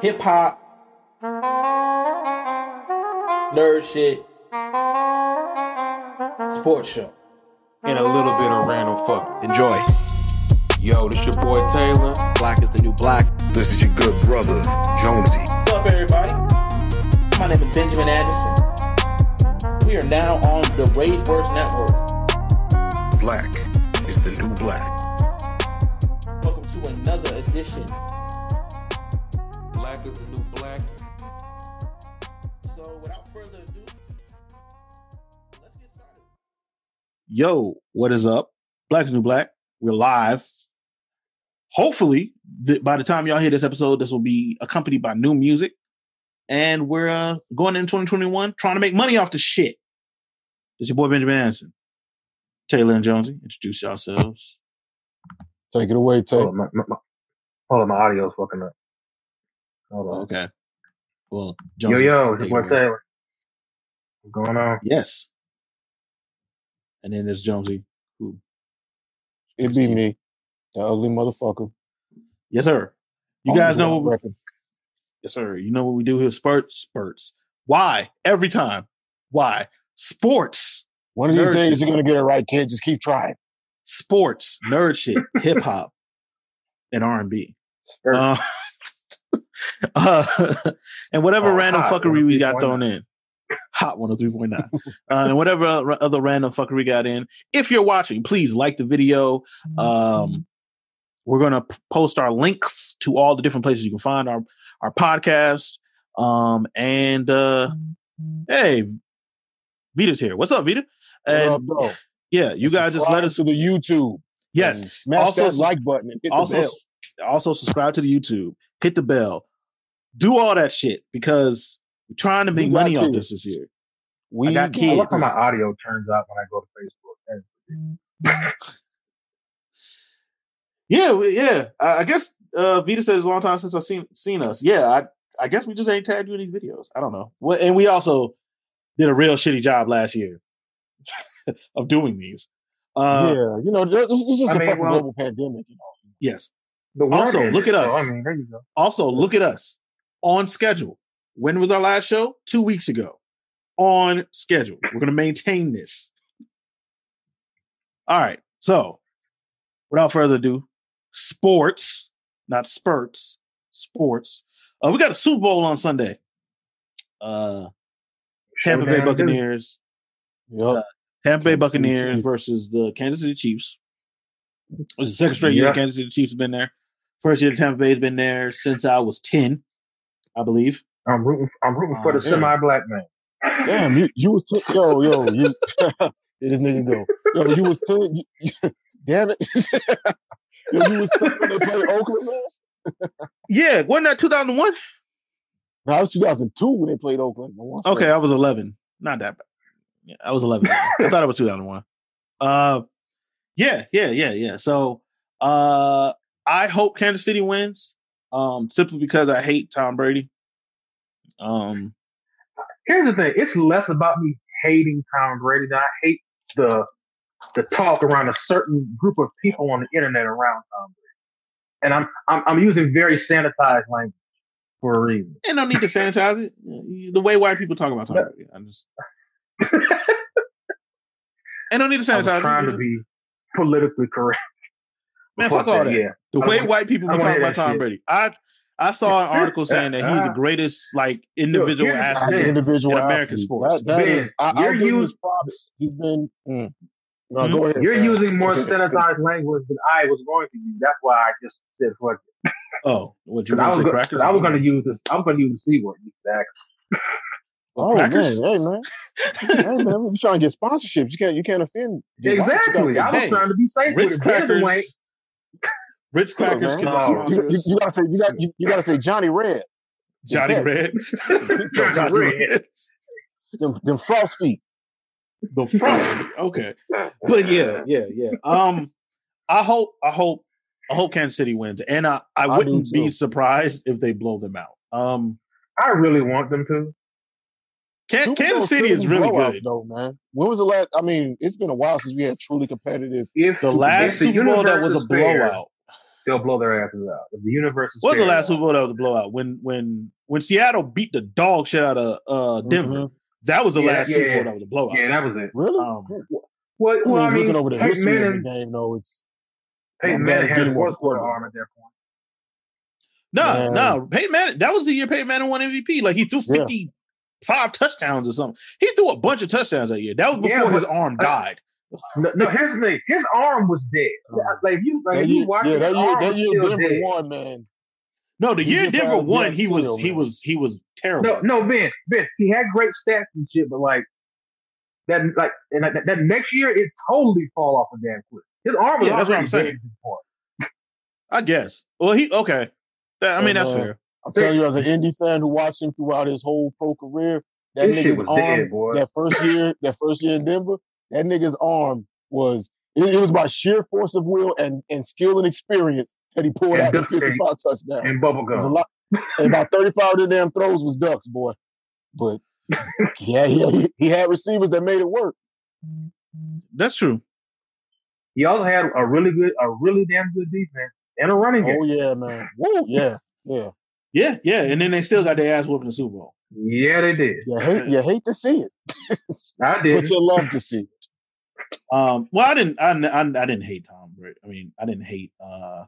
hip hop, nerd shit, sports show. and a little bit of random fuck. Enjoy. Yo, this your boy Taylor. Black is the new black. This is your good brother, Jonesy. What's up, everybody? My name is Benjamin Anderson. We are now on the Rageverse Network. Black is the new black. Welcome to another edition. Black is the new black. So, without further ado, let's get started. Yo, what is up? Black is New Black. We're live. Hopefully, th- by the time y'all hear this episode, this will be accompanied by new music. And we're uh, going in 2021 trying to make money off the shit. It's your boy Benjamin Anderson. Taylor and Jonesy, introduce yourselves. Take it away, Hold on, my, my, my, hold on, my audio's fucking up. Hold on. Okay. Well, Yo, Jonesy, yo, it's take your it boy away. Taylor. What's going on? Yes. And then there's Jonesy. Who? It be me, the ugly motherfucker. Yes, sir. You Always guys know what on we record. Yes, sir. You know what we do here? Spurts, spurts. Why? Every time. Why? Sports, One of these Nerd days shit. you're gonna get it right, kid. Just keep trying. sports, nerd shit, hip hop, and R and B. Sure. Uh, uh, and whatever Oh, random hot, fuckery we got 103.9. thrown in. Hot 103.9. uh, and whatever r- other random fuckery got in. If you're watching, please like the video. Mm-hmm. Um, we're going to post our links to all the different places you can find our, our podcast. Um, and uh, Mm-hmm. hey, Vita's here. What's up, Vita? And What up, though? yeah, you guys just let Subscribe us. to the YouTube. Yes, and smash Also that sus- like button and hit also the bell. also subscribe to the YouTube, hit the bell, do all that shit because we're trying to make We got money off this kids. this year. We got I love kids. how my audio turns out when I go to Facebook. That's- Yeah, we- yeah. I, I guess uh, Vita says a long time since I've seen seen us. Yeah, I I guess we just ain't tagged you in these videos. I don't know. Well, and we also did a real shitty job last year of doing these. Uh, yeah, you know, this, this is I a mean, fucking well- global pandemic. You know, Yes. The word Also, is, look at so, us. I mean, there you go. Also, look at us on schedule. When was our last show? Two weeks ago. On schedule. We're going to maintain this. All right. So, without further ado, sports, not spurts, sports. Uh, we got a Super Bowl on Sunday. Uh, Tampa Bay Showdown, dude. Buccaneers. Yup. Tampa Bay Kansas City Buccaneers Chiefs. versus the Kansas City Chiefs. It's the second straight year Yeah. the Kansas City Chiefs have been there. First year the Tampa Bay's been there since I was 10, I believe. I'm rooting. I'm rooting for Oh, the yeah. semi-black man. Damn, you, you was ten. Yo, yo, you. Here this nigga go. Yo, you was ten. You, you- damn it. yo, you was ten when they played Oakland, man. Yeah, wasn't that 2001? No, it was 2002 when they played Oakland. I wanna say. Okay, I was 11. Not that bad. Yeah, I was 11. I thought it was 2001. Uh, yeah, yeah, yeah, yeah. So uh, I hope Kansas City wins um, simply because I hate Tom Brady. Um, Here's the thing: it's less about me hating Tom Brady than I hate the the talk around a certain group of people on the internet around Tom Brady. And I'm I'm, I'm using very sanitized language for a reason. and no need to sanitize it. The way white people talk about Tom Brady. I'm just. and no need to I was sanitize trying it. to be politically correct. Man, fuck all that. Yeah. The I way wanna- white people I be wanna talking hear about that Tom shit. Brady. I I saw an article saying that he's the greatest like individual here's As an the thing. athlete. individual in American athlete. sports. That, that Ben, is, I, you're I'll give you his used- props. He's been. mm. No, Mhm. go ahead, You're man. using more sanitized language than I was going to use. That's why I just said fuck. it. Oh, what you 'Cause I want was to say? go- Crackers? 'cause I was going to use this. I'm going to use the c word. Exactly. Oh, Oh crackers? man, hey man, hey man, we're trying to get sponsorships. You can't, you can't offend. the whites. You gotta Exactly. say- I was hey, trying to be safe. with Ritz it. Ben's away. crackers. Ritz Come on, crackers can man. No. You, you- sponsor you us. gotta say, you got, you, you gotta say Johnny Red, Johnny Yeah. Red. Johnny Johnny Red. Red. them, them frost feet. The front. Okay. But yeah, yeah, yeah. Um, I hope, I hope, I hope Kansas City wins, and I, I I do wouldn't be too. surprised if they blow them out. Um, I really want them to. Can, Super Kansas Bowl's City still is these really blowouts, good. though, man. When was the last? I mean, it's been a while since we had truly competitive. If The if last Super Bowl that universe was a is fair, blowout. They'll blow their asses out. If the universe is What was the fair, last Super Bowl that was a blowout? When when when Seattle beat the dog shit out of uh, Denver. Mhm. That was the Yeah, last yeah, Super Bowl yeah. that was a blowout. Yeah, that was it. Really? Um, Well, well I was mean, looking over the Peyton history of Manning, the game, though. It's Peyton Man, Manning it's had getting a more worse quarter important. arm at that No, Man. point. no, Peyton Manning. That was the year Peyton Manning won MVP. Like he threw Yeah. fifty-five touchdowns or something. He threw a bunch of touchdowns that year. That was Yeah, before his but- arm died. No, no, here's the thing. His arm was dead. Like if you, like Uh-huh. that if you year, watch yeah, it, that his year, arm that was year still Denver dead. won, man. No, the He year just Denver had a won, gut he was feel, he man. was he was terrible. No, no, Ben, Ben, he had great stats and shit, but like that, like and that, that next year, it totally fall off a damn cliff. His arm was Yeah, that's what already I'm saying. dead at this point. I guess. Well, he okay. That, I Yeah, mean, that's man. fair. I'm telling you, as an indie fan who watched him throughout his whole pro career, that This shit nigga's was arm, dead, boy. that first year, that first year in Denver, that nigga's arm was. It, it was by sheer force of will and, and skill and experience that he pulled And out the duct tape. 55 touchdowns. And There's a bubblegum. lot. and about 35 of the damn throws was ducks, boy. But yeah, he, he had receivers that made it work. That's true. He also had a really good, a really damn good defense and a running game. Oh yeah, man. Woo, yeah, yeah. Yeah, yeah. And then they still got their ass whooped in the Super Bowl. Yeah, they did. You hate you hate to see it, I did. but you love to see. it. Um, well, I didn't. I, I, I didn't hate Tom Brady. I mean, I didn't hate uh,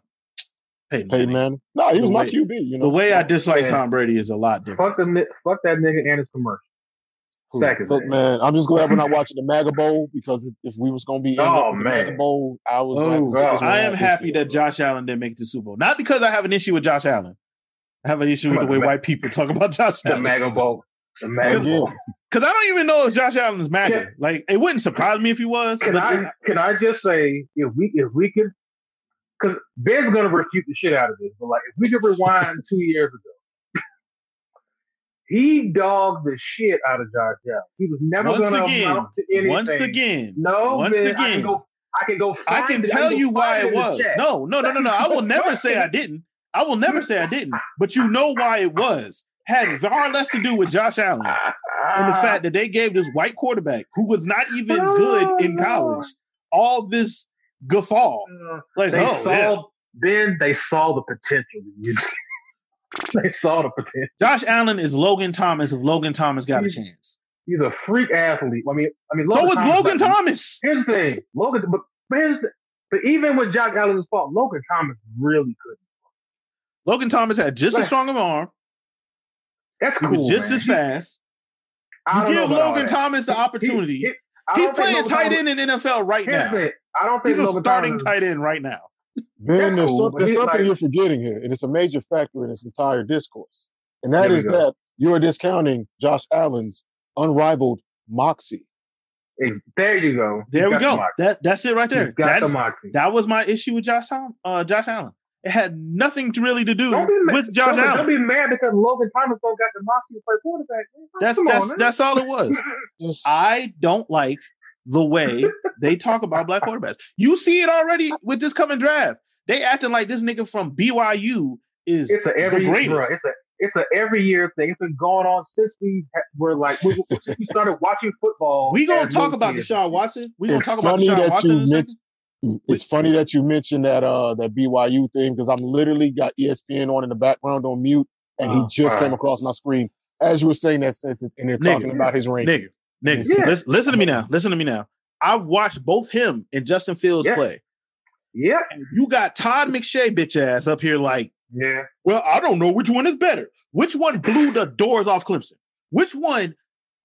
Peyton. Manning. Peyton Manning. No, he was The my way- QB. You know The way I dislike Yeah. Tom Brady is a lot different. Fuck them. Fuck that nigga and his commercial. Who? Sack his Look, ass. man, I'm just glad we're not watching the MAGA Bowl because if, if we was gonna be in Oh, the man. MAGA Bowl, I was. gonna have to Oh, sit this one I out am this happy year. that Josh Allen didn't make the Super Bowl. Not because I have an issue with Josh Allen. I have an issue with Come the on, way man. white people talk about Josh The Allen. MAGA bowl. The MAGA Good bowl. Because I don't even know if Josh Allen is MAGA. Can- Like, it wouldn't surprise me if he was. Can but I? Can I just say if we if we could, because Ben's gonna refute the shit out of this, but like if we could rewind two years ago, he dogged the shit out of Josh Allen. He was never Once gonna again, amount to it- anything. once again, No, once Ben, I again, can go. I can go. I find can it. I tell go you why find it in the was. chat. No, no, no, no, no. I will never say I didn't. I will never say I didn't. But you know why it was. Had far less to do with Josh Allen and the Ah, fact that they gave this white quarterback who was not even good in Oh, college all this guffaw. uh, Like, they oh, saw yeah. Ben. They saw the potential. they saw the potential. Josh Allen is Logan Thomas if Logan Thomas got a chance. He's a freak athlete. I mean, I mean, So was Logan Thomas. Thomas. Here's the thing, Logan. But, but, here's the, but even with Josh Allen's fault, Logan Thomas really couldn't. Logan Thomas had just as Right. strong of an arm. That's He cool. was just man. as fast. I You don't know give about all Logan that. Thomas the He- he- opportunity. he- I He's don't think playing Logan tight Thomas- end in NFL right Here's the now. thing. I don't think He's a Logan starting Thomas. tight end right now. man, there's, cool, some- but there's he's something like- you're forgetting here, and it's a major factor in this entire discourse, and that There we is go. that you are discounting Josh Allen's unrivaled moxie. Ex- There you go. There He's we got the go. moxie. That that's it right there. He's got the That's, moxie. that was my issue with Josh Allen. Uh, Josh Allen. It had nothing to really to do Don't be ma- with Josh don't, be- Allen. don't be mad because Logan Thomas don't got the moxie to play quarterback. man. That's Come on, that's man. that's all it was. Just mm, I don't like the way they talk about black quarterbacks. You see it already with this coming draft. They acting like this nigga from BYU is It's a every the year, greatest. bro, it's a it's a every year thing. It's been going on since we ha- were like we, we- since we started watching football. we gonna as talk little about kids. Deshaun Watson. We gonna It's talk about funny Deshaun that Watson you in a second. It's funny that you mentioned that uh that BYU thing because I'm literally got E ESPN on in the background on mute, and he Oh, just all came right. across my screen as you were saying that sentence, and they're talking Nigga. about his ring. Nigga, nigga, Yeah. listen, listen to me now. Listen to me now. I've watched both him and Justin Fields Yeah. play. Yep. You got Todd McShay bitch ass up here like, Yeah. well, I don't know which one is better. Which one blew the doors off Clemson? Which one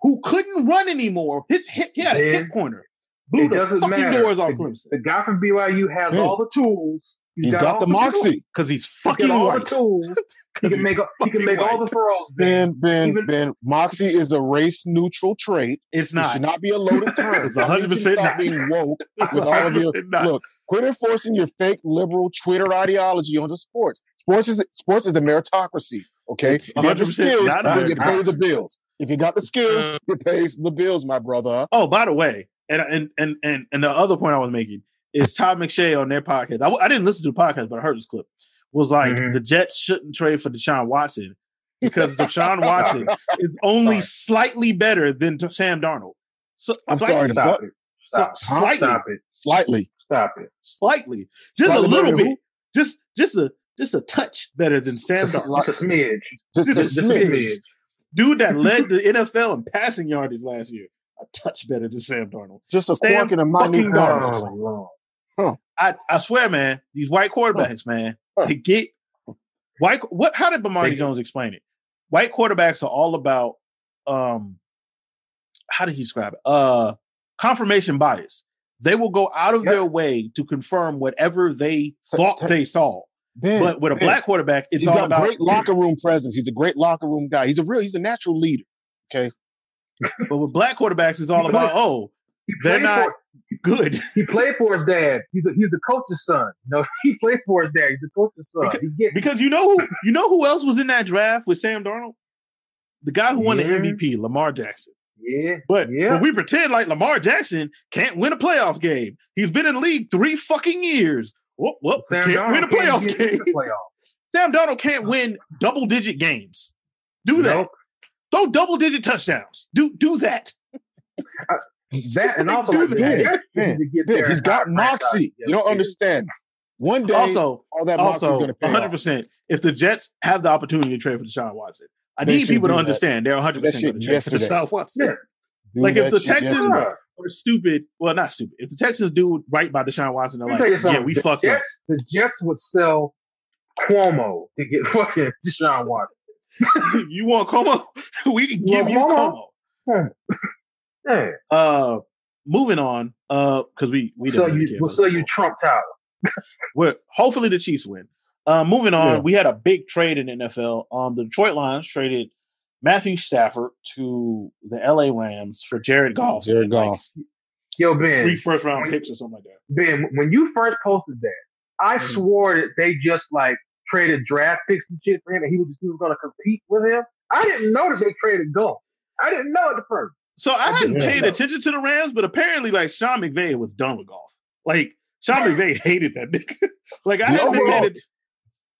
who couldn't run anymore? His hip, he had a Yeah. hip corner. Blew It the doesn't fucking matter. doors off The- Clemson. The guy from BYU has Yeah. all the tools. He's got, all the moxie. Because he's He's fucking got all white. the tools. He 'Cause can he's make. He can fucking make all white. the throws. man. Ben, Ben, Even- Ben, moxie is a race neutral trait. It's It not. should not be a loaded term. It's I need you to 100% stop not. being woke It's with all of your 100% not. look. Quit enforcing your fake liberal Twitter ideology onto sports. Sports is sports is a meritocracy. Okay, It's if you have the 100% skills, not a then you pay the meritocracy. Uh. bills. If you got the skills, you pay the bills, my brother. Oh, by the way, and and and and, and the other point I was making is Todd McShay on their podcast. I, w- I didn't listen to the podcast, but I heard this clip. Was like Mm-hmm. Mhm. the Jets shouldn't trade for Deshaun Watson because Deshaun Watson is only Sorry. slightly better than t- Sam Darnold. So, I'm slightly, sorry, Stop it. So- Stop, it. slightly, Stop it. Slightly, Stop it. slightly, just Slightly a little better than bit. just just a just a touch better than Sam Darnold. Just a smidge. Just a Just a smidge. smidge. Dude that led the NFL in passing yardage last year. A touch better than Sam Darnold. Just a Sam quark in a minute. fucking Darnold. Oh, Lord. I, I swear, man, these white quarterbacks, man, they get white. What? How did Bamari They- Jones explain it? White quarterbacks are all about, um, how did he describe it? Uh, confirmation bias. They will go out of Yep. their way to confirm whatever they thought they saw. Ben, But with a Ben, black quarterback, it's he's all got about great locker room presence. He's a great locker room guy. He's a real. He's a natural leader. But with black quarterbacks, it's all He about oh, He they're played not for- good. he played for his dad. He's a, he's the coach's son. No, he played for his dad. He's the coach's son. Because- he gets Because you know who you know who else was in that draft with Sam Darnold? The guy who won Yeah. the MVP, Lamar Jackson. yeah. But, Yeah. but we pretend like Lamar Jackson can't win a playoff game. He's been in the league three fucking years. Whoop, whoop, he Sam can't Darnold win a can't playoff get game. in the playoff. Sam Darnold can't win double digit games. Do that. Nope. Throw double digit touchdowns. Do do that. That and also like, Dude, the Jets Ben, need to get Ben, their he's got entire franchise moxie. You together, don't too. understand. One day, Also, all that moxie is also, going to pay off. 100%. If the Jets have the opportunity to trade for Deshaun Watson, I They need should people to do that. understand they're 100% That going shit to trade for yesterday. Deshaun Watson. Yeah. Do Like, if that the shit Texans- yesterday. Yeah. Or stupid, well, not stupid. If the Texans do right by Deshaun Watson, they're Let me tell you like, yeah, something. we the fucked up. Jets, The Jets would sell Cuomo to get fucking Deshaun Watson. you want Como? we can You give want you Como? Como. Yeah. Uh, moving on, uh, because we we So don't really you, care. we'll about sell this you anymore. Trump Tower. We're hopefully the Chiefs win. Uh, moving on, Yeah. we had a big trade in NFL. Um, the Detroit Lions traded Matthew Stafford to the LA Rams for Jared Goff. Jared and, like, Goff. Yo, three Ben, first round picks or something like that. Ben, when you first posted that, I Mhm. swore that they just like traded draft picks and shit for him, and he was just he was gonna compete with him. I didn't know that they traded golf. I didn't know it at first. So I hadn't Yeah. paid attention to the Rams, but apparently, like Sean McVay was done with golf. Like Sean McVay hated that nigga. like I Yeah, hadn't been overall. paid attention.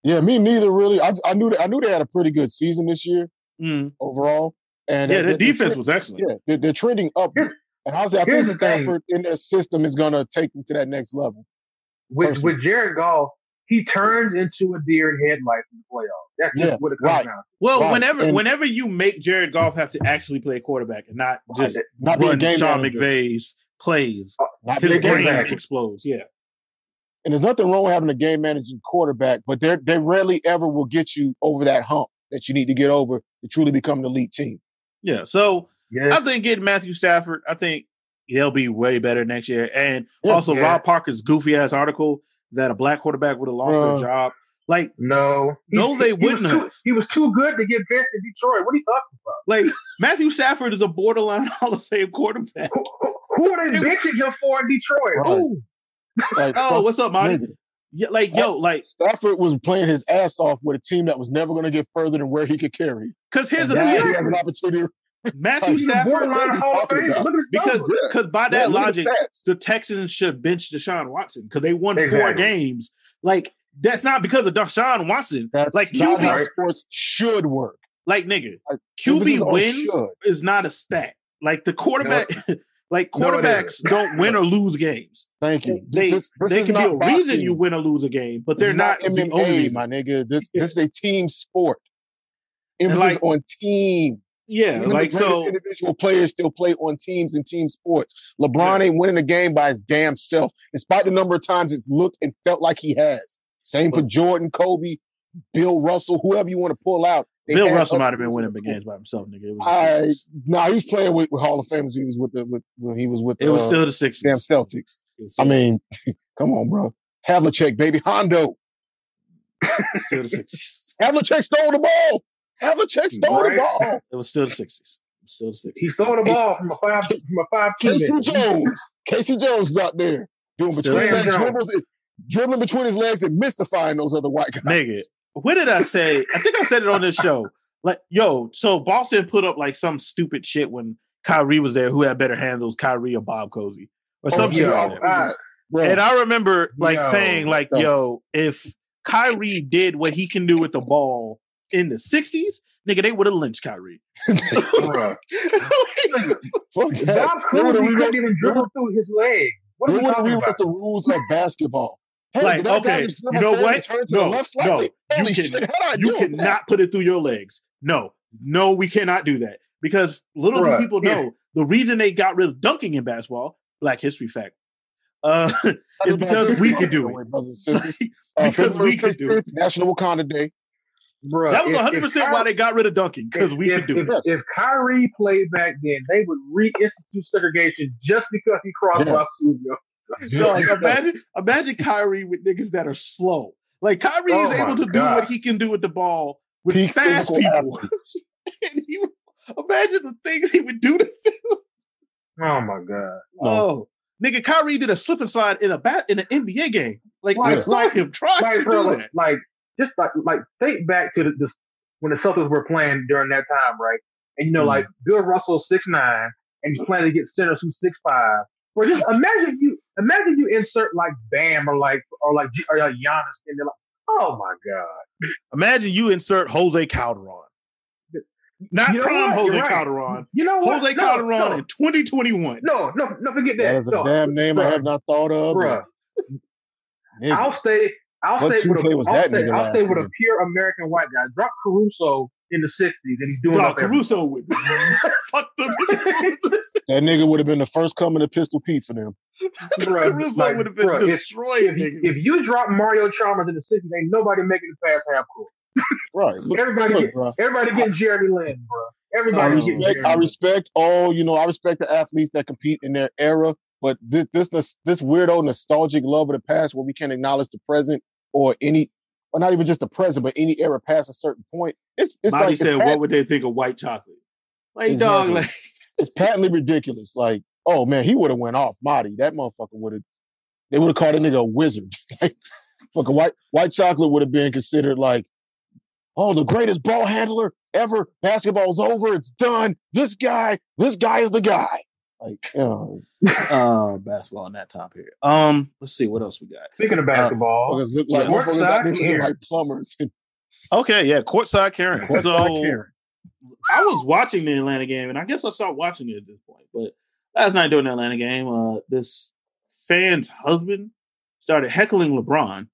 Yeah, me neither. Really, I, I knew that, I knew they had a pretty good season this year Mm. overall. And Yeah, their they- they- they're defense tre- was excellent. yeah, they're, they're trending upward. And honestly, I think Here's the thing. Stafford in their system is going to take them to that next level. With Personally. with Jared Golf, he turned into a deer in headlights in the playoffs. That's Yeah, just what it comes right. down to. Well, Right, whenever and- whenever you make Jared Goff have to actually play quarterback and not just Not being run game Sean manager. McVay's plays, Not his being game brain manager. explodes. Yeah, And there's nothing wrong with having a game managing quarterback, but they they rarely ever will get you over that hump that you need to get over to truly become an elite team. yeah. So Yeah. I think getting Matthew Stafford, I think they'll be way better next year. And Yeah. also Yeah. Rob Parker's goofy ass article that a black quarterback would have lost Bruh. their job. Like No. No, they was wouldn't too- have. He was too good to get benched in Detroit. What are you talking about? Like Matthew Stafford is a borderline Hall of Fame quarterback. Who, who- who are they It- benching him for in Detroit? Right. Ooh. Like, Oh, fuck what's up, Marty? nigga. Yeah, like yo, like Stafford was playing his ass off with a team that was never going to get further than where he could carry. because here's the And now he thing, has an opportunity. Matthew He's a Stafford what borderline is he Hall of talking Famer. about? Look at his because numbers. because by Yeah, that look at the logic, stats. the Texans should bench Deshaun Watson because they won four Exactly. games. Like that's not because of Deshaun Watson. That's like not QB how sports should work. like nigga, I- oh, this is QB all wins should. is not a stat. Like the quarterback, like No, it quarterbacks isn't. don't win or lose games. Thank They you. they, This- this they is can be not a reason boxing. you win or lose a game, but This they're is not, the only MMA, reason. my nigga. This this is a team sport. And Emphasis like- on team. Yeah, Even like the greatest so. individual players still play on teams and team sports. LeBron ain't winning a game by his damn self, despite the number of times it's looked and felt like he has. Same for Jordan, Kobe, Bill Russell, whoever you want to pull out. They Bill had Russell other might have been people winning to big pull. games by himself, nigga. It was I- the Sixers. Nah, he was playing with, with Hall of Famers. He was with the with, when he was with It the was uh, still the damn Sixers. Celtics. It was still- I mean, come on, bro. Havlicek, baby, Hondo. still the Sixers. Havlicek stole the ball. Havlicek stole Right. the ball. It was still the Sixties. Still the Sixties. He stole the ball from a five from a five two. Casey Jones. Casey Jones is out there doing Still between his Sam legs, Jones. dribbles, dribbling between his legs and mystifying those other white guys. Nigga, what did I say? I think I said it on this show. Like, yo, so Boston put up like some stupid shit when Kyrie was there. Who had better handles, Kyrie or Bob Cozy or some shit? Oh, yeah. like that. Bro, And I remember like No. saying, like, No. yo, if Kyrie did what he can do with the ball in the '60s, nigga, they would have lynched Kyrie. Bruh. fuck Bob that. They Cousy would've couldn't rewrote- even dribble through his legs. What they are we would've talking rewrote about? the rules of basketball. Hey, Like, did that guy okay, just jump you know up there and what? turn to No, the left slightly? no, you Holy can- shit, how did I You do that? cannot put it through your legs. No, no, we cannot do that because little Bruh, do people know the reason they got rid of dunking in basketball. Black history fact. Uh, How did it's that because happen? we could do it. brothers and sisters. Uh, because we February could do it. 15th, National Wakanda Day. Bruh, That was if- if 100 percent why Kyrie- they got rid of dunking because if- we if, could do if, it. Yes. If Kyrie played back then, they would reinstitute segregation just because he crossed Yes. Ralph Studio. Dog, imagine, imagine Kyrie with niggas that are slow. Like Kyrie Oh is able my to do what God. he can do with the ball with Peak fast physical people. and he, would- imagine the things he would do to Oh my god! Oh, nigga, Kyrie did a slip and slide in a bat in an NBA game. Like I Like- saw like- him trying to Like, bro, do like, that. like, just like, like, think back to the, this when the Celtics were playing during that time, right? And you know, Mm. like Bill Russell six nine, and he's planning to get centers who's six five. But just imagine you, imagine you insert like Bam or like or like G- or like Giannis, and they're like, oh my god, Imagine you insert Jose Calderon, not You know prime what? Jose You're right. Calderon, you know what? Jose No, Calderon no, in 2021. No, no, no, forget that. That is a no, damn name I bruh, have not thought of. bruh. Nigga. I'll stay. I'll What stay with 2K a, was I'll that stay, nigga I'll last stay with a year? pure American white guy. Drop Caruso in the '60s, and he's doing Dog, up everything. Caruso would fuck them. that nigga would have been the first coming to Pistol Pete for them. Bruh, Caruso like, would have been bruh, if- destroyed. If you, niggas. if you drop Mario Chalmers in the '60s, ain't nobody making it past half court. Right. Everybody, Look, get, bro. everybody getting Jeremy Lin, bro. I Everybody Oh. getting respect. Jeremy. I Lin. respect all. You know, I respect the athletes that compete in their era. But this this nos- this weirdo nostalgic love of the past, where we can't acknowledge the present or any, or not even just the present, but any era past a certain point. It's it's Bobby like it's, said, pat- "What would they think of white chocolate?" Like dog, Exactly. like it's patently ridiculous. Like, oh man, he would have went off, Marty. That motherfucker would have. They would have called a nigga a wizard. like, fucking white white chocolate would have been considered like, oh, the greatest ball handler ever. Basketball's over. It's done. This guy, this guy is the guy. Like, you know, uh, basketball in that time period. Um, let's see what else we got. Speaking of basketball, motherfuckers look like Yeah. motherfuckers out Courtside there looking here. like plumbers. Okay, yeah, courtside Karen. Courtside so Karen. I was watching the Atlanta game, and I guess I stopped watching it at this point. But last night during the Atlanta game, uh, this fan's husband started heckling LeBron.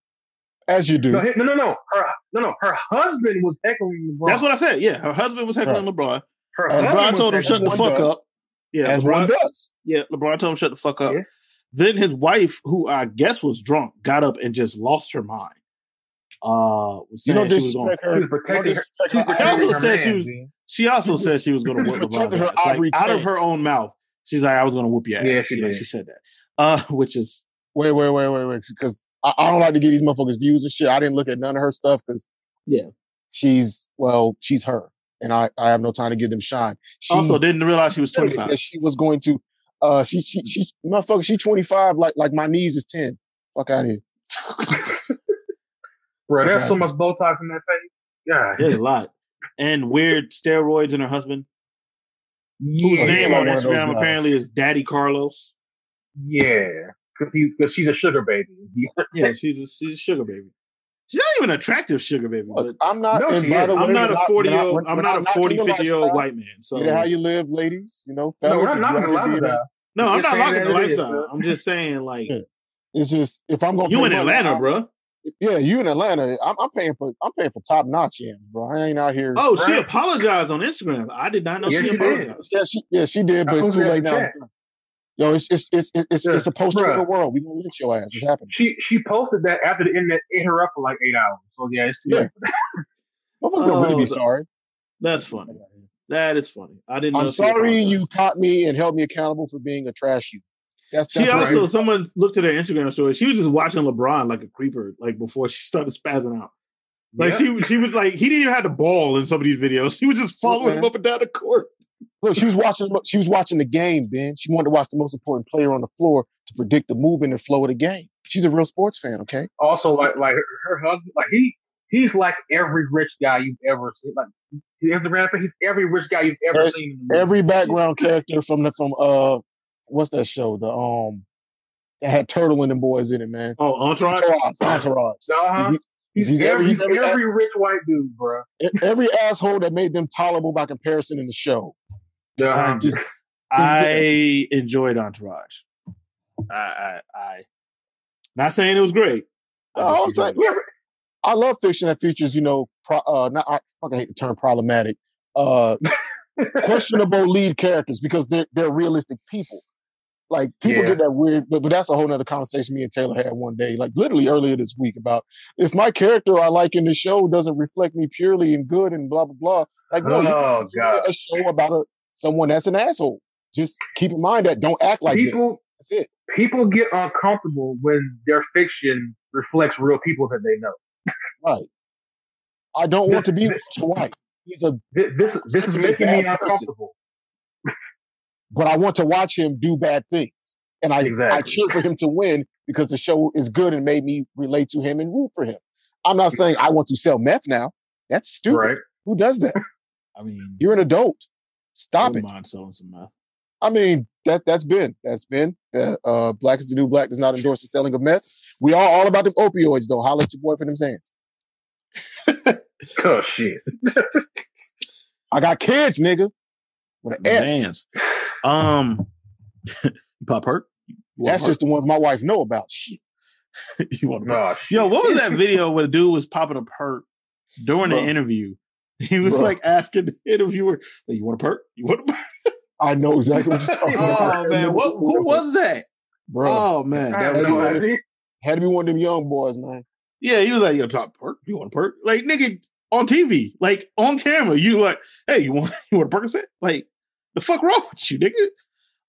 As you do. no, he- no, no, no, her, no, no. Her husband was heckling LeBron. That's what I said. Yeah, her husband was heckling LeBron. her As husband LeBron was told him, heckling "Shut the one fuck does. up." Yeah, As one LeBron, does. yeah, LeBron told him, "Shut the fuck up." Yeah. Then his wife, who I guess was drunk, got up and just lost her mind. Uh, was You saying don't she was going. disrespect her. She was protecting her- He Don't disrespect her. She also protected her said she man, was- Gene. She also said she was going to You whoop protected LeBron's her ass. Like, Aubrey out of Kane. her own mouth, she's like, "I was going to whoop your ass." Yeah, she did. she said that. Uh, which is Wait, wait, wait, wait, wait. Because I, I don't like to give these motherfuckers views and shit. I didn't look at none of her stuff because Yeah. she's well, she's her, and I I have no time to give them shine. She also didn't realize she was said 25. that she was going to. Uh, she she she motherfucker. She twenty five. Like like my knees is ten. Fuck out of here. Bro, there's so Okay. much Botox in that face. Yeah. There's a lot. And weird steroids in her husband, whose yeah. name yeah, on one of those uh, Instagram guys. apparently is Daddy Carlos. Yeah. Because she's a sugar baby. Yeah, she's a, she's a sugar baby. She's not even an attractive sugar baby, Look, but I'm not. No, and she by is. the way, I'm not we're a 40 we're year old, we're- I'm we're not a 40, knocking 50 year old lifestyle. white man. So, Get it how you live, ladies. You know, no, fellas. I'm if not you going to out here lie being a- that. no, I'm Just not liking saying the that it is, lifestyle. bro. I'm just saying, like, Yeah. It's just if I'm gonna you pay in money, Atlanta, I- bruh. Yeah, you in Atlanta. I'm, I'm paying for I'm paying for top notch yams, bro. I ain't out here. Oh, she Right. apologized on Instagram. I did not know Yeah, she she did. apologized. Yeah, she yeah she did, but I it's was too there late for now. It's that. done. Yo, it's it's it's it's, it's, Yeah, it's a post trigger bruh. world. We gonna lick your ass. It's happening. She she posted that after the internet ate her up for like eight hours. So, yeah, it's too Yeah. late for that. Motherfuckers don't really Oh, be the- sorry. That's funny. That is funny. I didn't know. I'm she sorry apologized. you caught me and held me accountable for being a trash you. That's, that's She what also it is. someone looked at her Instagram story. She was just watching LeBron like a creeper, like before she started spazzing out. Like Yeah. she she was like he didn't even have the ball in some of these videos. She was just following him Okay. up and down the court. Look, she was watching she was watching the game, Ben. She wanted to watch the most important player on the floor to predict the movement and flow of the game. She's a real sports fan, okay? Also, like, like her, her husband, like, he he's like every rich guy you've ever seen. Like, the Instagram fan, he's every rich guy you've ever Every- seen. In the movie. Every background character from the from uh what's that show? The um that had Turtle and them boys in it, man. Oh, entourage. Entourage, entourage. Mm-hmm. Uh-huh. He's- He's, he's every- every, he's every- every rich white dude, bro. E-, every asshole that made them tolerable by comparison in the show. Uh-huh. I'm Um, just- I enjoyed entourage. I, I I not saying it was great, the whole time. Yeah, I love fiction that features, you know, pro, uh, not I fucking hate the term problematic, uh, questionable lead characters because they're they're realistic people. Like people Yeah. get that weird, but, but that's a whole nother conversation me and Taylor had one day, like literally earlier this week about if my character I like in the show doesn't reflect me purely and good and blah blah blah. Like no, you oh god, a show about a, someone that's an asshole. Just keep in mind that don't act like that. people That's it. people get uncomfortable when their fiction reflects real people that they know. Right. I don't want to be This- Walter White. He's a, This this, this is Such a making me bad person. uncomfortable. but I want to watch him do bad things, and I I Exactly. cheer for him to win because the show is good and made me relate to him and root for him. I'm not saying I want to sell meth now. That's stupid. Right? Who does that? I mean, You're an adult. Stop it. wouldn't mind selling some meth. I mean, that that's Ben. That's Ben. Uh, uh, black is the new black does not endorse the selling of meth. We are all about them opioids, though. Holla at your boy for them hands. Oh shit. I got kids, nigga. With an The S. vans. Um, you pop hurt. You want That's just the ones my wife know about. Shit. hurt? you want to. No. Yo, what was that video where the dude was popping a perk during the Bruh. interview? He was Bruh. like asking the interviewer, like, "You want a perk? You want a perk?" I know exactly what you're talking about. Oh man, what? Who was that? Bro, Oh man, I that have was. That's no what- idea. had to be one of them young boys, man. Yeah, he was like, "You want a perk? You want a perk?" Like, nigga, on TV, like on camera, you like, "Hey, you want you want a perk?" Like, the fuck wrong with you, nigga?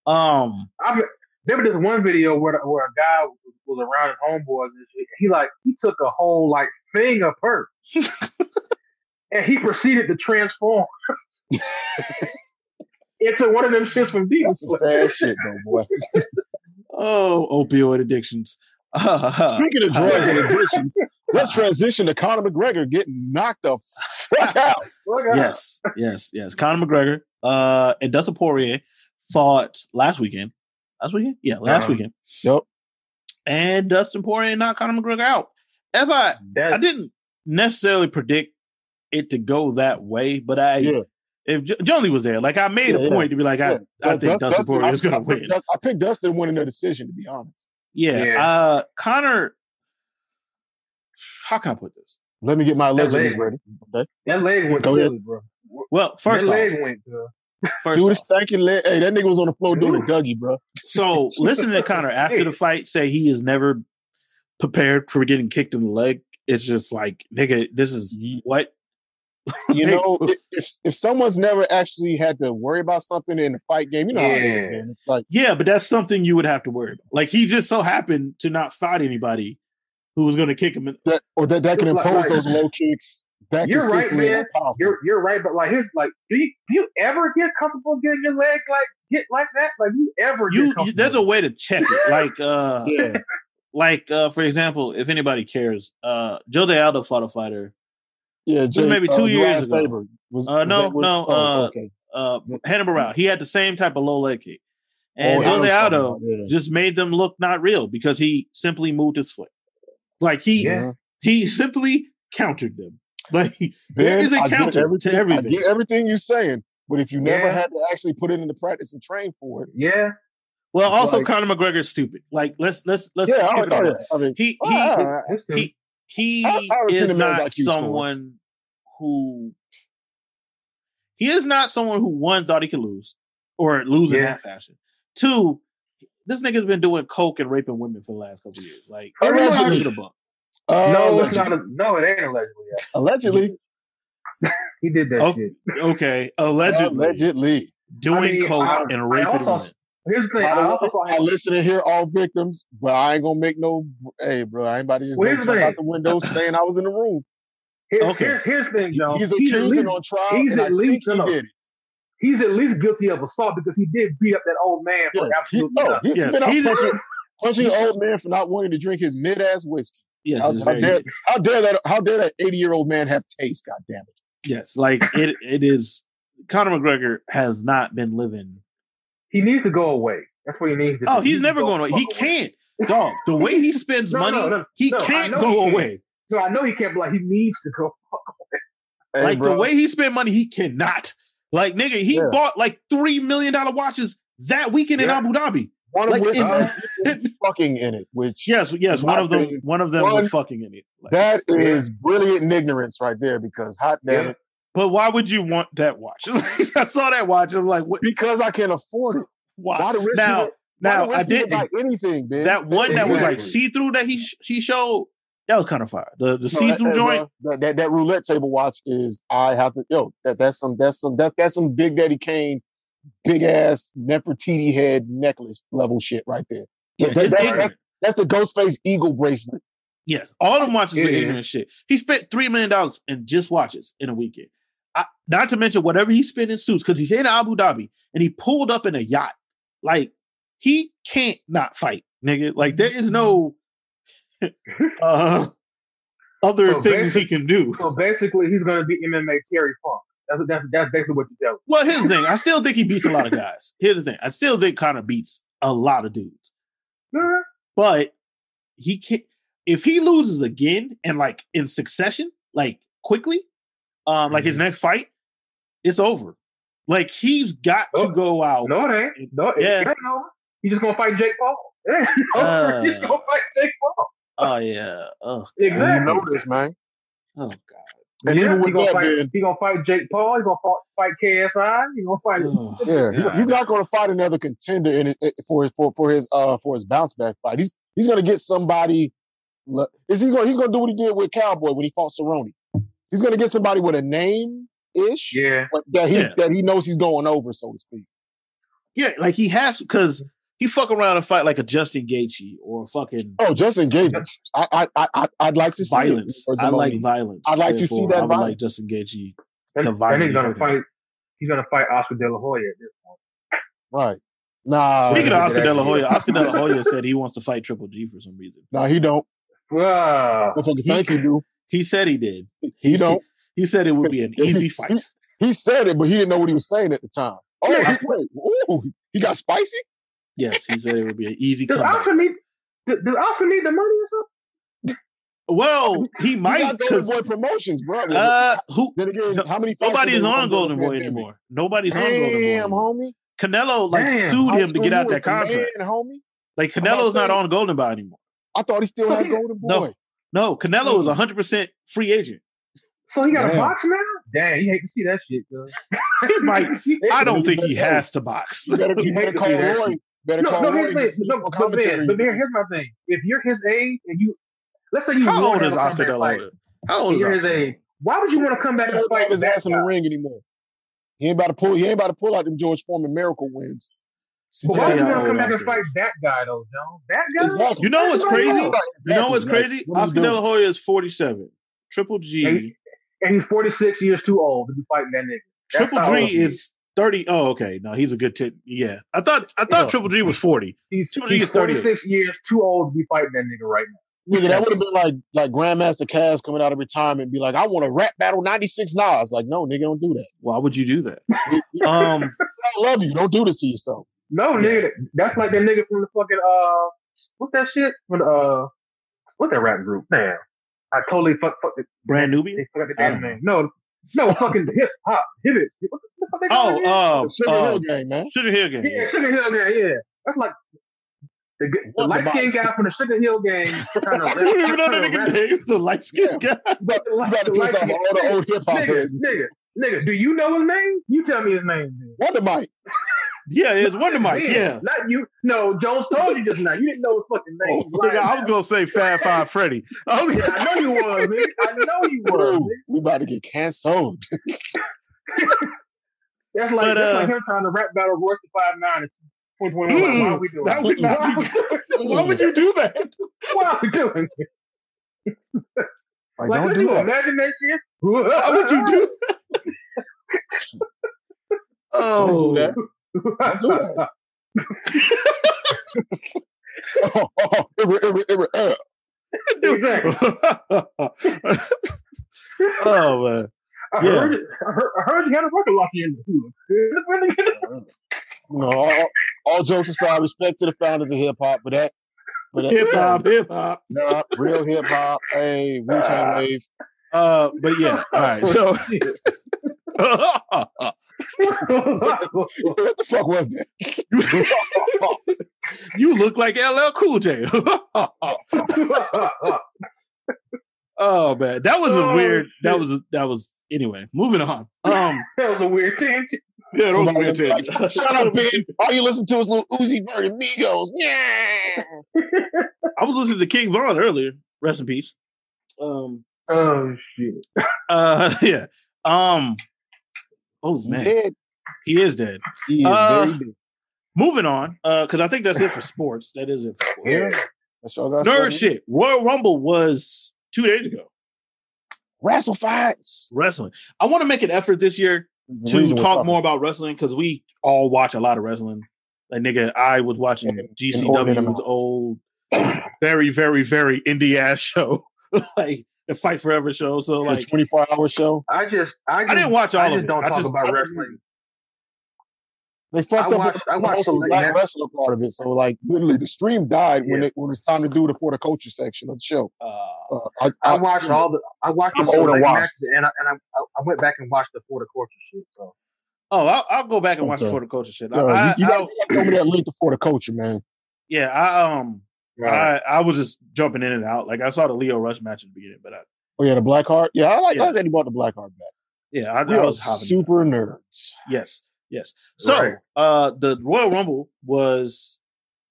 Um. I mean, there was this one video where where a guy was around his homeboys and shit. He like he took a whole like thing of her, and he proceeded to transform into one of them shits from Deep. That's some sad shit, though, boy. Oh, opioid addictions. Speaking of drugs and addictions, let's transition to Conor McGregor getting knocked the fuck out. Look at that. yes, yes, yes. Conor McGregor uh, and Dustin Poirier fought last weekend. Last weekend? Yeah, last Uh-huh. weekend. Yep. And Dustin Poirier knocked Conor McGregor out. As I, I That- didn't necessarily predict it to go that way, but I, Yeah. if Jo- John Lee was there, like I made Yeah, a yeah. point to be like, Yeah. I, I Dust- think Dustin Poirier is I- going to I picked win. Dust- I picked Dustin winning the decision, to be honest. Yeah. Yeah. Uh, Conor, how can I put this? Let me get my That legends leg. ready. that leg went Go ahead. silly, bro. Well, first that off, leg went good. first Dude, off, this stanky leg. Hey, that nigga was on the floor doing a Dougie, bro. So listening to Connor after the fight say he is never prepared for getting kicked in the leg, it's just like, nigga, this is what? You know, if- if if someone's never actually had to worry about something in the fight game, you know how it is, Yeah. man. It's like Yeah, but that's something you would have to worry about. Like he just so happened to not fight anybody who was gonna kick him in that, or that that can Like- impose like- those low kicks that You're right, consistently and man. that powerful. You're you're right, but like here's like do you do you ever get comfortable getting your leg like hit like that? Like you ever you, get you comfortable? there's a way to check it. Like uh yeah, like uh for example, if anybody cares, uh Joe De Aldo fought a fighter, yeah. Jay, maybe uh, two years Uriah ago. Faber Was, Uh, no, that what- no, oh, uh, okay. uh Hannibal Rao. He had the same type of low leg kick. And Mm. Joe Oh, I De know what you're Aldo talking about, yeah. just made them look not real because he simply moved his foot. Like he Yeah. he simply countered them. Like there Ben, is a I get counter everything- to I everything. get everything you're saying, but if you never Yeah. had to actually put it into practice and train for it, yeah. Well, also Like- Conor McGregor's stupid. Like let's let's let's yeah, I skip already it know over. that. I mean, He he ah, It's just- he he I- I already seen the is man's not IQ scores. someone who he is not someone who one thought he could lose or lose in Yeah. that fashion. Two, this nigga's been doing coke and raping women for the last couple years. Like Allegedly. keep it a buck. uh, Oh, no, it's allegedly, not. A, no, it ain't allegedly. Yeah. allegedly, He did that Oh, shit. Okay, allegedly, allegedly. doing I mean, coke I- I and raping also- women. Here's the thing. By I the also way, I listen to hear all victims, but I ain't gonna make no. Hey, bro, I ain't about to just Well, go here's the jump out thing. the window saying I was in the room. here, Okay. here's, here's the thing, He- Jones. he's He's, accused at least, and on trial, he's and I at least- think he no, no. did it. he's at least guilty of assault because he did beat up that old man for Yes. absolutely Oh, nothing. he's Yes, been out he's- punching, punching an he's- old man for not wanting to drink his mid ass whiskey. Yes, How, it's how very dare, good. how dare that? How dare that eighty year old man have taste? God damn it! yes, like it. It is. Conor McGregor has not been living He needs to go away. That's what he needs to. Oh, do. He he's needs never to go going away. He fuck away. can't, dog. The way he spends No, no, money, no, he no, I can't know go he can't. away. No, I know he can't. But like, he needs to go. fuck away. Hey, like bro. the way he spent money, he cannot. Like nigga, he Yeah. bought like three million dollar watches that weekend in Yeah. Abu Dhabi. One of Like which in- is fucking in it, which Yes, yes. In my One of them. opinion, One of them one- were fucking in it. Like, that is brilliant ignorance right there. Because hot damn Yeah. it, but why would you want that watch? I saw that watch. I'm like, what? because I can't afford it. Why? Why the rich now, people- why now the rich I people didn't. buy anything, bitch? that one that was like Exactly. see through that he sh- she showed that was kind of fire. The the No, see through that- that- joint. That, that that roulette table watch is I have to yo that that's some that's some that, that's some Big Daddy Kane big ass Nefertiti head necklace level shit right there. Yeah, that- it's that- ignorant. That's the Ghostface Eagle bracelet. Yeah, all them watches It were is. ignorant shit. He spent three million dollars in just watches in a weekend. I, not to mention whatever he spent in suits because he's in Abu Dhabi and he pulled up in a yacht. Like he can't not fight, nigga. Like there is no uh, other So things basically- he can do. So basically, he's going to be MMA Terry Funk. That's that's, that's basically what you tell me. Well, here's the thing. I still think he beats a lot of guys. Here's the thing. I still think Connor beats a lot of dudes. Nah, but he can't if he loses again and like in succession like quickly um like his Mm-hmm. next fight it's over like he's got Oh, to go out No, it ain't. No, it, Yeah. it ain't over. You just gonna fight Jake Paul. It ain't over. Uh. you just gonna fight Jake Paul. oh yeah oh You Exactly. know this, man. oh god And Yeah, even he with gonna that, fight, man, he gonna fight Jake Paul. He gonna fight, fight KSI. He gonna fight. Ugh. Yeah, God. he's not going to fight another contender in it, eh, for his for for his uh for his bounce back fight. He's he's going to get somebody. le- Is he going? He's going to do what he did with Cowboy when he fought Cerrone. He's going to get somebody with a name ish Yeah, but that he Yeah. that he knows he's going over, so to speak. yeah like he has because he fuck around and fight like a justin Gaethje or a fucking Oh, Justin Gaethje, I I I I'd- I'd like to see it. violence Or i like Zamoni. violence I'd like to Therefore, see that i would like violence. justin Gaethje. and, The and he's gonna violence. fight. He's gonna fight Oscar De La Hoya at this point. right. Nah, Speaking of yeah, Oscar that- De La Hoya, Oscar De La Hoya said he wants to fight Triple G for some reason. nah, he don't. Wow. Motherfucker, He- thank you, dude. He said he did. He don't. He said it would be an easy fight. He said it, but he didn't know what he was saying at the time. Oh, Yeah. he, wait. Ooh, he got spicy. Yes, he said it would be an easy Does comeback. Oscar need? Does, does Oscar need the money or something? Well, he He might got Golden because Boy promotions, bro. uh, who then again, no- how many? fights nobody's did they win on during Golden the Boy pandemic? anymore. Nobody's on Golden Boy. Damn, anymore. homie. Canelo like Damn, sued How him to screw get out that you with the contract. man, homie. Like I'm not Canelo's not saying- on Golden Boy anymore. I thought he still So had he- Golden No. Boy. No, Canelo is Hmm. 100 percent free agent. So he got Damn. a box now? Damn, you hate to see that shit. cuz. He might. I don't Hey, think he hey. has to box. You better, you You better hate to call see that. Roy. Better No, call no, Roy. here's and the get thing. some No, but commentary. man, but man, here's my thing. If you're his age and you, let's say you How want old to have is a Oscar comeback De La fight, Hoya? How old and is you're his Oscar? De La age, Hoya? why would you want to come back and don't fight have his that ass in the guy? ring anymore. He ain't about to pull. He ain't about to pull out them George Foreman miracle wins. But Yeah, why would you yeah, want to old come back and Oscar. fight that guy though, Jones? That guy? Exactly. You know what's Everybody crazy? knows. You know what's Exactly. crazy? What are you Oscar De La doing? Hoya is 47. Triple G. Eight. And he's 46 years too old to be fighting that nigga. That's Triple how G old he is thirty. Oh, okay. No, he's a good tip. Yeah, I thought I thought Yeah. Triple G was forty. He's, Triple G he's is 38. 46 years too old to be fighting that nigga right now. Nigga, that would have been like like Grandmaster Caz coming out of retirement and be like, I want a rap battle 96 Nas. Like, no, nigga, don't do that. Why would you do that? um, I love you. Don't do this to yourself. No, Yeah. nigga, that's like that nigga from the fucking uh, what's that shit from the uh, what's that rap group? Damn, I totally fuck fuck the brand They newbie. forgot the I damn don't name. No, no, fucking hip hop, hip it. What the fuck they call it? Oh, Sugar uh, Um, Hill uh Gang, man. Sugar Hill Gang. yeah, Sugar Hill Gang. Yeah, that's like the, g- the What light the skinned guy from the Sugar Hill Gang. Kind I don't even know that nigga name. The light skinned guy. You about, you about to piss off all the old hip hop Nigga, heads. nigga, nigga. Do you know his name? You tell me his name. nigga. Wonder Mike. Yeah, it's Wonder Mike. Man, Yeah. not you. No, Jones told you just now. You didn't know his fucking name. You lying Oh, Nigga, I now. was gonna say Fat Five Freddy. I was Yeah, I know you was, nigga. I know you was. Dude, nigga. we about to get canceled. That's like But, that's uh, like him trying to rap battle Royce the Five Nine. Twenty twenty one. Why are we doing Mm, that would this? not be good. Why would you do that? Why are we doing this? Like, Like, don't could do you that. imagine that shit? Why would you do that? Don't Oh, do that. do that. Oh, oh, it re- it re- it re- uh. oh man. I Yeah. heard, I heard, I heard you had a record lock in the hood. You know, all, all jokes aside, respect to the founders of hip hop, but that, but that hip hop, hip hop. nah, real hip hop. Hey, Wu Tang Wave. Uh, but yeah, all right. So, What the fuck was that? you look like LL Cool J. oh man, that was a Oh, weird. That shit. was that was anyway. Moving on. Um, that was a weird tangent. yeah, that was a Somebody weird gonna be like, tangent. Shut up, Ben. All you listen to is little Uzi Vert and Migos. Yeah. I was listening to King Von earlier. Rest in peace. Um. Oh shit. Uh. Yeah. Um. Oh He man, dead. he is dead. He is Uh, very dead. Moving on, because I think that's it for sports. That is it for sports. Yeah. That's all I got. Nerd shit. Royal Rumble was two days ago. Wrestle fights. Wrestling. I want to make an effort this year The to reason we're talk talking. more about wrestling because we all watch a lot of wrestling. Like nigga, I was watching An inordinate GCW's amount. old, very, very, very indie ass show, like the Fight Forever show. So The like, 24 hour show. I just I, just, I didn't watch all I of just it. don't I talk just- about wrestling. They fucked I up watched- I the watched whole the late black night- wrestler part of it. So like literally the stream died when Yeah. it when it's time to do the for the culture section of the show. uh, Uh, I, I watched all the I watched the I'm old and select washed. matches and I, and I I- I went back and watched the Florida Culture shit. So oh, I'll, I'll go back and watch Okay. the Culture shit. Yeah, I, I, you, you I, gotta, you gotta throw me that link to for the culture, man. yeah, I um, Right. I, I was just jumping in and out. Like I saw the Leo Rush match at the beginning, but I, Oh yeah, the black heart. Yeah, I like, Yeah. I like that he brought the black heart back. yeah, I, We I are was hopping. in. super nerds. Yes, yes. So Right. uh the Royal Rumble was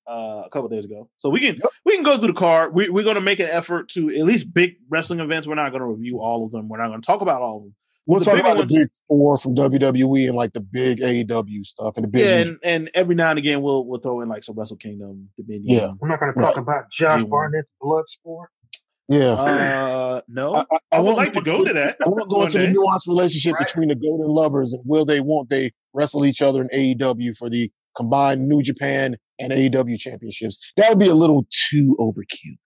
uh, a couple days ago, so we can Yep. we can go through the card. We, we're going to make an effort to at least big wrestling events. We're not going to review all of them. We're not going to talk about all of them. We'll The talk bigger about ones- the big four from WWE and like the big AEW stuff and the big. E yeah, and, and every now and again we'll we'll throw in like some Wrestle Kingdom, Dominion. I'm not going to talk Right. about John You- Barnett's blood sport. yeah. Uh, no, I, I- would wanna like go to go to that. I want to go one into the day. nuanced relationship Right. between the golden lovers and will they, won't they wrestle each other in AEW for the combined New Japan and AEW championships. That would be a little too overkill.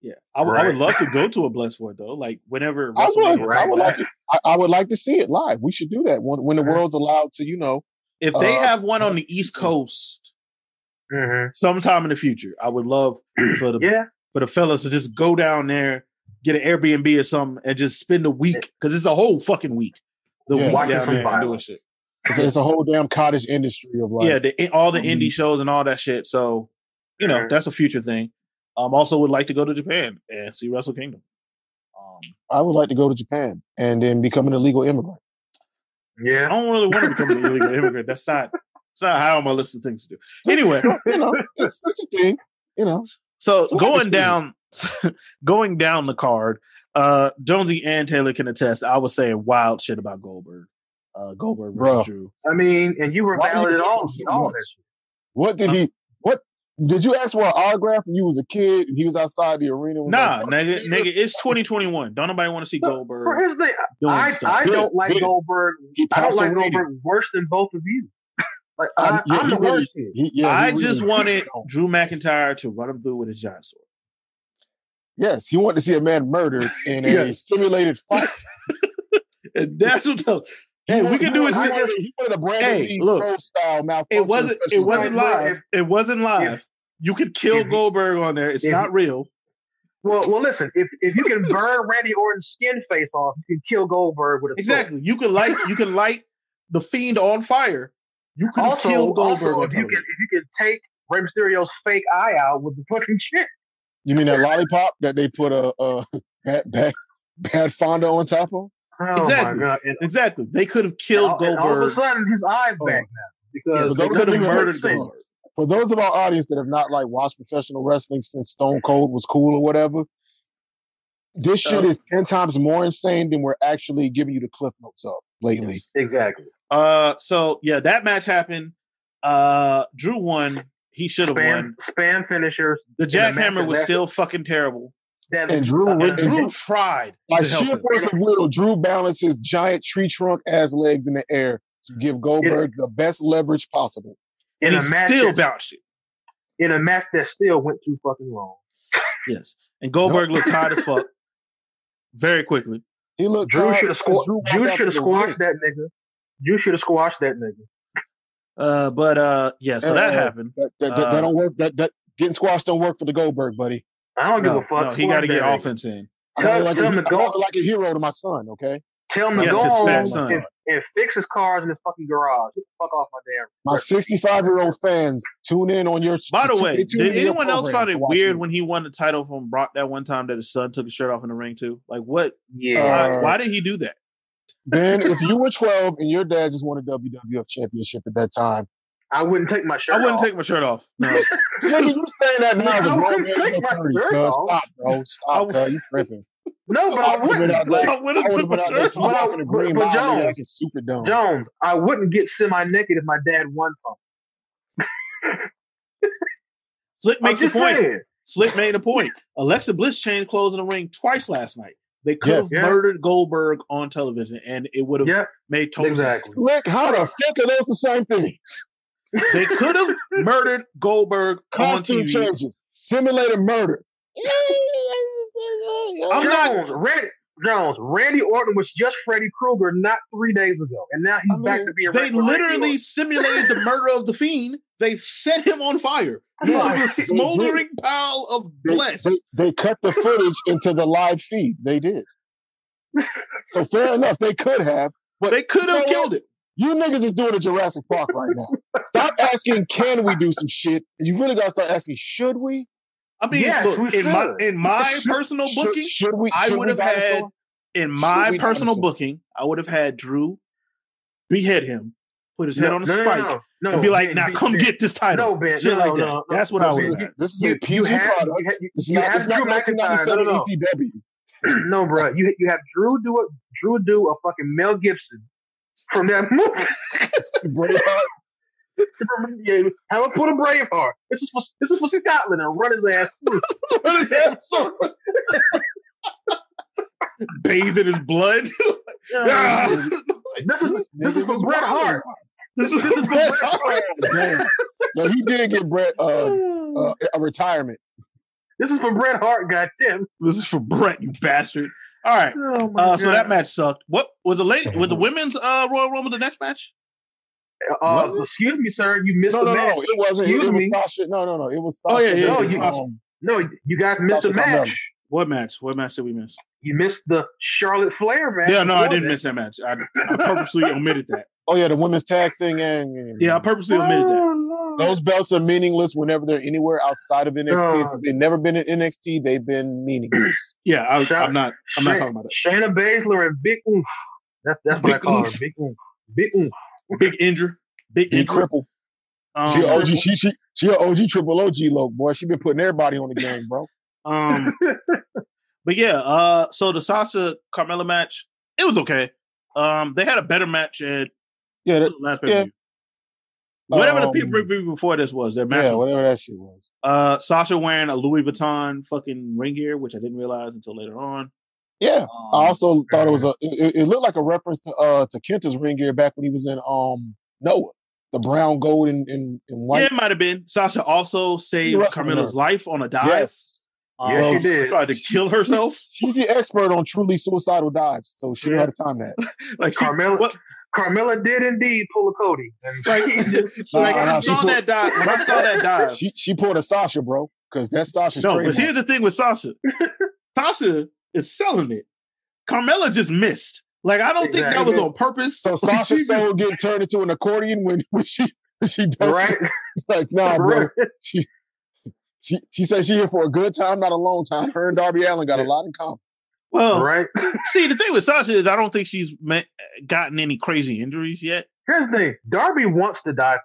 Yeah, I would I would Right. love to go to a Bless for it though. Like whenever I would, WrestleMania I comes would back. like, to, I, I would like to see it live. We should do that when, when the Right. world's allowed to, you know. if they uh, have one on the East Coast Mm-hmm. sometime in the future. I would love for the Yeah, for the fellas to just go down there, get an Airbnb or something, and just spend a week because it's a whole fucking week. The Yeah. week Watching down some there and doing violence. shit. It's, it's a whole damn cottage industry of like, yeah, the, all the Mhm. indie shows and all that shit. So you know Mhm. that's a future thing. Um, also would like to go to Japan and see Wrestle Kingdom. Um, I would like to go to Japan and then become an illegal immigrant. I yeah. don't really want to become an illegal immigrant. That's not that's not high on my list of things to do. Anyway, You know, that's, that's a thing. You know, So So I going understand. down, going down the card, uh, Jonesy and Taylor can attest. I was saying wild shit about Goldberg, uh, Goldberg versus Bruh. Drew. I mean, and you were Why valid you at all, doing so all much? that shit. What did Uh-huh. he? What did you ask for an autograph when you was a kid? And he was outside the arena. and was Nah, like, nigga, nigga, it's 2021. Don't nobody want to see For Goldberg his thing, doing I, stuff. I Good, don't like good. Goldberg. he I don't passed like away. Goldberg worse than both of you. Like Um, I, yeah, I'm he the really- worst here. He- yeah, I he really- just wanted No. Drew McIntyre to run him through with a giant sword. Yes, he wanted to see a man murdered in a Yes. simulated fight. And that's what. the- Hey, we can do it. He si- I- wanted, he wanted a Brandon Hey, Lee look. Pro style malfunction. It wasn't. It special wasn't effect. Right, live. It wasn't live. You could kill if- Goldberg on there. It's if- not real. Well, well, listen. If if you can burn Randy Orton's skin face off, you can kill Goldberg with a sword. Exactly. You can light you can light the fiend on fire. You could have Also, killed Goldberg also on if you can television. if you can take Rey Mysterio's fake eye out with the fucking shit. You mean that lollipop that they put a, a bad, bad, bad Fonda on top of? Oh Exactly. my god! And, Exactly. They could have killed and all- and all of a Goldberg. sudden, his eyes Oh. back now because Yes, they those could have things make murdered sense. Goldberg. For those of our audience that have not like watched professional wrestling since Stone Cold was cool or whatever, this shit Uh, is ten times more insane than we're actually giving you the cliff notes of lately. Yes. exactly. Uh so yeah, that match happened. Uh Drew won. He should have Spam won. spam finishers. The the match jackhammer was lasted- still fucking terrible. That And Drew And went- Drew tried By to help sheer him. force of will, Drew balanced his giant tree trunk ass legs in the air to give Goldberg the best leverage possible. And in he a match still that- bounced it. in a match that still went too fucking long. Yes. And Goldberg looked tired as fuck very quickly. He looked Drew tired should have because squashed. Drew walked Drew out should have to the ring. squashed that nigga. You should have squashed that nigga. Uh but uh yeah, so that Uh, happened. That, that, that, that Uh, don't work. That that getting squashed don't work for the Goldberg buddy. I don't No, give a fuck. no, he gotta get Squash that nigga. offense in. I'm acting Tell, like, tell him a, to I'm go. acting like a hero to my son. Okay, Tell him to Yes, go his fat home son. and, and fix his cars in his fucking garage. Get the fuck off my damn. My Right. 65 year old fans tune in on your. By the way, they tune did in your anyone else program find to it watch weird me. when he won the title from Brock that one time that his son took his shirt off in the ring too? Like, what? Yeah, why, Uh, why did he do that? Then, if you were 12 and your dad just won a WWF championship at that time, I wouldn't take my shirt. I wouldn't off. take my shirt off. No. Nigga, you saying that now as a I grown wouldn't man? take You're my 30, shirt cuz. off. Stop, bro. I Stop, would- cuz. You tripping. No, but I I would've been out wouldn't. there. Like, I would have I took would've my been out there shirt off. off. smoking a But- green but mile nigga, Jones- like a super dumb. Jones, I wouldn't get semi-naked if my dad won something. Slick I'm makes a just point. saying. Slick made a point. Alexa Bliss changed clothes in the ring twice last night. They could have Yes. Yeah. murdered Goldberg on television, and it would have Yeah, made total Exactly. sense. Slick, how the fuck are those the same things? They could have murdered Goldberg on Costume TV. changes, simulated murder. I'm not- Jones, Randy Jones, Randy Orton was just Freddy Krueger not three days ago, and now he's I back mean, to being. They regular Randy literally Orton. simulated the murder of the fiend. They set him on fire. He Yeah. was a smoldering pile of They, flesh. they, they cut the footage into the live feed. They did. So fair enough, they could have. But They could have killed it. You niggas is doing a Jurassic Park right now. Stop asking, can we do some shit? You really gotta start asking, should we? I mean, Yes, look we in my should. in my Should- personal Should- booking, should we? I should we, would have had- dinosaur? in should my we personal dinosaur? booking, I would have had Drew behead him, put his head on a spike, no, and be like, Ben, "Now Ben, come Ben. get this title." No, Ben, Shit no, like no, that. no, no. That's what I Listen, would have you- had. This is you- a you PG have- product. you ha- you- it's you not, have it's not E Drew McIntyre. 1997 No, no. ECW. no, bro. You you have Drew do a Drew do a fucking Mel Gibson from that movie. Braveheart. Remember, yeah, Have him put a Braveheart. This is for this is for Scotland and run his ass through. Run his ass through. Bathe in his blood. Oh, Yeah. This is These this is niggas for Bret wild. Hart. this is This is for Bret Bret Hart. Hart. Damn. Yo, he did get Brett uh, uh, a retirement. This is for Bret Hart. Goddamn. This is for Brett, you bastard. All right. Oh my Uh, so God. that match sucked. What was the lady? Was the women's uh, Royal Rumble the next match? Uh, Was it? excuse me, sir. You missed No, no, the match. no. It wasn't. It, Excuse it was me. Sasha. No, no, no. It was Sasha. Oh, yeah, yeah, No, versus, you- um, No, you guys missed Sasha the match. Carmella. What match? What match did we miss? You missed the Charlotte Flair match. Yeah, no, I before didn't that. miss that match. I, I purposely omitted that. oh, yeah, the women's tag thing. And, Yeah, I purposely omitted that. Oh, Lord. Those belts are mealingless whenever they're anywhere outside of NXT. Uh. they've never been in NXT. They've been meaningless. Yeah, I, I'm not. I'm not Shan- talking about it. Shayna Baszler and Big Oomph. That's that's what I Big call her. Oomph. Big Oomph. Big Oomph. Big injury. Big He injury. crippled. Um, She a OG. She she she a OG triple OG low boy. She been putting everybody on the game, bro. um, but yeah. Uh, so the Sasha Carmella match, it was okay. Um, they had a better match at what Yeah, that, was the last Uh, Yeah. pay-per-view. Whatever Um, the pay-per-view before this was, their match. yeah, was- whatever that shit was. uh, Sasha wearing a Louis Vuitton fucking ring gear, which I didn't realize until later on. Yeah, Um, I also thought it was a. It, it looked like a reference to uh to Kenta's ring gear back when he was in um Noah, the brown, gold, and and, and yeah, white. it might have been. Sasha also saved wrestled Carmella's her. life on a dive. yes, Um, Yes, she did. Tried to kill herself. she's the expert on truly suicidal dives, so she know how to time that. Like she Carmella. What? Carmella did indeed pull a Cody. And Like- like Nah, I nah, she saw put- that dive. When I saw that dive, She she pulled a Sasha, bro, because that's Sasha's no. But trademark. here's the thing with Sasha. Sasha is selling it. Carmella just missed. Like I don't think that Exactly. was on purpose. So Like, Sasha she just- Soul getting turned into an accordion when when she when she does right? like nah, bro. Right. She she she said she here for a good time, not a long time. Her and Darby Allen got a lot in common. well, Right. see, the thing with Sasha is I don't think she's met, gotten any crazy injuries yet. Here's the thing. Darby wants to die.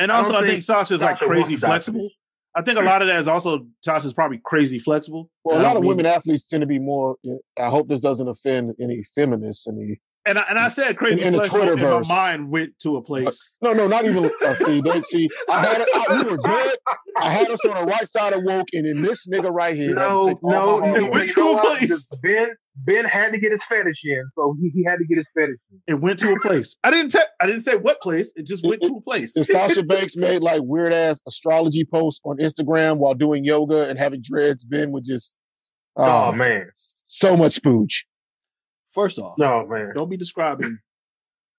And I also, I don't think, think Sasha's like Sasha crazy wants to die. flexible. I think a lot of that is also Sasha's probably crazy flexible. Well, a And I lot of mean- women athletes tend to be more. eh, I hope this doesn't offend any feminists. Any And I, and I said crazy In- in the flexible, and my Twitterverse. mind went to a place. no, no, not even. Uh, see, they, see, I had it. I, we were good. I had us on the right side of woke, and then this nigga right here. had to No, take all no, my hard no. It work. went You to know a what? place. Because Ben Ben had to get his fetish in, so he, he had to get his fetish in. It went to a place. I didn't tell. I didn't say what place. It just went to a place. And Sasha Banks made like weird ass astrology posts on Instagram while doing yoga and having dreads. Ben would just, Oh, oh, man. so much spooge. First off, No man. don't be describing.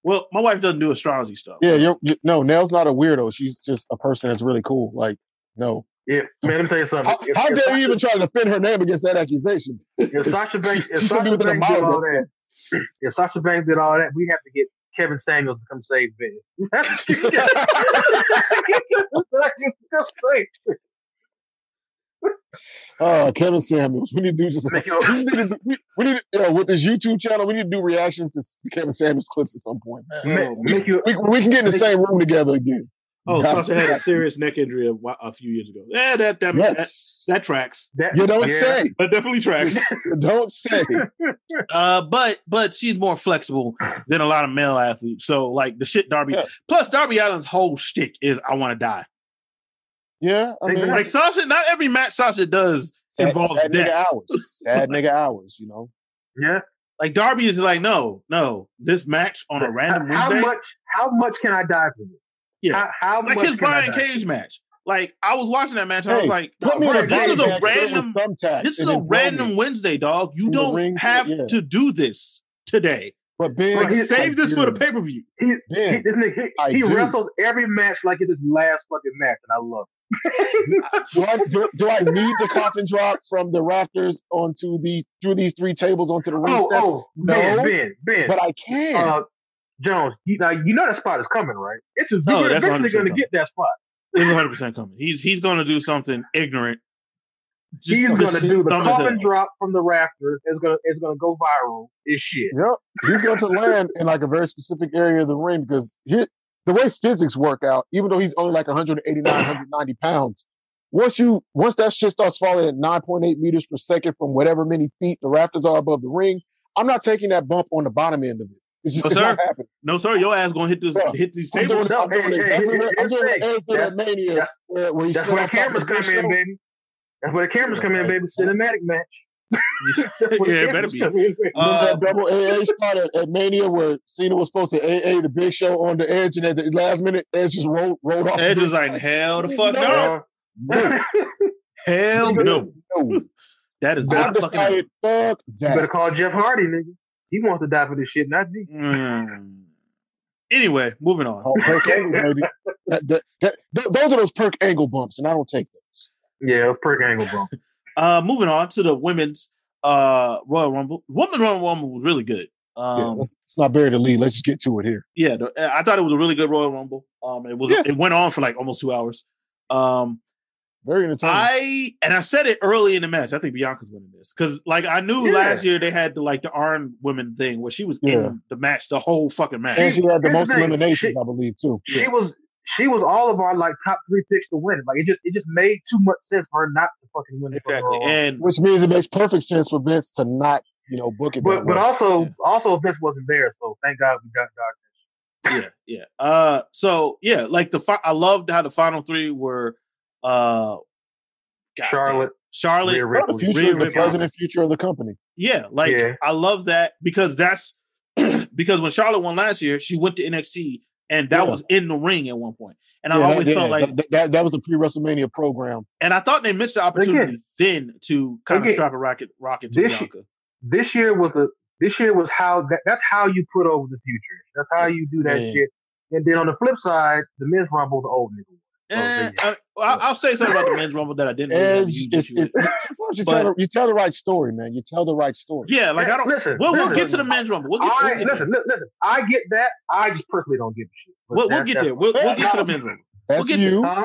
Well, my wife doesn't do astrology stuff. Yeah, you're, you no, Nell's not a weirdo. She's just a person that's really cool. Like, no. Yeah, man. Let me tell you something. How, If- how if dare Sasha- you even try to defend her name against that accusation? If Sasha Banks, she if should be Sasha within a Banks mile of did all us. that, if Sasha Banks did all that, we have to get Kevin Samuels to come save Vinny. That's what you just say. Oh, Kevin Samuels. We need to do just Make you a- we need to, we, we need to, yo, with this YouTube channel, we need to do reactions to Kevin Samuels clips at some point, man. ma- make you We, we can get in the same room together again. Oh, God. Sasha had a serious neck injury a, whi- a few years ago. Yeah, that that, that Yes. that tracks. that, you don't yeah. say. That definitely tracks. You don't say. Uh, but but she's more flexible than a lot of male athletes. So like the shit Darby. Yeah. Plus Darby Allen's whole shtick is I want to die. Yeah, I mean, Like Sasha, not every match Sasha does sad, involves sad nigga death. hours. Sad nigga hours. You know. Yeah. Like Darby is like, no, no, this match on a random how, Wednesday, How much? How much can I die for this? Yeah. How, how like much his can I Brian die? Cage match. Like I was watching that match, I was Hey, like, Put me in bro, a this is body a bag filled random, with thumbtacks this is and a then throw me. random Wednesday, dog. You In the don't ring, have yeah. to do this today. But big, Like, he- save this for the paper. pay per view. He, Big, this nigga, I he, he do. wrestles every match like it's his last fucking match, and I love it. do I, do, do I need the coffin drop from the rafters onto the through these three tables onto the ring oh, steps? oh, Ben, No, Ben, Ben. But I can. uh, Jones, you, now, you know that spot is coming, right? It's just, Oh, you're that's eventually 100% going to coming. get that spot. It's 100 percent coming. He's he's gonna do something ignorant. Just- He's just going to do the dumb as coffin hell. drop from the rafters. It's going to it's going to go viral. It's shit. Yep. He's going to land in like a very specific area of the ring because here, the way physics work out, even though he's only like 189, 190 pounds, once you once that shit starts falling at 9.8 meters per second from whatever many feet the rafters are above the ring, I'm not taking that bump on the bottom end of it. It's just No, it's sir. not happening. No, sir, your ass gonna hit this Bro, hit these I'm doing, tables. I'm doing Hey, hey, exactly hey, what I'm doing here's the what Edge did at thing. Mania, That's- where, where he That's stood where on the top of cameras the come in, show. baby. That's where the cameras come in, baby. Cinematic match. yeah, That's where the it better cameras be. come in, baby. Uh, Remember that double AA spot at, at Mania where Cena was supposed to AA the Big Show on the Edge, and at the last minute, Edge just rolled rolled off. the Edge Big was like, Show. hell the fuck no, Uh, no, hell no. no. That is I not fucking. decided, fuck you better that. call Jeff Hardy, nigga. He wants to die for this shit, not me. Mm. Anyway, moving on. Oh, perk angle, baby. That- that- that- th- those are those perk angle bumps, and I don't take those. Yeah, perk angle bump. Uh, moving on to the women's uh Royal Rumble. Woman Royal Rumble was really good. Yeah, Um, let's, let's not bury the lead. Let's just get to it here. yeah, the- I thought it was a really good Royal Rumble. Um, it was Yeah. it went on for like almost two hours. Um, Very entertaining. I and I said it early in the match. I think Bianca's winning this because, like, I knew Yeah. last year they had the like the Iron Women thing where she was Yeah. in the match the whole fucking and match. she had the Here's the most thing. eliminations, She- I believe, too. she was she was all of our like top three picks to win. Like it just it just made too much sense for her not to fucking win. the fucking Exactly, Royal Rumble. and Which means it makes perfect sense for Vince to not, you know, book it. But But, but that also Yeah. also Vince wasn't there, so thank God we got Doc. yeah, yeah. Uh, so yeah, like the fi- I loved how the final three were, uh, God, Charlotte, Charlotte, Rhea way. Not Ripley. the future, Rhea the Ripley. present, and future of the company. Yeah, like Yeah. I love that because that's because when Charlotte won last year, she went to NXT and that Yeah. was in the ring at one point. And I Yeah, always that, felt yeah, like, that, that, that was the pre WrestleMania program. and I thought they missed the opportunity then to kind of Again. strap a rocket rocket to This- Bianca. Oh, This year was a this year was how that, that's how you put over the future. That's how you do that Yeah. shit. And then on the flip side, the men's rumble, the old nigga. Eh, yeah. I, I'll, I'll say something about the men's rumble that I didn't. Really have a Edge, huge it's, issue with. it's, sometimes you, But- tell the, you tell the right story, man. You tell the right story. yeah, like I don't. listen. We'll, we'll listen. get to the men's rumble. We'll get, I we'll get listen, there. li- listen. I get that. I just personally don't give a shit. But We'll, we'll that- get that's there. We'll, Yeah, we'll get to no. the men's rumble. That's we'll get you. there. Uh, fine.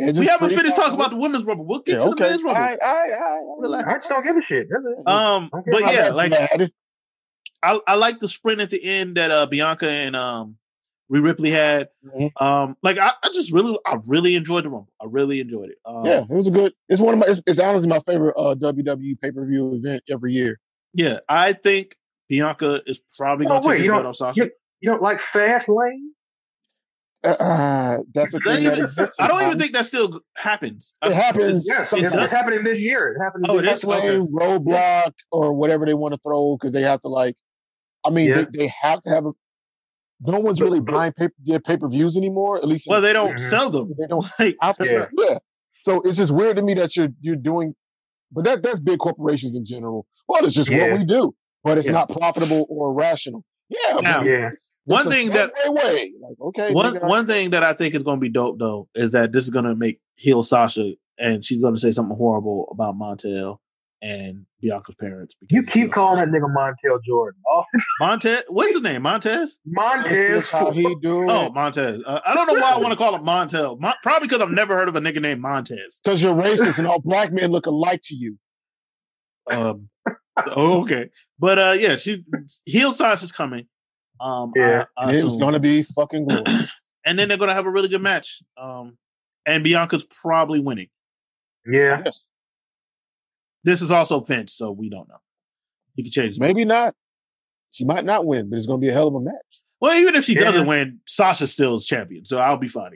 Edge is We haven't pretty finished talking popular. about the women's rumble. We'll get to yeah, the okay. men's All rumble. right, all right, all right. Relax. I just don't give a shit. That's it. Um, Okay, but my yeah, bad. like Glad. I, I like the sprint at the end that uh, Bianca and um, Rhea Ripley had. Mhm. Um, like I, I just really, I really enjoyed the rumble. I really enjoyed it. Um, yeah, it was a good. It's one of my. It's, it's honestly my favorite uh, WWE pay per view event every year. yeah. I think Bianca is probably Oh, gonna wait, take you the belt don't- off Sasha. You don't like fast lane? Uh, uh, that's a That thing even- that exists. I don't even sometimes. think that still happens. It I- happens it's- Yes, it it's, sometimes. does. it's happening this year. It's happening. Oh, this it year. is? X lane, roadblock, or whatever they want to throw because they have to like. I mean, Yeah. they, they have to have. A, no one's really buying pay yeah, pay per views anymore. At least in Well, they the don't Mhm. sell them. They don't- Like, I'll- that's Yeah. not- yeah. So it's just weird to me that you're you're doing, but that that's big corporations in general. Well, it's just Yeah. what we do, but it's Yeah. not profitable or rational. Yeah, Now, but Yeah. it's one the thing that- Segway way, like okay, one nigga, one thing that I think is gonna be dope though is that this is gonna make heel Sasha and she's gonna say something horrible about Montel and Bianca's parents. You because keep she- calling that nigga Montel Jordan. Oh, Montez. What's his name? Montez. That's Montez. just how he do Oh, it. Montez. Uh, I don't know why I want to call him Montel. Mon- probably because I've never heard of a nigga named Montez. Because you're racist and all black men look alike to you. Um, oh, okay, but uh, yeah, she heel size is coming. Um, Yeah. I, I And it was assume. going to be fucking glorious. and then they're gonna have a really good match. Um, and Bianca's probably winning. Yeah. yes. This is also Vince, so we don't know. He can change. Maybe not. She might not win, but it's going to be a hell of a match. Well, even if she Yeah. doesn't win, Sasha still is champion, so I'll be fine.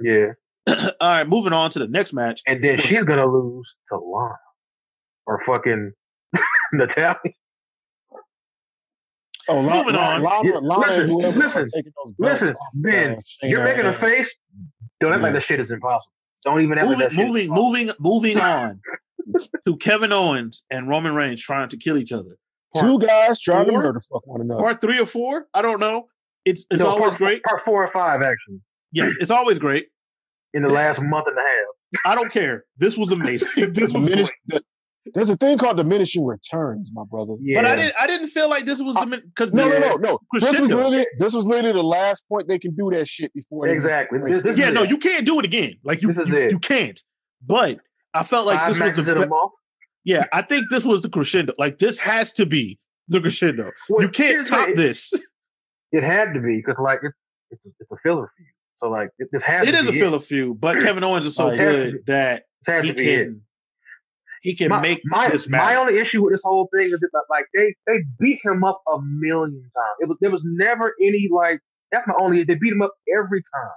Yeah. Either. All right, moving on to the next match. And then she's gonna lose to Lana or fucking Natalia. Oh, Lana, Moving on. Lana, Lana and Listen, whoever listen, are taking those belts listen, off, Ben, uh, Shayna You're making a and- face. Don't act like Yeah. that shit is impossible. Don't even act like Moving, that shit. moving, moving, moving on to Kevin Owens and Roman Reigns trying to kill each other. Two guys trying to Four? murder fuck one another. Part three or four? I don't know. It's it's No, always part, great. Part four and five, actually, Yes, it's always great. in the last month and a half. I don't care. This was amazing. this was great. Diminish- the- there's a thing called diminishing returns, my brother. Yeah. But I didn't. I didn't feel like this was the because No, no, no, no. This was Crescendo. literally this was literally the last point they can do that shit before. they- Exactly. This- this Yeah, is no, it. you can't do it again. Like you, This is you, it. you can't. But I felt like five this was matches the in a be- month. yeah. I think this was the crescendo. Like this has to be the crescendo. Well, you can't here's the- top this. It had to be because like it's it's a, it's a filler for you. So like it, this has It to is a be filler few, but Kevin Owens is so Oh, yeah. good that It. It has he to be it. can he can my, make my, this my match. only issue with this whole thing is that like they they beat him up a million times. It was there was never any like that's my only. They beat him up every time.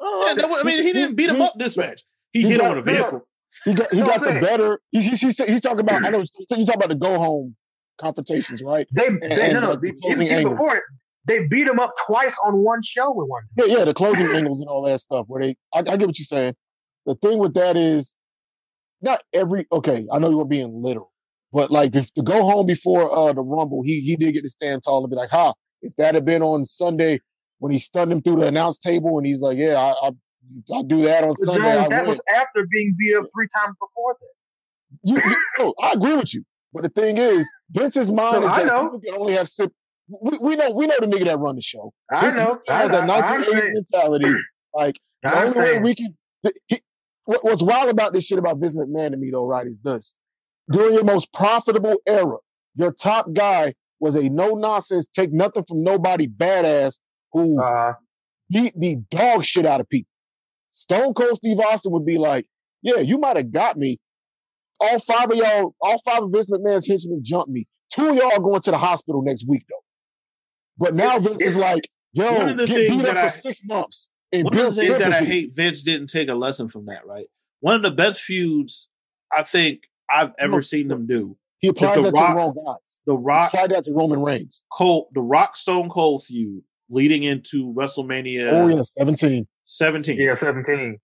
Yeah, that was- I mean, he didn't beat him up this match. He hit him with a vehicle. He got, he No, got the man. better. He's, he's, he's, he's talking about. I know he's talking about the go home confrontations, right? They, they and, no no like, the they- closing even angle. before it, they beat him up twice on one show with one. Yeah, yeah. The closing angles and all that stuff. Where they, I, I get what you're saying. The thing with that is, not every. Okay, I know you were being literal, but like if, to go home before uh the rumble, he he did get to stand tall and be like, "Ha!" If that had been on Sunday when he stunned him through the announce table, and he's like, "Yeah, I." I I do that on Jones, Sunday. I that win. was after being beat up three times before that. you, you, no, I agree with you. But the thing is, Vince's mind No, is I that know. people can only have sip. We, we know we know the nigga that run the show. I Vince- know. Vince I, has that I, I, am 1980s saying, mentality. Like the I'm only way saying, we can. The, he, what, what's wild about this shit about Vince McMahon to me though, right, is this: during your most profitable era, your top guy was a no nonsense, take nothing from nobody, badass who uh, beat the dog shit out of people. Stone Cold Steve Austin would be like, "Yeah, you might have got me. All five of y'all, all five of Vince McMahon's henchmen jumped me. Two of y'all are going to the hospital next week, though." But now Vince is like, One "Yo, of the get things beat up that I- for six months and One of build the things that I sympathy." hate, Vince didn't take a lesson from that. Right, one of the best feuds I think I've ever seen them do. he applies is The that to the Rock. wrong guys. The He Rock applied that to Roman Reigns. Cold, the Rock Stone Cold feud leading into WrestleMania Oh yeah, seventeen. 17. yeah, 17.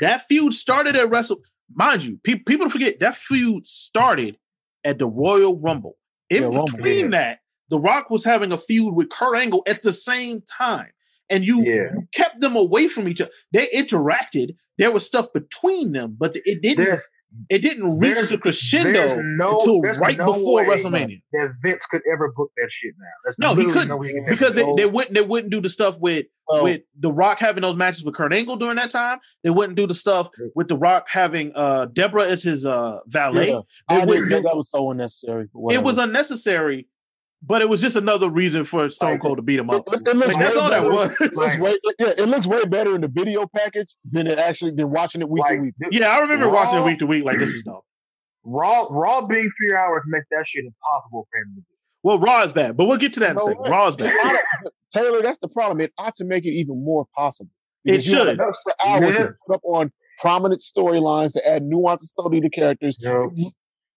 That feud started at Wrestle. Mind you, pe- people forget that feud started at the Royal Rumble. In Yeah, Rumble, between yeah. that, The Rock was having a feud with Kurt Angle at the same time, and you, Yeah. you kept them away from each other. They interacted. There was stuff between them, but it didn't. There's, it didn't reach there's- the crescendo there's no- until there's right no before way. WrestleMania. that Vince could ever book that shit now. There's No, he literally couldn't, no way he can because they, go- they wouldn't they wouldn't do the stuff with So, with The Rock having those matches with Kurt Angle during that time. They wouldn't do the stuff with The Rock having uh Deborah as his uh valet. yeah, they I didn't wouldn't know do, that was so unnecessary. but it was whatever. unnecessary, but it was just another reason for Stone Like, Cold to beat him up. It- it looks Like, that's way all that better- was. It looks way, yeah, it looks way better in the video package than it actually than watching it week like, to week. dude, yeah, I remember watching it Raw- week to week like this was dumb. Raw, Raw being three hours makes that shit impossible for him to do. Well, Raw is bad, but we'll get to that in a No second. way. Raw is bad. It oughta- but Taylor, that's the problem. It ought to make it even more possible. It Because you have should. an extra hour Yeah. to put up on prominent storylines to add nuance and subtlety to characters.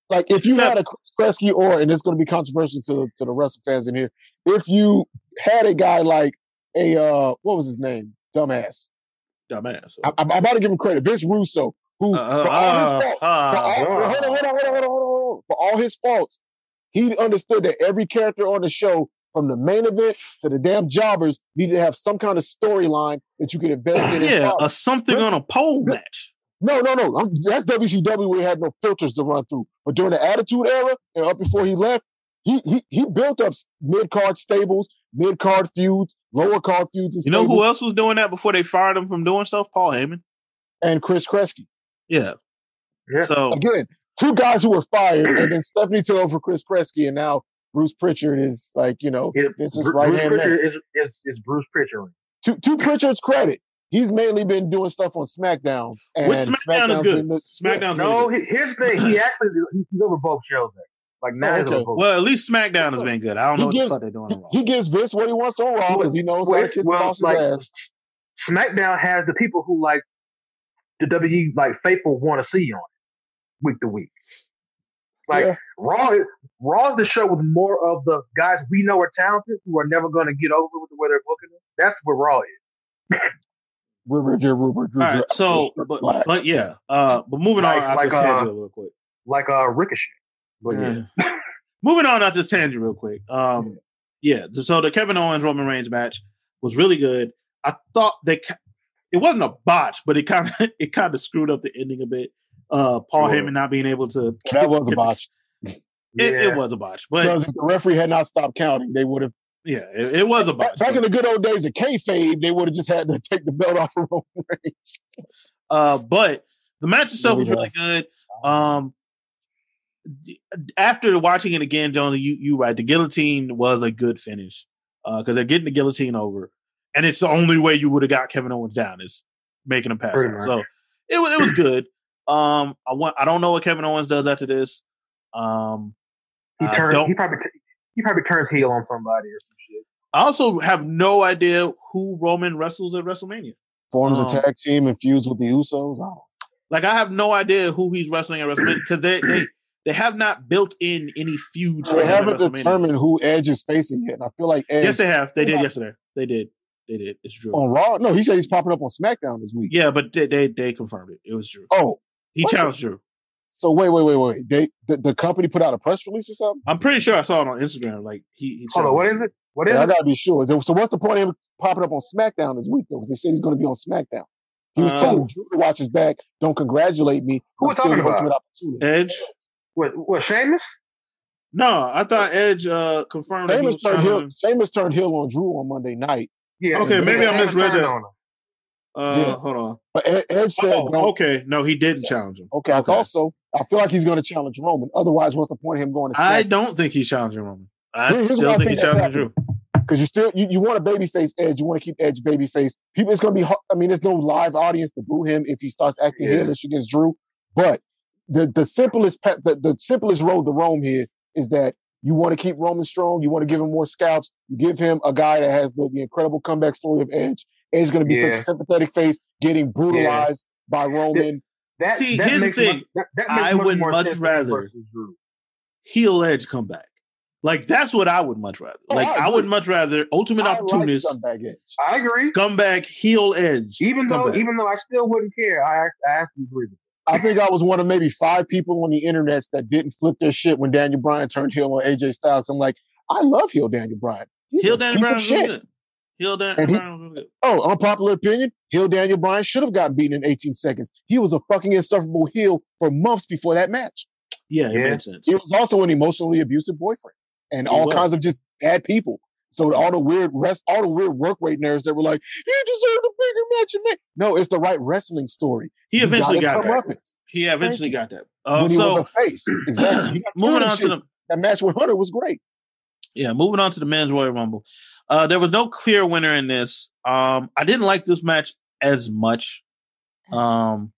Like if you Except- had a Chris Kresge or, and it's going to be controversial to the, to the wrestling fans in here, if you had a guy like a uh, what was his name, dumbass. Dumbass. I, I'm about to give him credit, Vince Russo, who Uh, for all his uh, faults, uh, for all, uh, hold on, hold on, hold on, hold on, hold on, hold on. For all his faults, he understood that every character on the show, from the main event to the damn jobbers, needed to have some kind of storyline that you could invest in. and yeah, follow. a something on a pole match. No, no, no. I'm, that's WCW where he had no filters to run through. But during the Attitude Era and up before he left, he he, he built up mid card stables, mid card feuds, lower card feuds. And You know who stables, else was doing that before they fired him from doing stuff? Paul Heyman. And Chris Kresge. Yeah. Yeah. So Again, two guys who were fired, and then Stephanie took over for Chris Kresge, and now Bruce Pritchard is like, you know, Yeah, this is Bru- right Bruce hand man. Pritchard is, is, is Bruce Pritchard. To, to Pritchard's credit, he's mainly been doing stuff on SmackDown. And which SmackDown SmackDown's is good. been- SmackDown's really No, good. he, here's the thing. He actually he's over both shows. now. Like Oh, now he's okay. over both. Well, at least SmackDown has been good. I don't know He what gives- the fuck they're doing He, on Raw. he gives Vince what he wants on Raw because he knows how to Well, kiss well, the boss's like, ass. SmackDown has the people who like the WWE like faithful want to see on it week to week. Like Yeah. Raw, is- Raw is the show with more of the guys we know are talented who are never going to get over with the way they're booking them. That's where Raw is. River, River, River, All right, so but, but yeah, uh, but moving Like- on out like, this tangent uh, real quick. Like uh, Ricochet. But yeah, Yeah. moving on out this tangent real quick. Um, yeah, so the Kevin Owens Roman Reigns match was really good. I thought they ca- it wasn't a botch, but it kind of it kind of screwed up the ending a bit. Uh, Paul Sure. Heyman not being able to that was get a the- botch. It, yeah. it was a botch, but Because if the referee had not stopped counting, they would have. yeah, it, it was a Back, botch. back but- in the good old days of kayfabe, they would have just had to take the belt off of Roman Reigns. Uh, but the match itself was Yeah. Uh-huh. really good. Um, d- after watching it again, Jonah, you you right. The guillotine was a good finish because they're getting the guillotine over, and it's the only way you would have got Kevin Owens down is making him pass Pretty out. much. So it was it was good. Um, I want I don't know what Kevin Owens does after this. Um, he I turns. don't- He probably t- he probably turns heel on somebody or some shit. I also have no idea who Roman wrestles at WrestleMania. Forms Um, a tag team and feuds with the Usos. I don't know. Like I have no idea who he's wrestling at WrestleMania because they they they have not built in any feuds. for They him at haven't WrestleMania. determined who Edge is facing yet. And I feel like Edge Yes, they have. They did Yeah. Oh. yesterday. They did. They did. It's true. on Raw. No, he said he's popping up on SmackDown this week. Yeah, but they, they they confirmed it. It was Drew. Oh, He what? challenged Drew. so wait, wait, wait, wait. They the, the company put out a press release or something. I'm pretty sure I saw it on Instagram. Like he. he Hold on, what challenged is it? What is Yeah, I it? gotta be sure. So what's the point of him popping up on SmackDown this week though? Because they said he's going to be on SmackDown. He was Uh, telling Drew to watch his back. Don't congratulate me. 'cause Uh-huh. Who I'm we still talking the about? ultimate opportunity. Edge. What? What? Sheamus? No, I thought Edge uh confirmed. that he Sheamus was turned hill. challenging. Sheamus turned hill on Drew on Monday night, Yeah. Okay, maybe I Sheamus misread turned that. on him. Uh, Yeah. hold on. but Ed, Ed said, Oh, "Don't." okay. No, he didn't challenge him. Okay, I thought so. I feel like he's going to challenge Roman. Otherwise, what's the point of him going to I SmackDown? don't think he's challenging Roman. I Here- here's still what I think, think he's that's challenging Drew. Because you still you, you want a babyface Edge. You want to keep Edge babyface. People, it's going to be. hard- I mean, there's no live audience to boo him if he starts acting Yeah. heelish against Drew. But the the simplest pa- the, the simplest road to Rome here is that you want to keep Roman strong. You want to give him more scalps. You give him a guy that has the, the incredible comeback story of Edge. Edge is going to be such Yeah. a sympathetic face, getting brutalized by Roman. That, See, that here's the makes thing. Much, that, that makes I much would more much sense than rather- versus Drew. Heel Edge come back. Like that's what I would much rather. Oh, Like I, I would agree. much rather ultimate I opportunist Like scumbag Edge. I agree. scumbag heel Edge. Even though, comeback. even though I still wouldn't care, I, act- I actually agree. With I think I was one of maybe five people on the internet that didn't flip their shit when Daniel Bryan turned heel on AJ Styles. I'm like, I love heel Daniel Bryan. He's Heel a Danny piece Brown of was shit. really good. Heel Danny And he- Brown was really good. Oh, unpopular opinion. Heel Daniel Bryan should have gotten beaten in 18 seconds. He was a fucking insufferable heel for months before that match. Yeah, it Yeah. made sense. He was also an emotionally abusive boyfriend and He all was. kinds of just bad people. So all the weird rest, all the weird work rate nerds that were like, "You deserve a bigger match." than me." No, it's the right wrestling story. He eventually his got that. comeuppance He eventually got that. Uh, when he so was a face. Exactly. He got moving through on this to shit. the that match with Hunter was great. yeah, moving on to the men's Royal Rumble. Uh, there was no clear winner in this. Um, I didn't like this match as much. Um,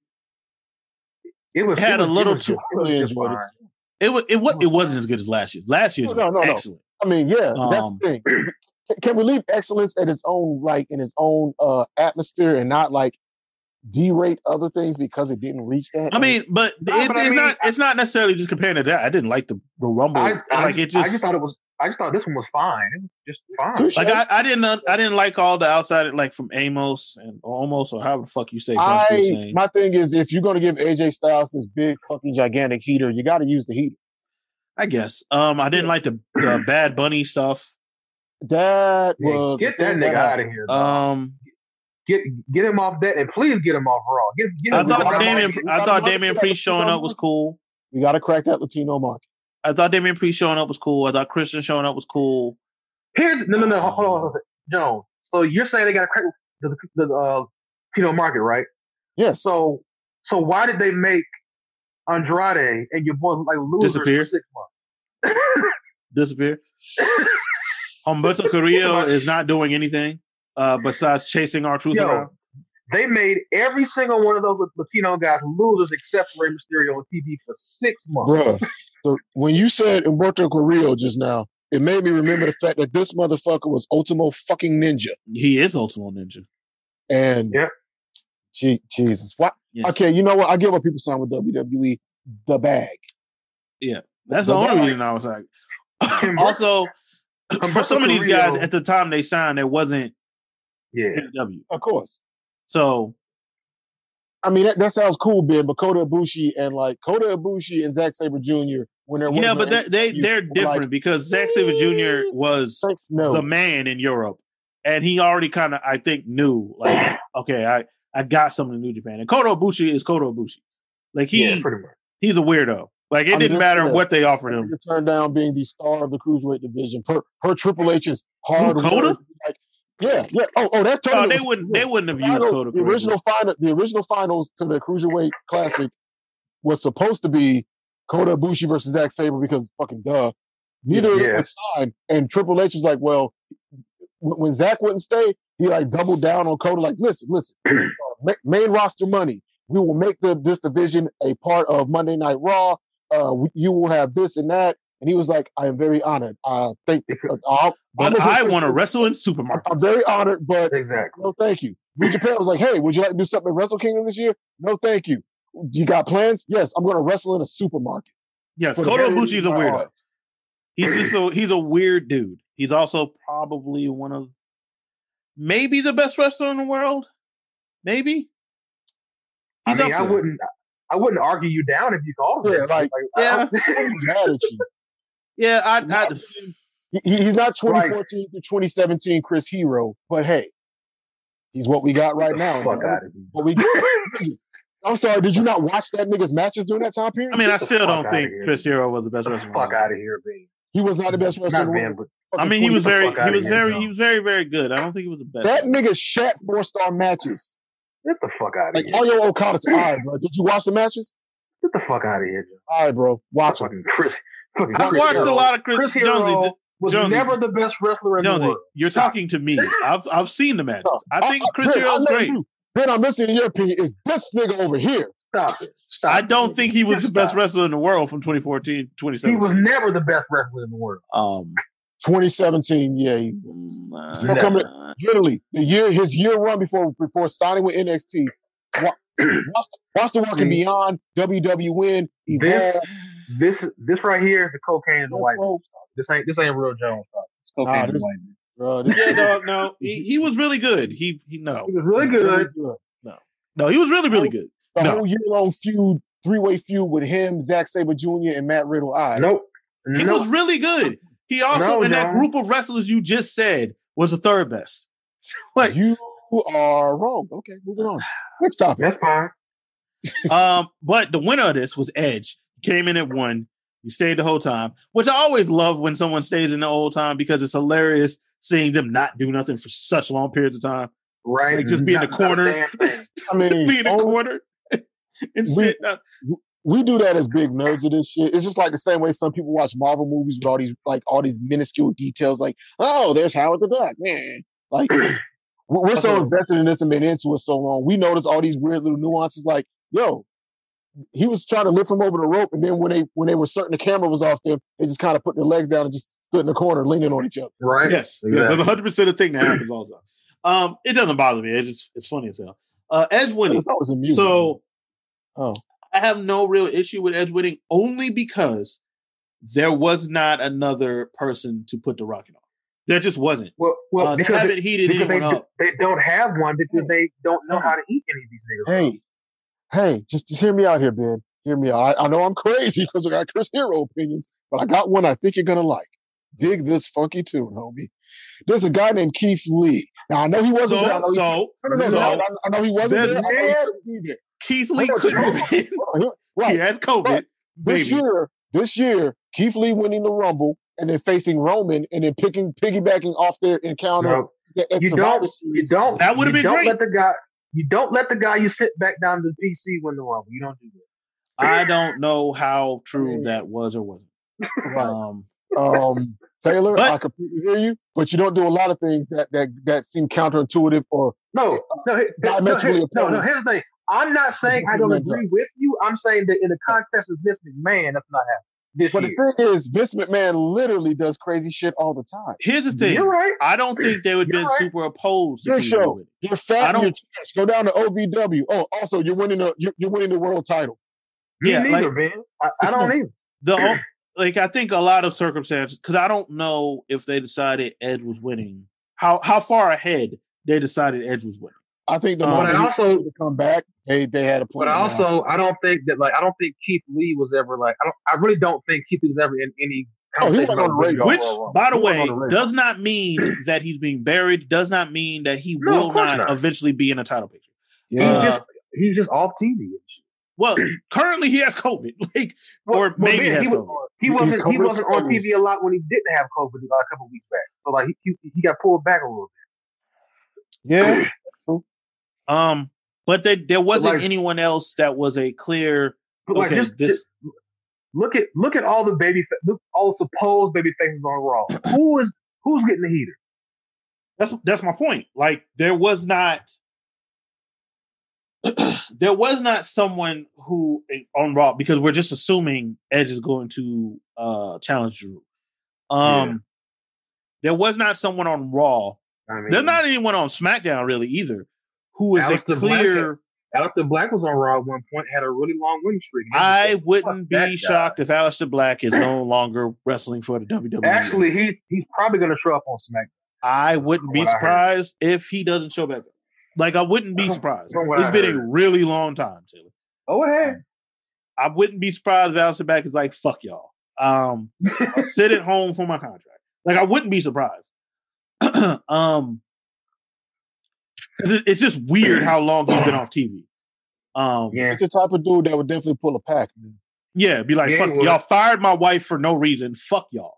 you. It was It had it was, a little it was too- just- I it was really just enjoyed it. fine. it was it was it wasn't as good as last year. Last year's Oh, No, was no, no, no. excellent. I mean, yeah, that's Um, the thing. Can- Can we leave excellence at its own like in its own uh atmosphere and not like derate other things because it didn't reach that? I mean, but, No, it, but I it's mean, not it's not necessarily just comparing to that. I didn't like the, the Rumble. I, I, like it just, I just thought it was. I just thought this one was fine. It was just fine. Touche. like I, I didn't uh, I didn't like all the outside like from Amos and almost or however the fuck you say Guns N' I Shane. my thing is if you're gonna give AJ Styles this big fucking gigantic heater, you got to use the heater. I guess. Um, I didn't like the uh, Bad Bunny stuff. That Yeah, was get the that thing happened. nigga uh, out of here. dog. Um, Get get him off that, and please get him off Raw. Get, get I him off thought Raw. Damian. we I got thought Marcus Damian at the Priest showing up was cool. We got to crack that Latino market. I thought Damian Priest showing up was cool. I thought Christian showing up was cool. Here's no, no, no. Hold on, hold on, hold on. Jones. So you're saying they got to crack the the uh, Latino market, right? Yes. So so why did they make Andrade and your boy look like losers Disappear. for six months? Disappear. Humberto Carrillo is not doing anything uh, besides chasing our truth Yo. around. they made every single one of those Latino guys losers except for Rey Mysterio on TV for six months. Bruh, the, when you said Umberto Carrillo just now, it made me remember the fact that this motherfucker was Ultimo fucking ninja. He is Ultimate Ninja. And Yeah. gee, Jesus. Why? Yes. Okay, you know what? I get what people sign with WWE, the bag. That's the But only that- reason I was like. Humberto- also, for Humberto some of these Carrillo- guys at the time they signed, there wasn't Yeah. NW. Of course. So I mean, that, that sounds cool, Ben, but Kota Ibushi and like Kota Ibushi and Zack Sabre Jr. when there yeah, was but no- they they you- they're like- different because Zack Sabre Jr. was Thanks, no. the man in Europe, and he already kind of I think knew like okay I I got something in New Japan, and Kota Ibushi is Kota Ibushi, like he yeah, pretty much. he's a weirdo. Like it I mean, didn't that's matter fair. what they offered him. You turned down being the star of the cruiserweight division per per Triple H's hard Who, Kota? work. Like, yeah, yeah. Oh, oh, that No, tournament they was wouldn't. good. They wouldn't have Final- used Kota. the correctly. original final, the original finals to the cruiserweight classic was supposed to be Kota Ibushi versus Zack Saber because fucking duh. Neither of them Yeah. was signed, and Triple H was like, "Well, when when Zack wouldn't stay, he like doubled down on Kota. Like, listen, listen, uh, ma- main roster money. We will make the this division a part of Monday Night Raw. Uh, we- you will have this and that." And he was like, "I am very honored. I think, uh, I'll- but almost- I want to wrestle in I'm supermarkets. very honored, but Exactly. no, thank you. New Japan was like, hey, would you like to do something at Wrestle Kingdom this year? No, thank you. You got plans? Yes, I'm going to wrestle in a supermarket. yes, For the Kota benefit Ibushi is a of my weirdo. art. He's just a he's a weird dude. He's also probably one of maybe the best wrestler in the world. Maybe. I He's mean, up I there. wouldn't. I wouldn't argue you down if you called him. Yeah, like, Yeah. I'm mad at you. Yeah, I, I He- he- he's not Right. 2014 through 2017 Chris Hero, but hey, he's what we got right now. Fuck man. out of here. But we, I'm sorry, did you not watch that nigga's matches during that time period? I mean, I the still fuck don't outta think here. Chris Hero was the best Get the wrestler. in the fuck world. out of here, man. he was not the best wrestler in Not the man, world. but I Fucking mean, he 20 was the very fuck outta he was here, very John. he was very very good. I don't think he was the best. That nigga shat four star matches. get the fuck out of Like, here. all your Okada's, all right, bro. Did you watch the matches? Get the fuck out of here, John. All right, bro. Watch them. Fucking Chris. Fucking I've Chris watched Hero. a lot of Chris, Chris Hero Jonesy. th- was Jonesy. never the best wrestler in the Jonesy, world. you're Stop. talking to me. I've I've seen the matches. I No. think I- I- Chris Ben, I Hero's know great. you. Ben, I'm listening to your opinion. Is this nigga over here? Stop it. Stop I it, don't nigga. think he was Just the best stop. wrestler in the world from 2014 He was 2017. never the best wrestler in the world. Um, 2017, yeah. he- uh, Never. coming- Literally, the year his year run before before signing with NXT. Wa- Watch, watch the walking Mm. beyond WWN This, evolve. this, this right here is the cocaine and the white. bro, This ain't this ain't real Jones. dog. It's cocaine Nah, and this- white. man. bro, this yeah, no, no, he, he was really good. He, he no, He was really is really good. good. no, he was really really good. The No. whole year long feud, three way feud with him, Zack Saber Jr. and Matt Riddle. I Nope. He Nope. was really good. He also No, in that John. group of wrestlers you just said was the third best. like, you are wrong. Okay, moving on. Next topic. That's fine. um, but the winner of this was Edge. Came in at one. He stayed the whole time, which I always love when someone stays in the old time because it's hilarious seeing them not do nothing for such long periods of time. Right. Like, just be in the Not- corner. not a damn thing. I mean, Be in a only- corner and oh. We- shit. No, we do that as big nerds of this shit. It's just like the same way some people watch Marvel movies with all these like all these minuscule details, like oh, there's Howard the Duck, man. Like we're- we're so invested in this and been into it so long, we notice all these weird little nuances. Like yo, he was trying to lift him over the rope, and then when they when they were certain the camera was off them, they just kind of put their legs down and just stood in the corner leaning on each other. Right. Yes, yes, Exactly. that's hundred percent a thing that happens all the time. Um, it doesn't bother me. It just it's funny as hell. Uh, Edge winning. That was amusing. So oh, I have no real issue with Edge winning, only because there was not another person to put the rocket on. There just wasn't. Well, well, Uh, they because, haven't it- heated because they, anyone do, up. they don't have one because they don't know Hey. how to eat any of these niggas. hey, hey, just, just hear me out here, Ben. Hear me out. I, I know I'm crazy because I got Chris Hero opinions, but I got one I think you're gonna like. Dig this funky tune, homie. There's a guy named Keith Lee Now I know he wasn't. there. I So, know he- so, No, no, no, so no, I- I know he wasn't there's- there. I know he couldn't be there. Keith Lee I know couldn't Jordan. have been. Right. He has COVID. Right. This Maybe. year, this year, Keith Lee winning the Rumble and then facing Roman and then picking piggybacking off their encounter No, at, at you Survivor don't. You Series. don't. That would've you been don't great. Let the guy. You don't let the guy you sit back down to the PC win the rumble. You don't do that. I don't know how true mean- that was or wasn't. Right. Um, Um, Taylor, But- I completely hear you, but you don't do a lot of things that that that seem counterintuitive or No, no, he- no, no, Diametrically here- no, no. opposed. Here's the thing. I'm not saying I don't Like agree that. with you. I'm saying that in the context of this McMahon, that's not happening this But year. the thing is, Vince McMahon literally does crazy shit all the time. here's the thing. You're right. I don't think they would have You're been right. super opposed to Good Keith Lee show. with it. You're I fat. and don't- You're trash. Go down to OVW. Oh, also, you're winning the you're, you're winning the world title. Me Yeah, neither, like- man. I, I don't either. the o- like I think a lot of circumstances because I don't know if they decided Edge was winning how how far ahead they decided Edge was winning. I think the Um, moment But he I also, to come back, they they had a plan. but I now. also, I don't think that like I don't think Keith Lee was ever like I don't. I really don't think Keith Lee was ever in any Oh, he conversation wasn't on about the winning radar. Which, Royal Rumble. by the He wasn't way, on the radar. does not mean that he's being buried. Does not mean that he No, of will course not, not. eventually be in a title picture. He's yeah, Uh, just he's just off TV. and shit. Well, currently he has COVID. Like, or maybe man, has he, was, COVID. he He's wasn't he covered wasn't on exposed. TV a lot when he didn't have COVID a couple weeks back. So like he he, he got pulled back a little. yeah. um, but they, there wasn't like- anyone else that was a clear. But like okay, just, this just look at look at all the baby fa- look all the supposed baby faces on Raw. Who is who's getting the heater? that's that's my point. Like there was not there was not someone who eh, on Raw because we're just assuming Edge is going to uh challenge Drew. Um Yeah. there was not someone on Raw. I mean, There's not anyone on SmackDown really either who is Alistair a clear Alistair Black was on Raw at one point, had a really long win streak. And I everything. wouldn't Fuck that be guy. shocked if Aleister Black is no longer wrestling for the WWE. Actually, he he's probably going to show up on SmackDown. I wouldn't be From what I heard. surprised if he doesn't show back up. Like I wouldn't be From- surprised. from what It's I been a heard. really long time, Taylor. Oh, hey, I wouldn't be surprised if Alistair Black is like, fuck y'all. Um, I'll sit at home for my contract. Like, I wouldn't be surprised. um, 'cause it- it's just weird how long he's been off TV. Um, yeah, yeah, It's the type of dude that would definitely pull a pack. Man. be like, Yeah, he fuck, would. y'all fired my wife for no reason. Fuck y'all.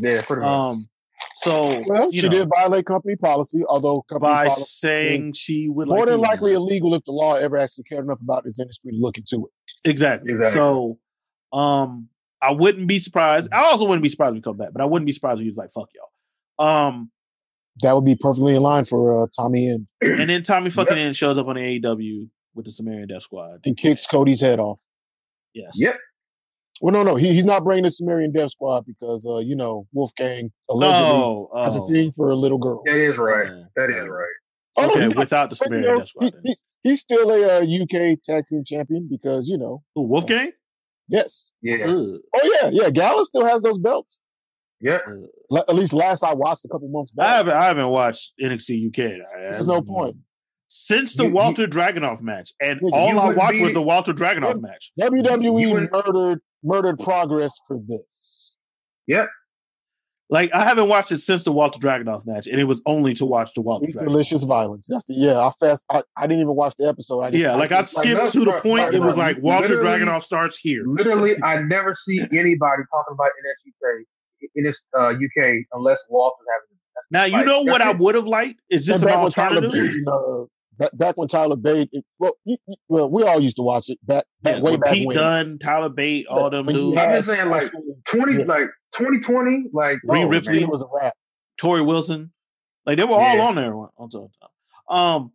yeah, pretty much. Um, so, Well, you she know, did violate company policy, although company by policy saying she would more like than to- likely illegal if the law ever actually cared enough about this industry to look into it. Exactly. Exactly. So, um, I wouldn't be surprised. I also wouldn't be surprised if he come back, but I wouldn't be surprised if he was like, fuck y'all. Um, That would be perfectly in line for uh, Tommy and And then Tommy fucking in shows up on the AEW with the Sumerian Death Squad. and kicks Cody's head off. Yes. Yep. Well, no, no, he, he's not bringing the Sumerian Death Squad because uh, you know Wolfgang allegedly Oh, oh. has a thing for little girls. That is right. Yeah. That is right. Oh, no, Okay, he's not- without the you Sumerian know, Death Squad. he- then. he- he's still a uh, UK tag team champion because you know Ooh, Wolfgang? yes, Yeah. Ugh. oh yeah, yeah, Gallus still has those belts. Yeah. La- at least last I watched a couple months I back. haven't I haven't watched NXT UK. I- There's no point. Since the You- you- Walter Dragonoff match, and Nigga, all you I wouldn't watched be- was the Walter Dragonoff match. You WWE wouldn't- E murdered murdered progress for this. Like I haven't watched it since the Walter Dragonoff match, and it was only to watch the Walter It's Dragonoff. Delicious violence. That's the yeah. I fast. I, I didn't even watch the episode. I just Yeah, like I Like, skipped no, to the bro, point. like, it was bro, like Walter literally- Dragonoff starts here. Literally, I never see anybody talking about NXT in this uh, UK unless Walter's having. Now you Like, know what that's I it. would have liked. Is this And an back when Tyler alternative? Bate, uh, back, back when Tyler Bate, it- well, you, you- well, we all used to watch it back, back Yeah, way with back Pete when. Dunne, Tyler Bate, all them When you dudes. had- had I'm just saying, like, actual- Twenty Yeah. like twenty twenty like Rhea oh, Ripley. man. it was a wrap. Tori Wilson. Like they were all Yeah. on there on on top. Um,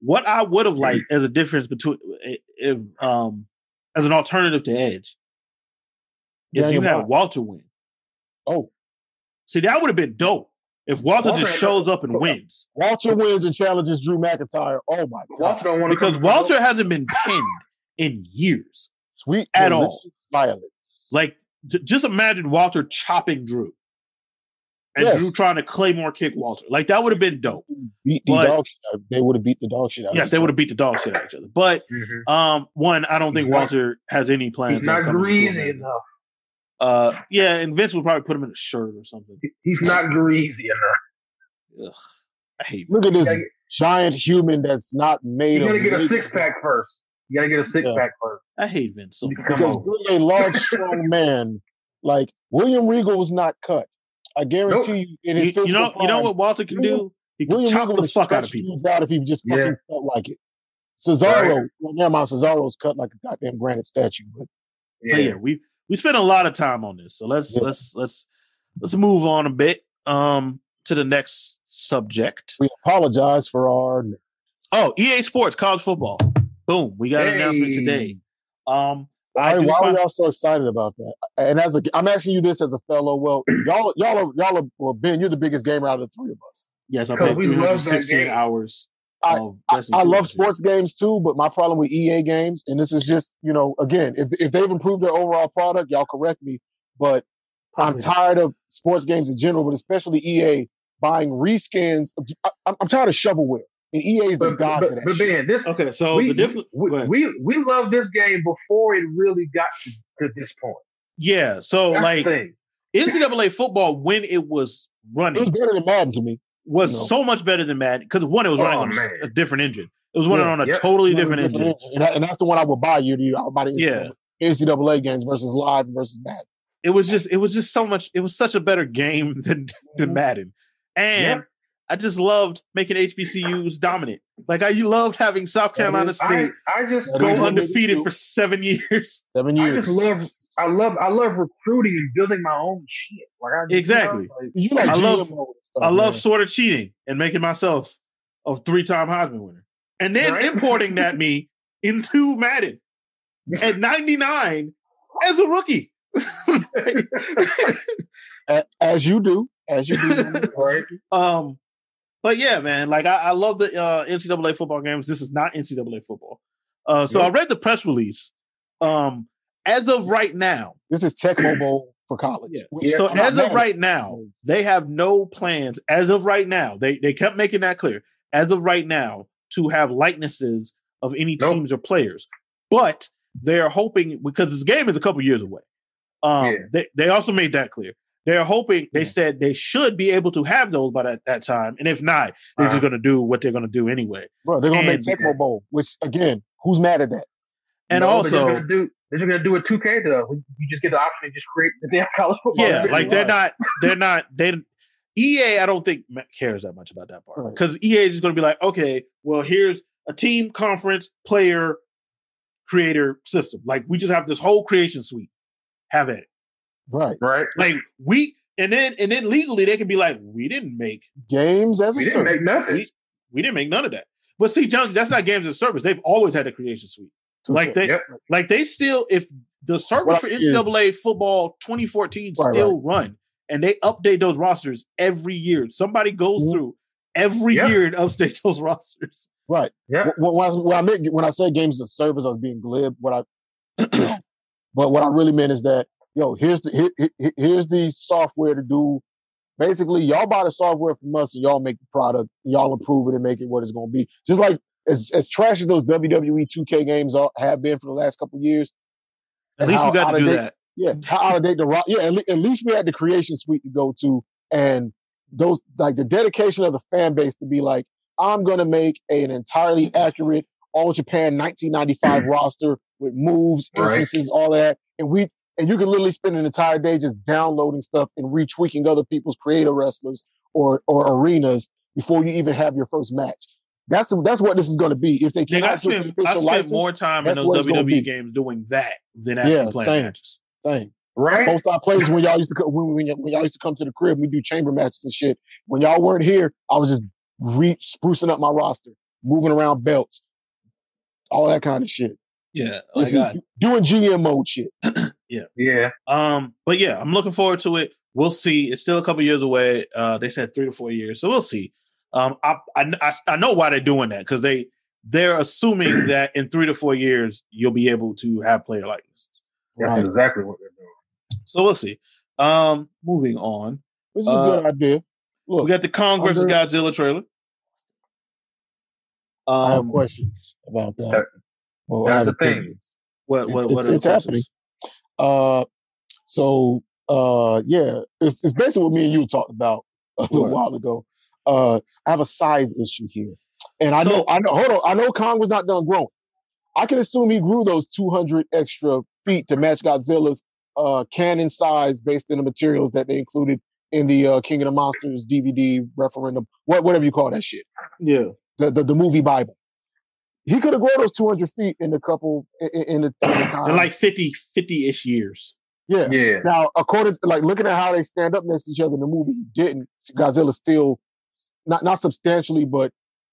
what I would have liked as a difference between if, um as an alternative to Edge, if Daniel you had Bryan. Walter win. Oh, See, that would have been dope if Walter Walter just had- shows up and wins Walter wins and challenges Drew McIntyre. Oh my Walter god, don't want to because come Walter hasn't been pinned in years. sweet At all. delicious violence. Like, j- just imagine Walter chopping Drew. And Yes. Drew trying to claymore kick Walter. Like that would have been dope. beat the but- dog shit out. They would have beat the dog shit out. of Yes, each they would other. have beat the dog shit out of each other. But Mhm. Um, one, I don't He's think not- Walter has any plans. He's on not coming to Tool greasy Man. enough. Uh, yeah, and Vince will probably put him in a shirt or something. He- He's not greasy enough. Ugh. I hate Look at You this gotta, giant human that's not made you gotta of get a meat. six pack first. You gotta get a six Yeah. pack first. I hate Vince so You can much. come because over. being a large, strong man like William Regal was not cut. I guarantee you, You, in his you physical know, you know prime, what Walter can do? He can William chop Regal the would fuck out of stretch people. dudes out if he just fucking Yeah. felt like it. Cesaro, well, never mind. Cesaro's cut like a goddamn granite statue, but But yeah, we we spent a lot of time on this, so let's Yeah. let's let's let's move on a bit um to the next subject. we apologize for our. Oh, EA Sports college football. Boom, we got an announcement Hey. today. Um, I Why, do why find- are y'all so excited about that? And as a, I'm asking you this as a fellow. Well, y'all, y'all are, y'all are. Well, Ben, you're the biggest gamer out of the three of us. yes, I Because played we love that 316 game. hours. I- of I, Destiny I 2 love last year. sports games too, but my problem with EA games, and this is just, you know, again, if, if they've improved their overall product, y'all correct me, but I'm Probably not. tired of sports games in general, but especially EA buying reskins. of- I, I'm- I'm tired of shovelware, and EA is the But, god but, to that but shit. Ben, this Okay, so we, the difference. we, go ahead. we we loved this game before it really got to, to this point. yeah, so That's like the thing. NCAA football when it was It was running better than Madden to me. was No. so much better than Madden because one, it was Oh, running on a s- man. a different engine. It was running Yeah. on a Yep. totally It was different engine. And, that- and that's the one I would buy year to year. I would buy the Yeah. NCAA, NCAA games versus live versus Madden. It was just it was just so much. It was such a better game than than Madden, and I just loved making HBCUs dominant. Like I loved having South That Carolina is- State I, I just That I is go what just, under- undefeated do. for seven years. Seven I years. just love I love I love recruiting and building my own shit. Like I just, Exactly. You know, you like, like I GM love- mode and stuff, I love man. sort of cheating and making myself a three time Heisman winner. And then Right? importing that me into Madden at 99 as a rookie. A- as you do, as you do. right? um, but yeah, man, like I, I love the uh, NCAA football games. This is not NCAA football. Uh, so I read the press release. Um, as of right now, This is Tecmo Bowl for college. Yeah. which So I'm not as mad of at. right now, they have no plans. As of right now, they they kept making that clear. As of right now, to have likenesses of any Nope. teams or players, but they are hoping because this game is a couple years away. Um, Yeah. they they also made that clear. They are hoping. They Yeah. said they should be able to have those by that, that time, and if not, they're Uh-huh. just going to do what they're going to do anyway. bro, they're gonna And- make Tecmo Bowl. Which again, who's mad at that? And No, they're just also, gonna do they're just gonna do a 2K though. You just get the option to just create the damn college football. yeah, shit. like they're not, they're not, they EA. I don't think ma- cares that much about that part Right. because EA is going to be like, okay, well, here's a team, conference, player, creator system. Like we just have this whole creation suite. Have it. Right. right. Like we, and then and then legally they can be like, we didn't make, Games as a We didn't service. make nothing. we, we didn't make none of that. But see, John, that's not games as service. They've always had a creation suite. Two Like cents. they, Yep. like they still, if the What servers for I'm NCAA football 2014 Right, still run and they update those rosters every year. Somebody goes Mhm. through every Yeah. year and updates those rosters. right. Yep. Wh- wh- When I, when I meant when I said games as a service, I was being glib. What I, but what I really meant is that yo, here's the here- here, here- here's the software to do. Basically, y'all buy the software from us, and y'all make the product. Y'all improve it and make it what it's gonna be. Just like as as trash as those WWE 2K games are, have been for the last couple years. At And least how we got out to of do date- that. Yeah, how out of date the rock. Yeah, at, le- at least we had the creation suite to go to, and those like the dedication of the fan base to be like, I'm gonna make an entirely accurate All Japan 1995 Mm. roster with moves, Right. entrances, all of that, and we and you can literally spend an entire day just downloading stuff and retweaking other people's creator wrestlers or or arenas before you even have your first match. That's that's what this is going to be. If they Nigga, I cannot get spent, the I official spent license, more time in that's what those it's gonna WWE be. games doing that than actually Yeah, playing same. matches. thing. Right. Most of our plays when y'all used to co- when, when, y- when y'all used to come to the crib, we do chamber matches and shit. When y'all weren't here, I was just re sprucing up my roster, moving around belts, all that kind of shit. Yeah. This is doing GM mode shit. Yeah. Um, but yeah, I'm looking forward to it. We'll see. It's still a couple years away. Uh, they said three to four years, so we'll see. Um, I I, I, I know why they're doing that because they they're assuming that in three to four years you'll be able to have player likenesses. That's Right. exactly what they're doing. So we'll see. Um, moving on, Which is Uh, a good idea. Look, we got the Kong versus Under- Godzilla trailer. I have Um, what questions about that. that- Well, I that's have the thing. opinions. what what It's- it's- are the it's happening. questions? Uh, so uh, yeah, it's, it's basically what me and you talked about a little What? while ago. uh, I have a size issue here. And I So- know, I know, hold on. I know Kong was not done growing. I can assume he grew those 200 extra feet to match Godzilla's uh, canon size based on the materials that they included in the uh, King of the Monsters DVD referendum, what, whatever you call that shit, Yeah. the, the, the movie Bible. He could have grown those 200 feet in a couple, in, in, in, the, in the time. In like 50 50 ish years. yeah. Yeah. Now, according to, like looking at how they stand up next to each other in the movie, he didn't. Godzilla's still not not substantially, but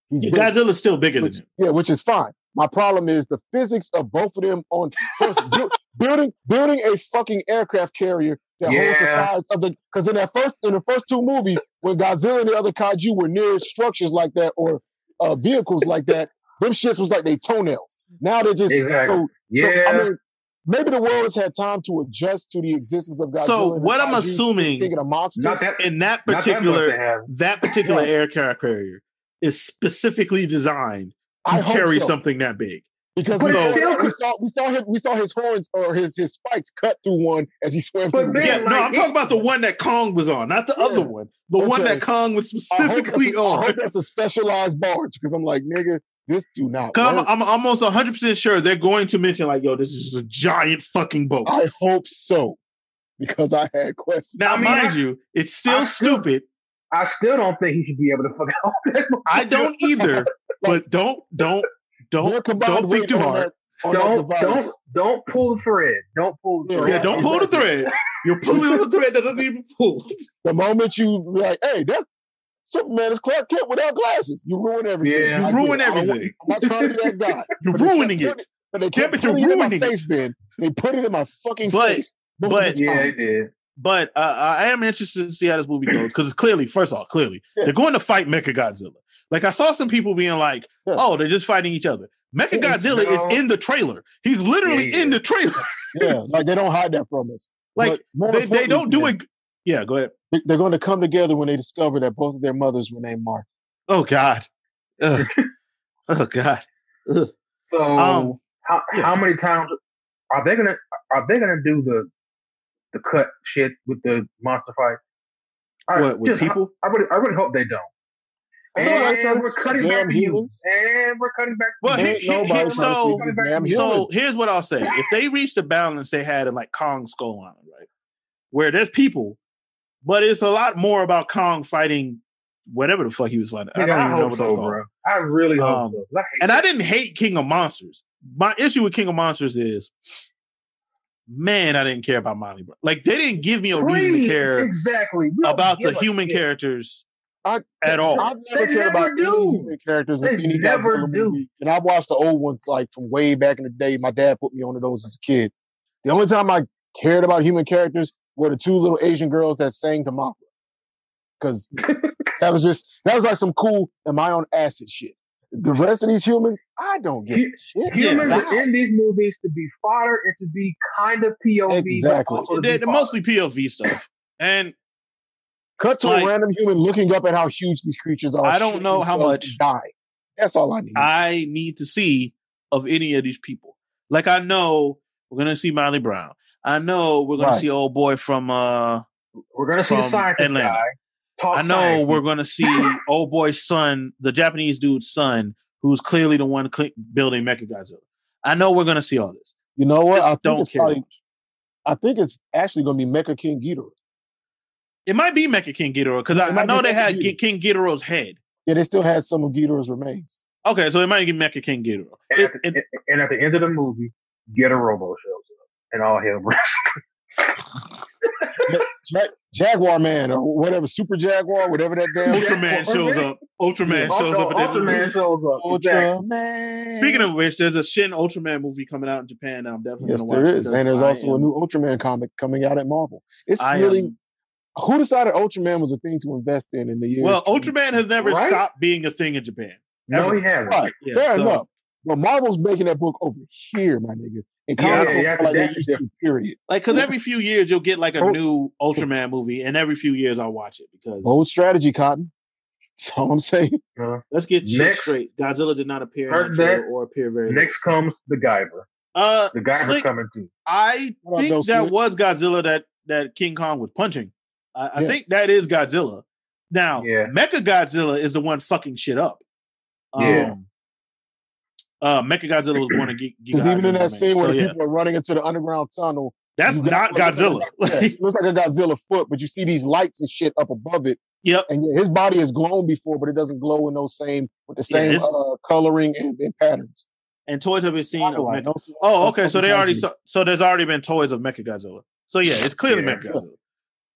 he's Yeah, big, Godzilla's still bigger than which, him. yeah, which is fine. My problem is the physics of both of them on first bu- building building a fucking aircraft carrier that holds the Yeah. size of the because in that first in the first two movies when Godzilla and the other kaiju were near structures like that or uh, vehicles like that, them shits was like they toenails. Now they're just Exactly. so Yeah. so, I mean, maybe the world has had time to adjust to the existence of Godzilla. So and what I'm kaiju assuming thinking of monsters. not that in that not that much they particular have. that particular aircraft carrier is specifically designed I to hope carry so. something that big. because But we, it still saw, we could- saw we saw his we saw his horns or his his spikes cut through one as he swam But through. then- Yeah, the like, no, I'm it- talking about the one that Kong was on, not the Yeah. other one. The one Okay. that Kong was I hope that's specifically a- I on. hope that's a specialized barge because I'm like nigga, this do not. Because work. I'm, I'm almost 100% sure they're going to mention, like, yo, this is just a giant fucking boat. I hope so because I had questions. now, I mean, mind I- you, it's still I still- stupid. I still don't think he should be able to fuck out that. I don't either, but don't, don't, Their don't, combined don't think weight too on hard. that- on that Don't device. don't don't pull the thread. Don't pull the Yeah, thread. Yeah, don't pull the thread. You're pulling on the thread that doesn't even pull. The moment you be like, hey, that's Superman is Clark Kent without glasses. You ruin everything. Yeah. I You get ruin it. I don't want- everything. I'm not trying to be that guy. You're But they ruining kept it. But they Yeah, kept but you're putting it in my ruining it. face, Ben. They put it in my fucking But- face. multiple but- Yeah, they times. did. But uh, I am interested to see how this movie goes because it's clearly, first of all, clearly Yeah. they're going to fight Mechagodzilla. Like I saw some people being like, Yeah. "Oh, they're just fighting each other." Mechagodzilla No. is in the trailer. He's literally Yeah, yeah. in the trailer. yeah, like they don't hide that from us. Like But more they, they importantly, don't do Ben, it. Yeah, go ahead. they- They're going to come together when they discover that both of their mothers were named Martha. Oh God. Ugh. oh God. So Um, how yeah. how many times are they gonna are they gonna do the the cut shit with the monster fight? I, What with just- I- people? I, really I really hope they don't. That's all right, and Charlie. we're cutting Damn back to you. humans. And we're cutting back. Well, to he- you. Ain't he- nobody trying to so- see these damn So humans. here's what I'll say: if they reach the balance they had in like Kong Skull Island, right, where there's people, but it's a lot more about Kong fighting whatever the fuck he was fighting. I Nigga, don't I even know hope what so, that's called. bro. I really hope Um, so. 'cause I hate And I didn't hate King of Monsters. My issue with King of Monsters is, man, I didn't care about Molly. Bro. Like they didn't give me a reason to Please, care exactly We don't about the give a human shit. characters I- at all. I've never They cared about never any do. human characters in They any never Godzilla do. movie. And I watched the old ones like from way back in the day. My dad put me onto those as a kid. The only time I cared about human characters were the two little Asian girls that sang to Mafra. Because that was just that was like some cool am I on acid shit. The rest of these humans, I don't give a shit. Humans Wow. are in these movies to be fodder and to be kind of POV, Exactly. but also to They're, they're be fodder. mostly POV stuff, and Cut to Like- a random human looking up at how huge these creatures are. I don't shooting know how themselves much- to die. That's all I need. I need to see of any of these people. Like I know we're gonna see Miley Brown. I know we're gonna Right. see old boy from uh We're gonna see from a scientist Atlanta. guy talk I know science. we're gonna see old boy's son, the Japanese dude's son, who's clearly the one cl- building Mechagodzilla. I know we're gonna see all this. you know what? Just I think don't it's care. probably I think it's actually gonna be Mecha King Ghidorah. It might be Mecha King Ghidorah because I, It I might be know they Mecha had Ghidorah. G- King Ghidorah's head. Yeah, they still had some of Ghidorah's remains. Okay, so it might be Mecha King Ghidorah. and, It- at the, it- and at the end of the movie, get a robo shows up and all hell breaks. Ja- Jaguar Man or whatever, Super Jaguar, whatever that damn Ultraman shows up. Ultraman loose. shows up. at the end of the movie. Ultraman shows up. Exactly. Ultraman. Speaking of which, there's a Shin Ultraman movie coming out in Japan. That I'm definitely yes, gonna watch there is, because and there's I also a am- new Ultraman comic coming out at Marvel. It's I really am- who decided Ultraman was a thing to invest in in the years. well, Ultraman has never Right? stopped being a thing in Japan. No, Ever. he hasn't. right? Yeah, fair so- enough. But Marvel's making that book over here, my nigga. And Yeah, comics yeah, don't yeah, feel like they that's used to. Period. Like, because Yes. every few years you'll get like a Oh. new Ultraman movie, and every few years I'll watch it because Bold strategy, Cotton. That's all I'm saying. Uh, let's get shit Next- straight. Godzilla did not appear in Heard that trailer that. or appear very late. next comes the Guyver. Uh, The Guyver's Slick, coming too. I What up, think though, that Slick? was Godzilla that that King Kong was punching. I, I Yes. think that is Godzilla. Uh, Now, Yeah. Mecha Godzilla is the one fucking shit up. Um, Yeah. Uh, Mecha Godzilla was one of G- Because even Gigagodzilla, man. in that scene where So, the yeah. people are running into the underground tunnel, that's you got- not Godzilla. Yeah, it looks like a Godzilla foot, but you see these lights and shit up above it. yep. And yeah, his body has glown before, but it doesn't glow in those same with the Yeah, same it's- uh, coloring and, and patterns. And toys have been seen. Of Why do I Mecha- know so- oh, okay. So they fucking already Godzilla? so, so there's already been toys of Mecha Godzilla. So yeah, it's clearly Yeah. Mecha Godzilla.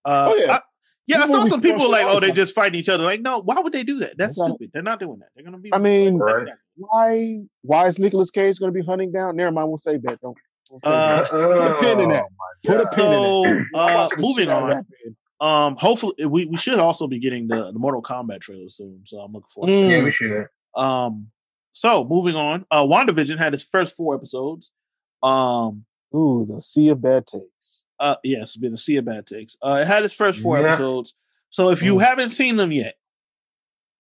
Uh, Oh, yeah. I, yeah, I This saw movie some people throws like, shit oh, off. they just fighting each other. Like, no, why would they do that? That's They gotta- stupid. They're not doing that. They're gonna be. I mean, Right. why why is Nicolas Cage going to be hunting down? Never mind, we'll save that. Don't. we'll save Uh, that. Put Oh. a pin in that. Put a pin in so that. I'm uh, watching the shit moving out of on. that man. Um, hopefully we, we should also be getting the, the Mortal Kombat trailer soon. So I'm looking forward. to Yeah, Mm, we should. that. Um, so moving on. Uh, WandaVision had its first four episodes. Um, Ooh, the sea of bad takes. uh, yeah, it's been a sea of bad takes. Uh, it had its first four Yeah. episodes. So if you Mm. haven't seen them yet,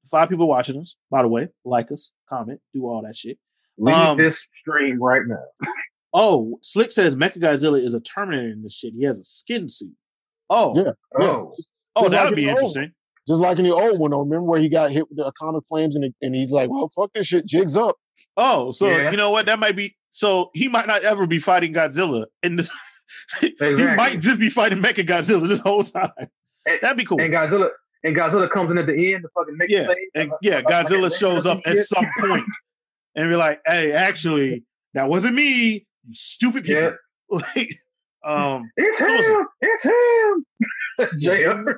five people watching us. By the way, like us, comment, do all that shit. Leave Um, this stream right now. Oh, Slick says Mechagodzilla is a Terminator in this shit. He has a skin suit. Oh, Yeah. Yeah, Oh, just, oh, Just that like would be in the old interesting. just like in the old one, though. Remember where he got hit with the atomic flames and, it, and he's like, well, fuck this shit, jigs up. Oh, so Yeah. you know what? That might be. So he might not ever be fighting Godzilla, and this, he Exactly. might just be fighting Mecha Godzilla this whole time. And- That'd be cool. and Godzilla and Godzilla comes in at the end to fucking make yeah, the and yeah, Godzilla shows up at some point and be like, "Hey, actually, that wasn't me. You stupid people." Yeah. Like, um, It's Who was him! It's him! JR.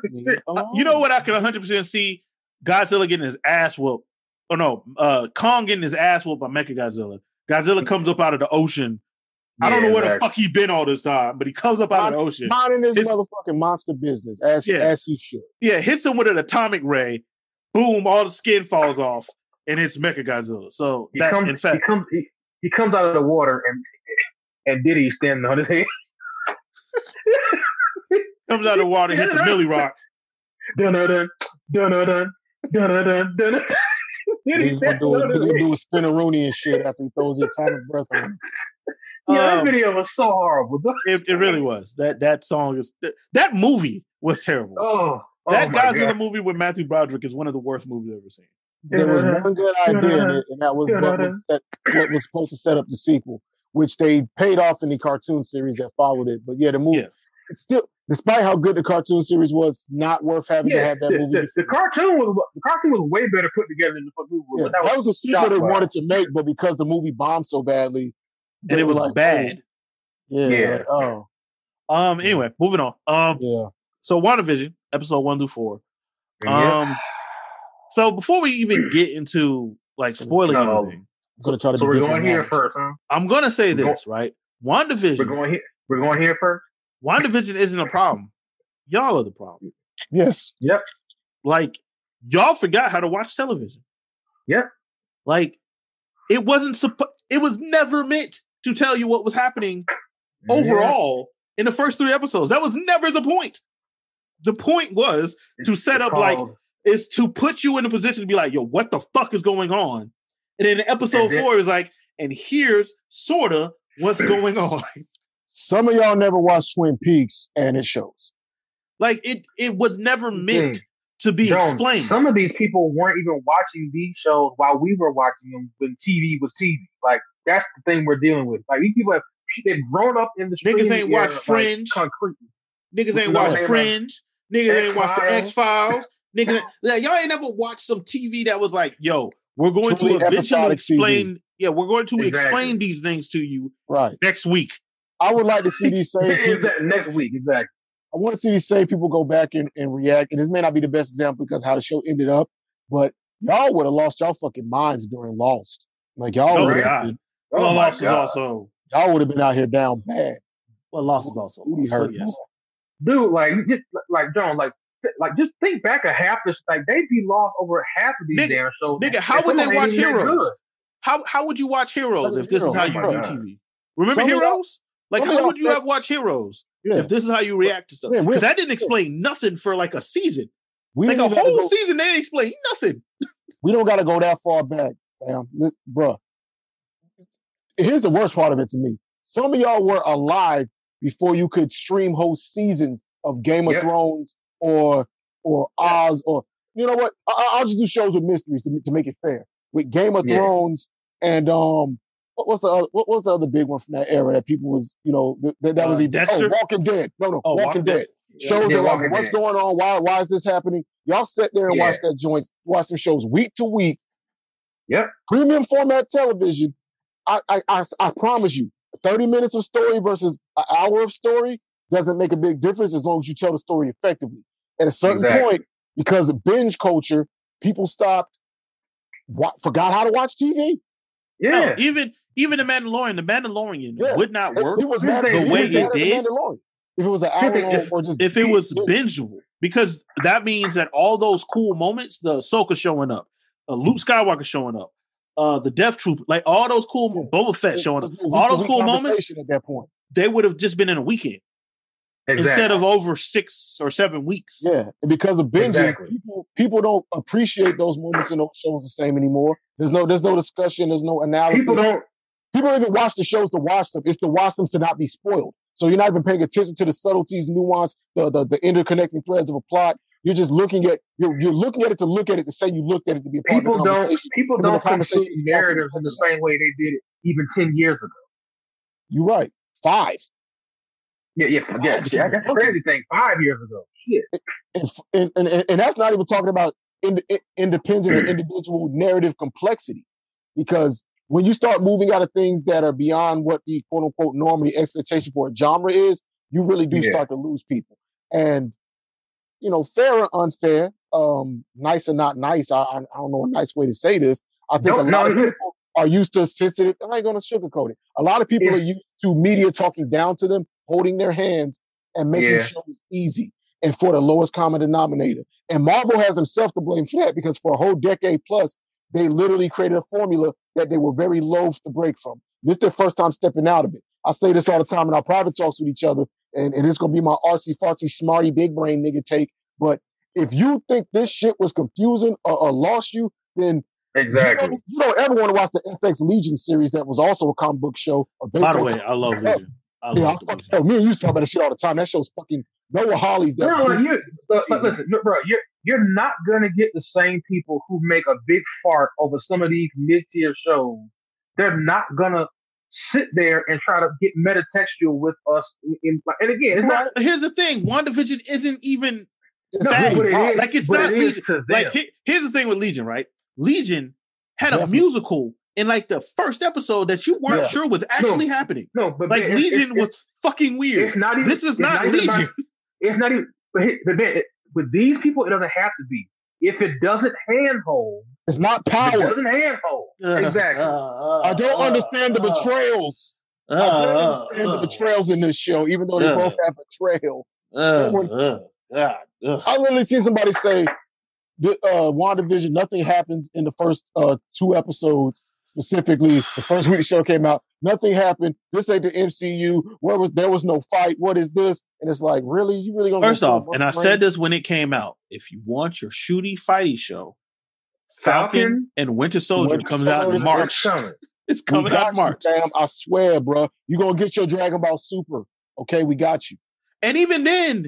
uh, you Oh. know what? I could 100 percent see Godzilla getting his ass whooped. Oh no, uh, Kong getting his ass whooped by Mecha Godzilla. Godzilla comes up out of the ocean. I don't know where the fuck he been all this time, but he comes up out of the ocean. Minding this It's- motherfucking monster business as, Yeah. as he should. yeah, hits him with an atomic ray. Boom! All the skin falls off, and it's Mecha Godzilla. So He that, comes, in fact, he comes, he, he comes out of the water and and Diddy's standing on his head. comes out of the water, hits a Millie Rock. Dun dun dun dun dun dun dun dun dun. dun. Diddy's Niggas gonna standing do, on his niggas gonna head. do a spin a Rooney and shit after he throws the atomic breath on him. Yeah, that Um, video was so horrible. It, it really was. That that song is that, that movie was terrible. Oh, oh that my Godzilla God. movie with Matthew Broderick is one of the worst movies I've ever seen. There was Da-da-da. one good idea in it, and that was what Da-da-da. was, set, what was supposed to set up the sequel, which they paid off in the cartoon series that followed it. But yeah, the movie Yeah. it's still, despite how good the cartoon series was, not worth having to Yeah, have that the, movie. the, the cartoon was the cartoon was way better put together than the fucking movie. Yeah, was. that, was a sequel shot they well. wanted to make, but because the movie bombed so badly, And they it were was like, bad. oh, yeah, Yeah. like, oh, Um anyway, moving on. Um yeah. so WandaVision, episode one through four. Yeah. Um so before we even get into like spoiling No. anything, I'm gonna try to. so be we're going here diplomatic. first, huh? I'm gonna say We're this, right? WandaVision We're going here. We're going here first. WandaVision isn't a problem. Y'all are the problem. Yes, Like y'all forgot how to watch television. Yeah. Like it wasn't supposed it was never meant to tell you what was happening overall in the first three episodes. That was never the point. The point was Yeah. to set It's up, like, called- is to put you in a position to be like, yo, what the fuck is going on? And then in episode And then- four, it was like, and here's sorta what's going on. some of y'all never watched Twin Peaks, and it shows. like it it was never meant Dang. to be Jones, explained. Some of these people weren't even watching these shows while we were watching them when TV was TV. Like that's the thing we're dealing with. Like these people have they've grown up in the Niggas streaming ain't watch era, like, Fringe. concrete. Niggas ain't No, watch man. Fringe. Niggas ain't watch the X-Files. X Files. Niggas, ain't- like, y'all ain't never watched some TV that was like, "Yo, we're going Truly to eventually episodic explain." Yeah, we're going to Exactly. explain these things to you Right. next week. I would like to see these same Is people. that next week, exactly. I want to see these same people go back and, and react. And this may not be the best example because how the show ended up, but y'all would have lost y'all fucking minds during Lost. Like y'all Oh, would God. have been, Oh well, my Lost God. is also y'all would have been out here down bad. well, Lost is also Lost, Booty but hurt. Oh, yes. dude, like you just like John, like th- like just think back of half this, like they'd be lost over half of these Nigga- damn shows. nigga, And how would some they of them watch ain't even that Heroes? good. How how would you watch Heroes if this is how you Oh, my view God. TV? Remember Some of y'all- Heroes? Like some of how y'all would you said- have watched Heroes Yeah, if this is how you react to stuff? Yeah, we're- Because that didn't explain nothing for like a season, we like don't a even gotta whole go- season. They didn't explain nothing. we don't got to go that far back, fam. This, bruh. Here's the worst part of it to me. Some of y'all were alive before you could stream whole seasons of Game of Yep. Thrones or or Yes. Oz or you know what? I- I- I'll just do shows with mysteries to, to make it fair. With Game of Yeah. Thrones and um, what was the other, what was the other big one from that era that people was you know th- that, that was Uh, even Dexter? oh Walking Dead. No, no, Oh, Walking, Walking Dead. Dead. Shows Yeah, that like, Walking what's Dead. going on? Why why is this happening? Y'all sit there and Yeah. watch that joint, watch some shows week to week. Yep. Premium format television. I I I, I promise you, thirty minutes of story versus an hour of story doesn't make a big difference as long as you tell the story effectively. At a certain Exactly. point, because of binge culture, people stopped, wa- forgot how to watch TV. No, Yeah. even even the Mandalorian, the Mandalorian Yeah. would not It- work It was The mad, it way was it mad at the did? Mandalorian. If it was an hour long if, or just if it was Yeah. bingeable, because that means that all those cool moments, the Ahsoka showing up, uh, Luke Skywalker showing up, uh, the Death Troop, like all those cool Yeah. Boba Fett it showing up, was a all those week-to-week cool moments- conversation at that point. they would have just been in a weekend Exactly. instead of over six or seven weeks. Yeah, and because of binging, Exactly. people people don't appreciate those moments in those shows the same anymore. There's no there's no discussion. There's no analysis. people don't. People don't even watch the shows to watch them. It's to watch them to not be spoiled. So you're not even paying attention to the subtleties, nuance, the the, the interconnecting threads of a plot. You're just looking at you're, you're looking at it to look at it to say you looked at it to be a part People of the conversation. don't. People And then the don't consume conversation is about to narratives in the same way they did it even ten years ago. You're right. Five Yeah, yeah, yeah. Five shit, I years got the ago. crazy thing. Five years ago. Shit. and and and, and that's not even talking about ind- in- independent Hmm. or individual narrative complexity, because when you start moving out of things that are beyond what the quote unquote norm or the expectation for a genre is, you really do Yeah. start to lose people. And you know, fair or unfair, um, nice or not nice, I, I I don't know a nice way to say this. I think Don't- a lot no, of no. people are used to sensitive. I'm not going to sugarcoat it. A lot of people Yeah. are used to media talking down to them, holding their hands, and making Yeah. shows easy and for the lowest common denominator. And Marvel has himself to blame for that because for a whole decade plus, they literally created a formula that they were very loath to break from. This is their first time stepping out of it. I say this all the time in our private talks with each other, and, and it's going to be my artsy fartsy smarty big brain nigga take. But if you think this shit was confusing or, or lost you, then Exactly. you, don't, you don't ever want to watch the FX Legion series that was also a comic book show. Or based By the on- way, I love Legion. I yeah, I love the fucking, Legion. yo, me and you used to talk about this shit all the time. That show's fucking Noah Hawley's that. No, like big- you, but, but TV. listen, look, bro, you're you're not gonna get the same people who make a big fart over some of these mid tier shows. They're not gonna sit there and try to get metatextual with us. In, in, and again, it's not But here's the thing: WandaVision isn't even It's No, big. what it is. like it's but not it is Legion. to them. like he- here's the thing with Legion, right? Legion had a Definitely. musical in like the first episode that you weren't Yeah. sure was actually happening. no, but Like man, it's- Legion it's- was fucking weird. It's not even. This is it's not even Legion. about- it's not even. But, he- but man, it- with these people, it doesn't have to be. If it doesn't handhold, It's not it power. doesn't handhold. exactly. Uh, I Uh, don't understand the betrayals. I don't understand the betrayals in this show, even though they uh, both have betrayal. betrayal. I literally see somebody say, the, uh, WandaVision, nothing happens in the first uh, two episodes, specifically the first week the show came out. Nothing happened. This ain't the MCU. Where was there was no fight? What is this? And it's like, really, you really gonna go First full off, and I Wolverine? said this when it came out. If you want your shooty fighty show, Falcon, Falcon? and Winter Soldier Winter comes out in Soldier's March. Coming. It's We coming out got in you, March. fam. I swear, bro, you gonna get your Dragon Ball Super. Okay, we got you. And even then,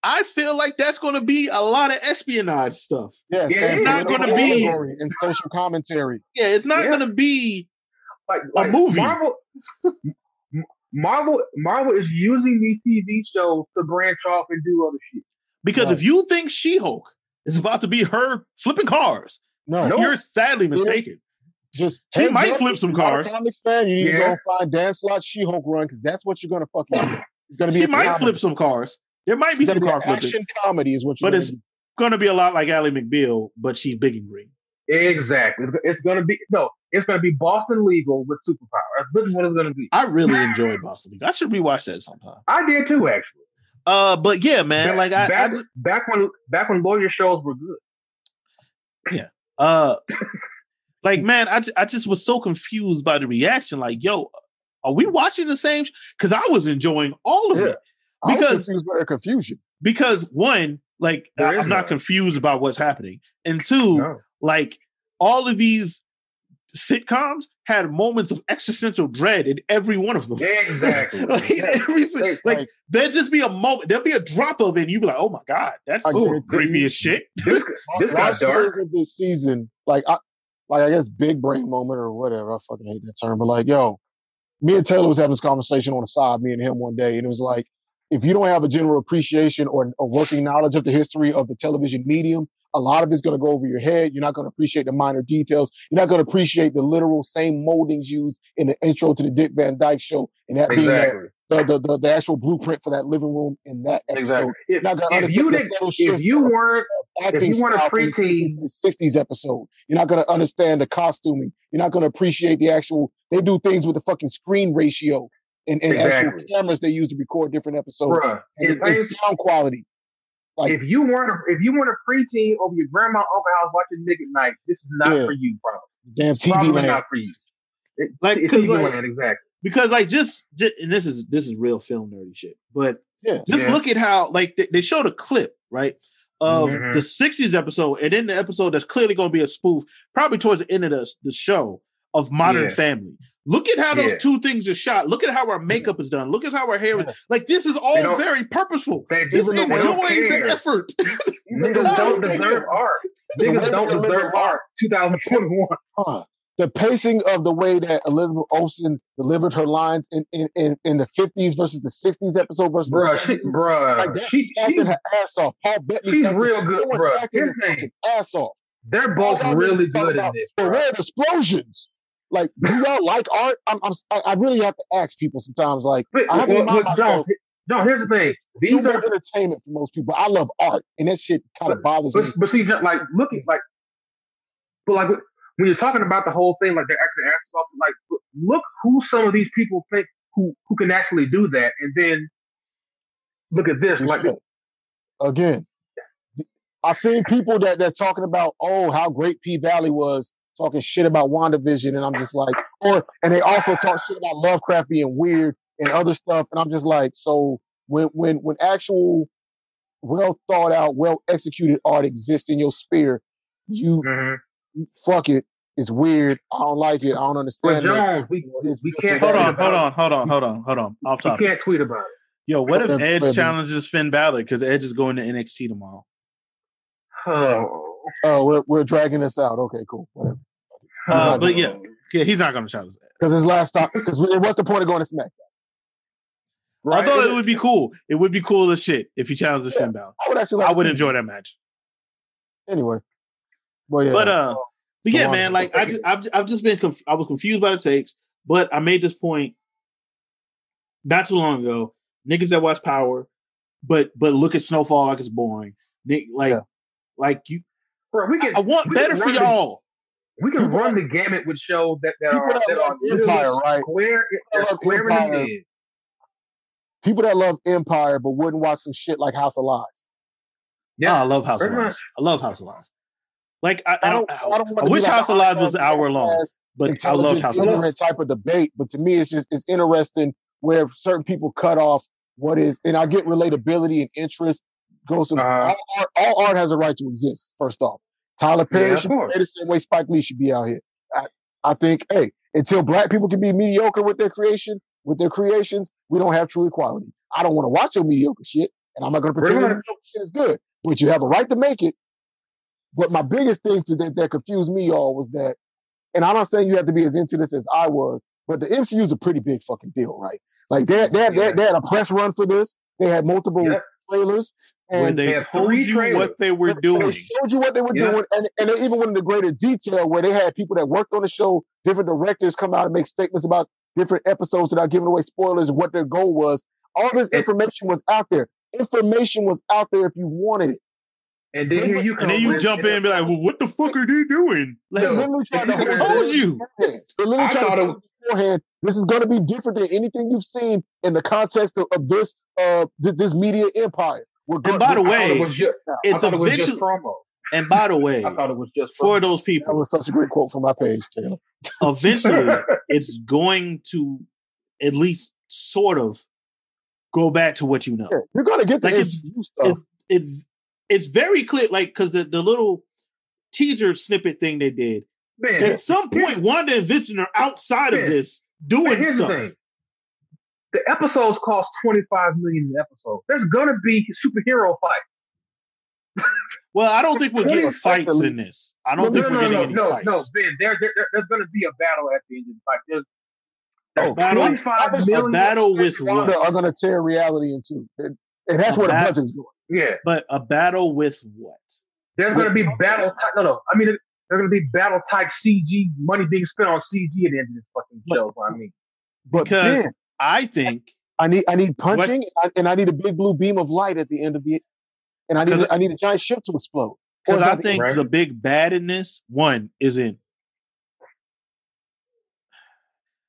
I feel like that's going to be a lot of espionage stuff. Yes, Yeah, and it's not political gonna be- allegory and social commentary. Yeah, it's not Yeah. going to be. Like, like movie. Marvel, M- Marvel, Marvel is using these TV shows to branch off and do other shit. Because Right. if you think She Hulk is about to be her flipping cars, No, you're sadly is. mistaken. just She heads might up, flip some if you're not a cars. Comic fan, you need to go Yeah. and find Dan Slott She-Hulk run because that's what you're gonna fucking. do. It's gonna be. She a might comedy. flip some cars. There might be It's gonna some be car an flipping. action comedy is what you're. But gonna it's do. going to be a lot like Ally McBeal, but she's big and green. Exactly. It's, it's gonna be no. It's gonna be Boston Legal with superpower. That's literally what it's gonna be. I really enjoyed Boston Legal. I should rewatch that sometime. I did too, actually. Uh, but yeah, man, Back- like I, I back, just- back when back when lawyer shows were good. uh, like man, I ju- I just was so confused by the reaction. Like, yo, are we watching the same? Because I was enjoying all of Yeah. it. I was because- confused by their confusion. Because one, like There I, is am not none. confused about what's happening, and two, No. like all of these sitcoms had moments of existential dread in every one of them. Exactly. like, in every, si- Like, like there'd just be a moment, there'd be a drop of it, and you'd be like, oh my God, that's I ooh, guarantee creepy you- as shit. This, this got Last dark. days of this season, like I, like I guess big brain moment or whatever. I fucking hate that term, but like, yo, me and Taylor was having this conversation on the side, me and him one day, and it was like, if you don't have a general appreciation or a working knowledge of the history of the television medium, a lot of it's going to go over your head. You're not going to appreciate the minor details. You're not going to appreciate the literal same moldings used in the intro to the Dick Van Dyke Show, and that being Exactly. the, the, the the the actual blueprint for that living room in that episode. Exactly. If, Not gonna if you understand the didn't, subtle if shifts you of weren't, if acting you weren't a style from preteen, the 60s episode. You're not going to understand the costuming. You're not going to appreciate the actual. They do things with the fucking screen ratio and, and Exactly. actual cameras they use to record different episodes bruh, and, if, and ain't- sound quality. like- if you weren't, a, if you weren't a preteen over your grandma uncle house watching Nick at Night, this is not Yeah. for you, probably. Damn TV probably land. not for you. It- Like, it's 'cause, TV like- land, exactly. because like just, just and this is this is real film nerdy shit but Yeah. just Yeah. look at how like they, they showed a clip right of Mhm. the 60s episode and then the episode that's clearly going to be a spoof probably towards the end of the, the show of modern Yeah. family look at how those Yeah. two things are shot look at how our makeup is done look at how our hair is like this is They all don't- very purposeful They just just enjoy they don't the care. effort Niggas don't deserve art. Niggas Remember- don't deserve remember- art. 2021. Huh. The pacing of the way that Elizabeth Olsen delivered her lines in, in, in, in the 50s versus the 60s episode versus the Bruh, she, 70s. like bruh, that, she, she's acting she, her ass off. Paul Bettany's she's acting- real good, everyone's bruh. acting Here's their the thing. fucking ass off. They're both All y'all really niggas talk good in about this, But bruh. where are the explosions? Like, do y'all like art? I'm, I'm, I I really have to ask people sometimes. Like, But, I have to well, remind well, John, myself. no, here's the thing. These These are, entertainment for most people. I love art, and that shit kind of bothers me. but, but see, John, like, look at, like, but like, when you're talking about the whole thing, like, they're acting their asses off, like, look- look who some of these people think who, who can actually do that. And then look at this. You Like, should. Again, I seen people that that talking about oh how great P Valley was, talking shit about WandaVision, and I'm just like, or and they also talk shit about Lovecraft being weird and other stuff, and I'm just like, so when when when actual well thought out, well executed art exists in your sphere, you mhm. fuck it, it's weird, I don't like it, I don't but understand it. Jones, we, It's- we it's can't, a- hold tweet on hold about on hold on hold on hold on off it. We topic can't tweet about it. yo what if That's edge crazy. challenges finn Balor because edge is going to nxt tomorrow Oh, Oh, we're we're dragging this out. Okay, cool, whatever. Uh, Oh. not but gonna- yeah, yeah, he's not going to challenge that. Because his last time, because what's the point of going to Smack? Right. Although it would be cool. It would be cool as shit if he challenges Finn Balor. I would actually like. I to would see- enjoy that match. anyway. Well, yeah, But uh, but yeah, Go on. man. Like I just, I've, I've just been, conf- I was confused by the takes, but I made this point not too long ago. Niggas that watch Power, but but look at Snowfall like it's boring. Nick, like, Yeah. like you, Bro, we can I want we can better for run the- y'all. we can people run the gamut with shows that, that people are that that love are Empire, literally right? square People that they're love square in the Empire. mid. People that love Empire but wouldn't watch some shit like House of Lies. Yeah, Yeah, Ah, I love House of pretty much. Lies. I love House of Lies. Like I, I don't, I, wanna be wish like House a of Lies was an high-class, hour long, middle-class, but I love intelligent, House of Lies. ignorant type of debate. But to me, it's just it's interesting where certain people cut off what is, and I get relatability and interest goes to Uh-huh. all, art, all art has a right to exist. First off, Tyler Perry Yeah, of should be course. made the same way Spike Lee should be out here. I, I think, hey, until black people can be mediocre with their creation, with their creations, we don't have true equality. I don't want to watch your mediocre shit, and I'm not going to pretend Really? your mediocre shit is good. But you have a right to make it. But my biggest thing to that, that confused me all was that, and I'm not saying you have to be as into this as I was, but the MCU is a pretty big fucking deal, right? Like they had, they had, they had- they had a press run for this. They had multiple Yeah. trailers, Where and they have told three you trailers. what they were they doing. showed you what they were Yeah. doing, and, and they even went into greater detail where they had people that worked on the show, different directors come out and make statements about different episodes without giving away spoilers and what their goal was. All this It- information was out there. Information was out there if you wanted it. And then here you come And then you with- jump in and be like, well, what the fuck are they doing? Like, They No. literally If tried to you I were hold told you. Yeah, They literally I try to thought tell it- you beforehand this is going to be different than anything you've seen in the context of, of this uh th- this media empire. We're And going by the I thought it way, was just I it's thought it was just eventually, promo. and by the way, I thought it was just for promo. those that people, was such a great quote from my page, Taylor. eventually it's going to at least sort of go back to what you know. Yeah, you're going to get the Like, it's- MCU stuff. It's it's very clear, like because the, the little teaser snippet thing they did Man, At some point, Wanda and Vision are outside of Yeah. this But doing here's the stuff. thing. The episodes cost twenty five million an episode. There's gonna be superhero fights. Well, I don't think we're getting Twenty- fights in this. I don't no, think no, we're getting no, any no, fights. no, Ben. There, there, there- there's gonna be a battle at the end of the fight. There's, Oh, battle- one- 25 I was- A million- battle with Wanda what? are going to tear reality in two. And, and that's A what the bat- budget's doing. yeah, But a battle with what? there's gonna be battle. Type, no, no. I mean, there's gonna be battle type CG money being spent on CG at the end of this fucking But- show. is what I mean, But Because then, I think I need I need punching and I, and I need a big blue beam of light at the end of the and I need 'Cause- I need a giant ship to explode. Or because it's I not the- think right? the big bad in this one is in.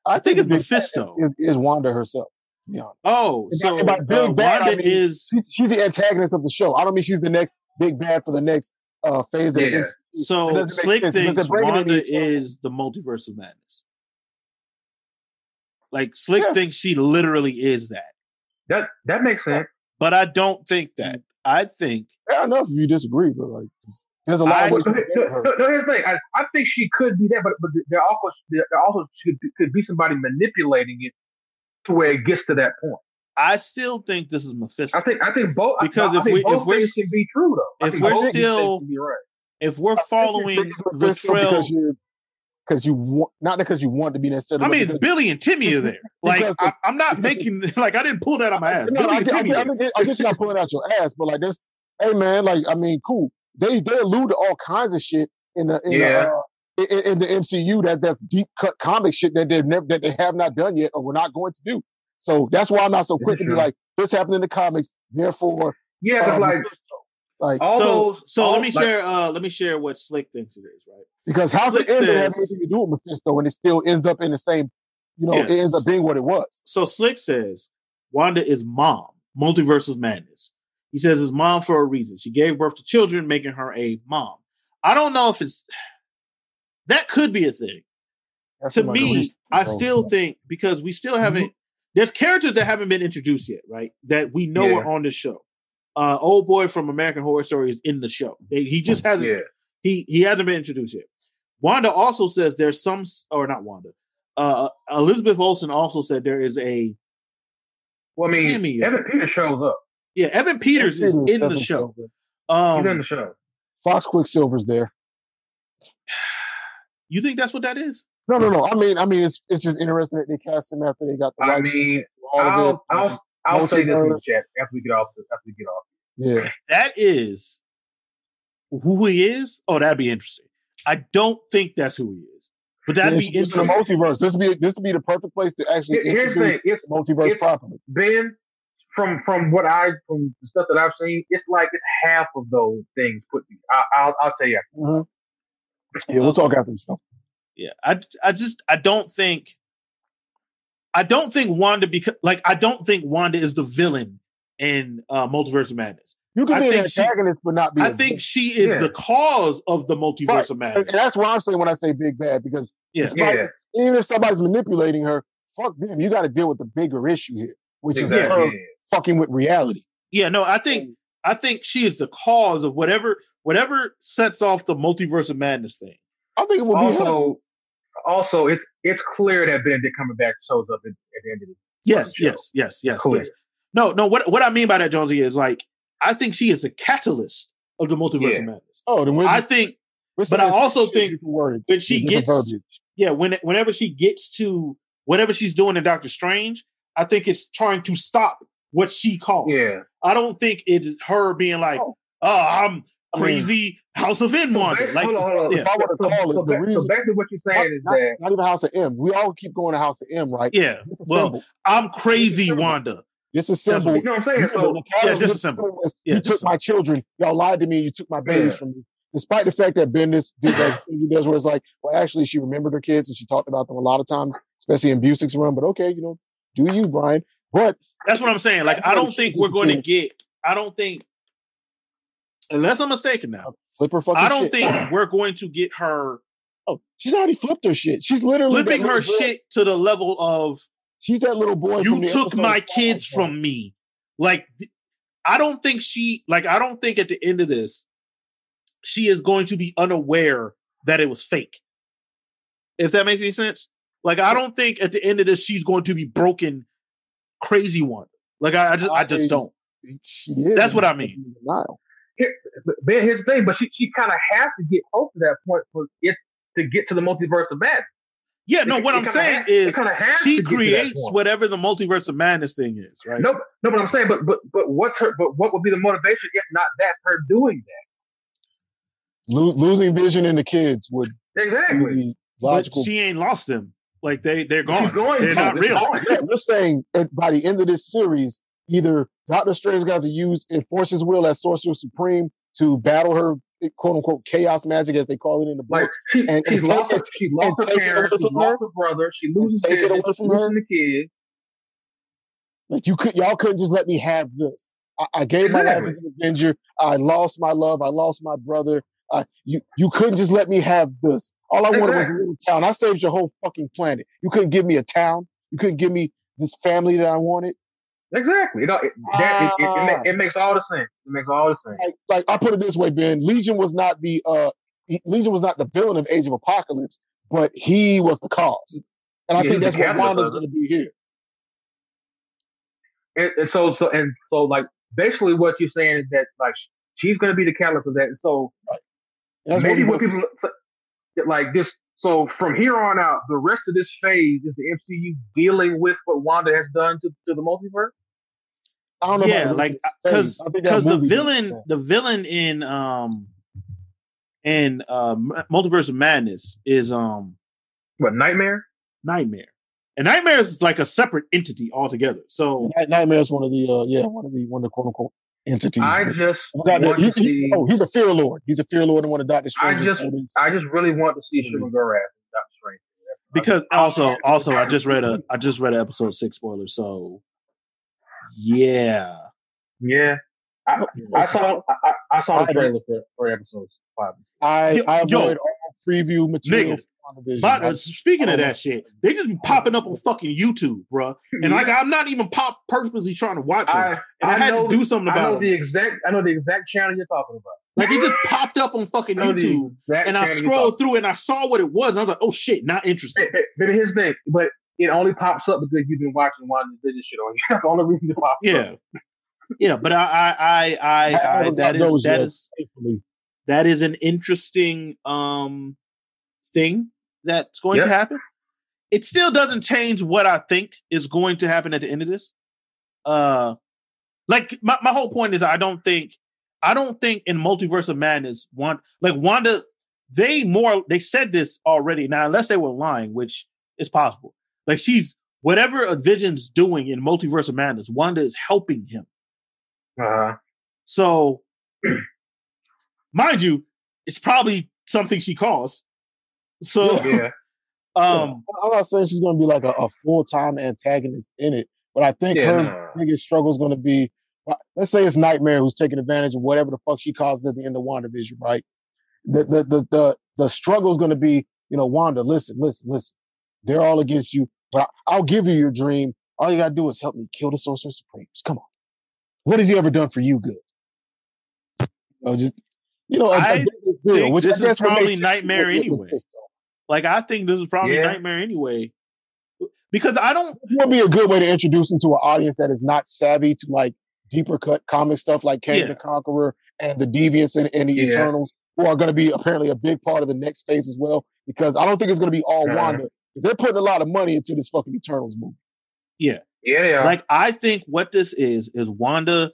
I think it's the big Mephisto. bad Is, is Wanda herself? Yeah, Oh, If I- so if I uh, big bad, I Wanda mean- is she's, she's the antagonist of the show. I don't mean she's the next big bad for the next uh, phase of the Yeah. MCU. It so doesn't make slick sense, because thinks they're bringing in Wanda these- is the multiverse of madness. Like slick Yeah. thinks she literally is that. that that makes sense. But I don't think Mm. that. I think Fair enough if you disagree, but like there's a lot I- of ways No, to no, get no, her. no, here's the thing. I, I think she could be that, but but there also there also could be, could be somebody manipulating it to where it gets to that point. I still think this is Mephisto. I think I think both I- Because I, if think we- both if we're things s- can be true though. I if think we're both these still- things can be right. if we're following the trail, because you want not because you want to be necessarily. I but mean, because- Billy and Timmy are there. Like Because the- I, I'm not because making like I didn't pull that out of my ass. No, Billy I, and get- I, Timmy. get- are I, there. get- I guess you're not pulling out your ass, but like this, hey man, like I mean, cool. They they allude to all kinds of shit in the in Yeah. the, uh, in, in the MCU that that's deep cut comic shit that they've never that they have not done yet or we're not going to do. So that's why I'm not so quick to be Sure. like this happened in the comics, therefore. Yeah, but um, like Mephisto. like all So those. so all- let me like, share uh let me share what Slick thinks it is, right? because House of Slick M didn't have says- anything to do with Mephisto, and it still ends up in the same. You know, it Yeah. ends up being what it was. So Slick says Wanda is mom, multiverse's madness. He says his mom for a reason. She gave birth to children, making her a mom. I don't know if it's that could be a thing. That's to what my reason me, I was. still think because we still haven't there's characters that haven't been introduced yet, right? That we know are on the show. Uh old boy from American Horror Story is in the show. They- he just hasn't Yeah, he he hasn't been introduced yet. Wanda also says there's some or not Wanda. Uh Elizabeth Olsen also said there is a well, I mean, Cameo. Evan Peters shows up. yeah, Evan Peters is Peters in the doesn't show. show He's in the Um show. Fox Quicksilver's there. you think that's what that is? No, no, no. I mean, I mean, it's it's just interesting that they cast him after they got the I rights. mean, to all of I'll it. I'll I'll say this in the Multiverse. chat after we get off. the- After we get off. yeah, That is who he is? Oh, that'd be interesting. I don't think that's who he is. But that'd be Introducing the interesting. multiverse. This would be this would be the perfect place to actually Here- Here's the introduce thing. It's the multiverse it's- properly. Ben, from from what I from the stuff that I've seen, it's like it's half of those things put. I, I'll I'll tell you. Mhm. Yeah, Uh, we'll talk after the show. yeah i i just i don't think i don't think wanda because like i don't think wanda is the villain in uh multiverse of madness You I can be an think she- antagonist, but not be. i a think villain. she is Yeah. the cause of the multiverse Right. of and madness and that's what I'm saying when I say big bad because Yeah. despite- Yeah. even if somebody's manipulating her, fuck them. You got to deal with the bigger issue here, which Exactly. is her fucking with reality. yeah no i think i think she is the cause of whatever whatever sets off the multiverse of madness thing I think it would be her. Also, also, it's it's clear that Benedict Cumberbatch shows up at, at the end of it. yes Sure. yes yes yes Clear. yes no no what what i mean by that jonesy is like i think she is the catalyst of the multiverse Yeah. of madness Oh, then we're, i think we're but I saying also shit, think different wording, when she different gets- yeah, when whenever she gets to whatever she's doing in Doctor Strange, I think it's trying to stop what she calls. Yeah. I don't think it's her being like, "Oh, Oh. I'm crazy House of N Wanda." Back- Like, hold on, hold on. yeah. If I were to So- call it, so the back, reason- so back to what you're Not, saying is not- that not even House of M. We all keep going to House of M, right? yeah, This is well, symbol. I'm crazy Wanda. This is that's symbol. you know what I'm saying. Remember, So the problem Yeah, this with is symbol. this was Yeah, you this took is my children. Y'all lied to me. You took my babies Yeah. from me. Despite the fact that Bendis did that thing he does where it's like, well, actually, she remembered her kids and she talked about them a lot of times, especially in Busick's run. But okay, you know, do you, Brian? But That's what I'm saying. Like, I don't think we're going to get. I don't think, unless I'm mistaken now, flip her fucking I don't shit. think we're going to get her Oh, she's already flipped her shit. She's literally flipping that her little boy- shit to the level of She's that little boy. from you the took episode my of Twilight kids Zone. from me. Like, th- I don't think she, like, I don't think at the end of this, she is going to be unaware that it was fake. if that makes any sense. Like I don't think at the end of this she's going to be broken, crazy one. Like I, I just I just don't. She is That's what I mean. in denial. But then here's the thing, but she, she kind of has to get close to that point for it to get to the multiverse of madness. Yeah, no. It- What it I'm kinda saying has- it is kinda has she to get to that creates point. whatever the multiverse of madness thing is, right? No, but- no, but I'm saying, but but but what's her? But what would be the motivation if not that her doing Lo- losing vision in the kids would that? be Exactly. the but logical. she ain't lost them. Like they they're Mm-hmm. gone. She's going they're to. not It's real. gone. Yeah, we're saying that by the end of this series, either Doctor Strange got to use enforce his will as Sorcerer Supreme to battle her quote unquote chaos magic as they call it in the Like books. she, And- she and lost take her, she lost her and take it parents, away she from lost her brother, she loses take it business, away from losing her. the kids. Like you could y'all couldn't just let me have this. I, I gave my life Exactly. as an Avenger. I lost my love. I lost my brother. I, you you couldn't just let me have this. All I wanted was a Exactly. little town. I saved your whole fucking planet. You couldn't give me a town. You couldn't give me this family that I wanted. Exactly. It, it, that, it, it, it, Ah. ma- it makes all the sense. It makes all the sense. like, like I put it this way, Ben. Legion was not the uh, he- Legion was not the villain of Age of Apocalypse, but he was the cause, and I Yeah, he think was that's the what catalyst Wanda's of it. going to be here. And, and so, so, and so, like basically, what you're saying is that like she's going to be the catalyst of that. And so, And that's maybe we what wanna- people like this. So from here on out, the rest of this phase is the MCU dealing with what Wanda has done to, to the multiverse. I don't know. yeah, about like Legion. because I think that because the movie- villain the villain in um in uh M- multiverse of madness is um What nightmare? nightmare, and nightmare is like a separate entity altogether. So Night- Nightmare is one of the uh, yeah one of the one of the quote unquote entities. I I just got want that. Oh, He- to he- see. oh, he's a fear lord. He's a fear lord and one of Doctor Strange's just- oldest. I just really want to see Mhm. Shimon Gorath. That's right. because also also I just read a I just read an episode six spoiler. So yeah, Yeah, I, I saw. I, I- I saw the Oh, I- trailer for, for episodes five. I, I Yo. avoid all preview material. Nigga. for WandaVision. But I- uh, speaking I of don't that shit, they just be popping up on fucking YouTube, bruh. And like I'm not even pop purposely trying to watch it. I, and I, I had know- to do something I know about it. the exact. I know the exact channel you're talking about. Like it just popped up on fucking I know the YouTube. exact And I channel you're scrolled through and I saw what it was. And I was like, oh shit, not But, interested. but, but here's the thing, but it only pops up because you've been watching Wanda's Vision shit on you. That's the only reason it pops up. Yeah. Yeah, but I I I, I I, I haven't that got is those that yet. is that is an interesting um thing that's going Yep. to happen. It still doesn't change what I think is going to happen at the end of this. Uh like my, my whole point is I don't think I don't think in multiverse of madness one like Wanda they more they said this already now unless they were lying which is possible like she's whatever a vision's doing in multiverse of madness Wanda is helping him Uh-huh. so, mind you, it's probably something she caused. So, Yeah. um, I'm not saying she's going to be like a, a full time antagonist in it, but I think Yeah, her no. biggest struggle is going to be uh, let's say it's Nightmare who's taking advantage of whatever the fuck she causes at the end of WandaVision, right? The the the the, the struggle is going to be, you know, Wanda, listen, listen, listen. They're all against you, but I, I'll give you your dream. All you got to do is help me kill the Sorcerer Supreme. Just come on. What has he ever done for you good? Oh, just, you know, a- a I business deal, think which I this is guess would make probably sense Nightmare with- with- anyway. with this, though. like I think this is probably Yeah. nightmare anyway, because I don't. would be a good way to introduce him to an audience that is not savvy to like deeper cut comic stuff like Kang Yeah. the Conqueror and the Deviants and, and the Yeah. Eternals, who are going to be apparently a big part of the next phase as well. Because I don't think it's going to be all Uh-huh. Wanda. They're putting a lot of money into this fucking Eternals movie. Yeah, they are. Like I think what this is is Wanda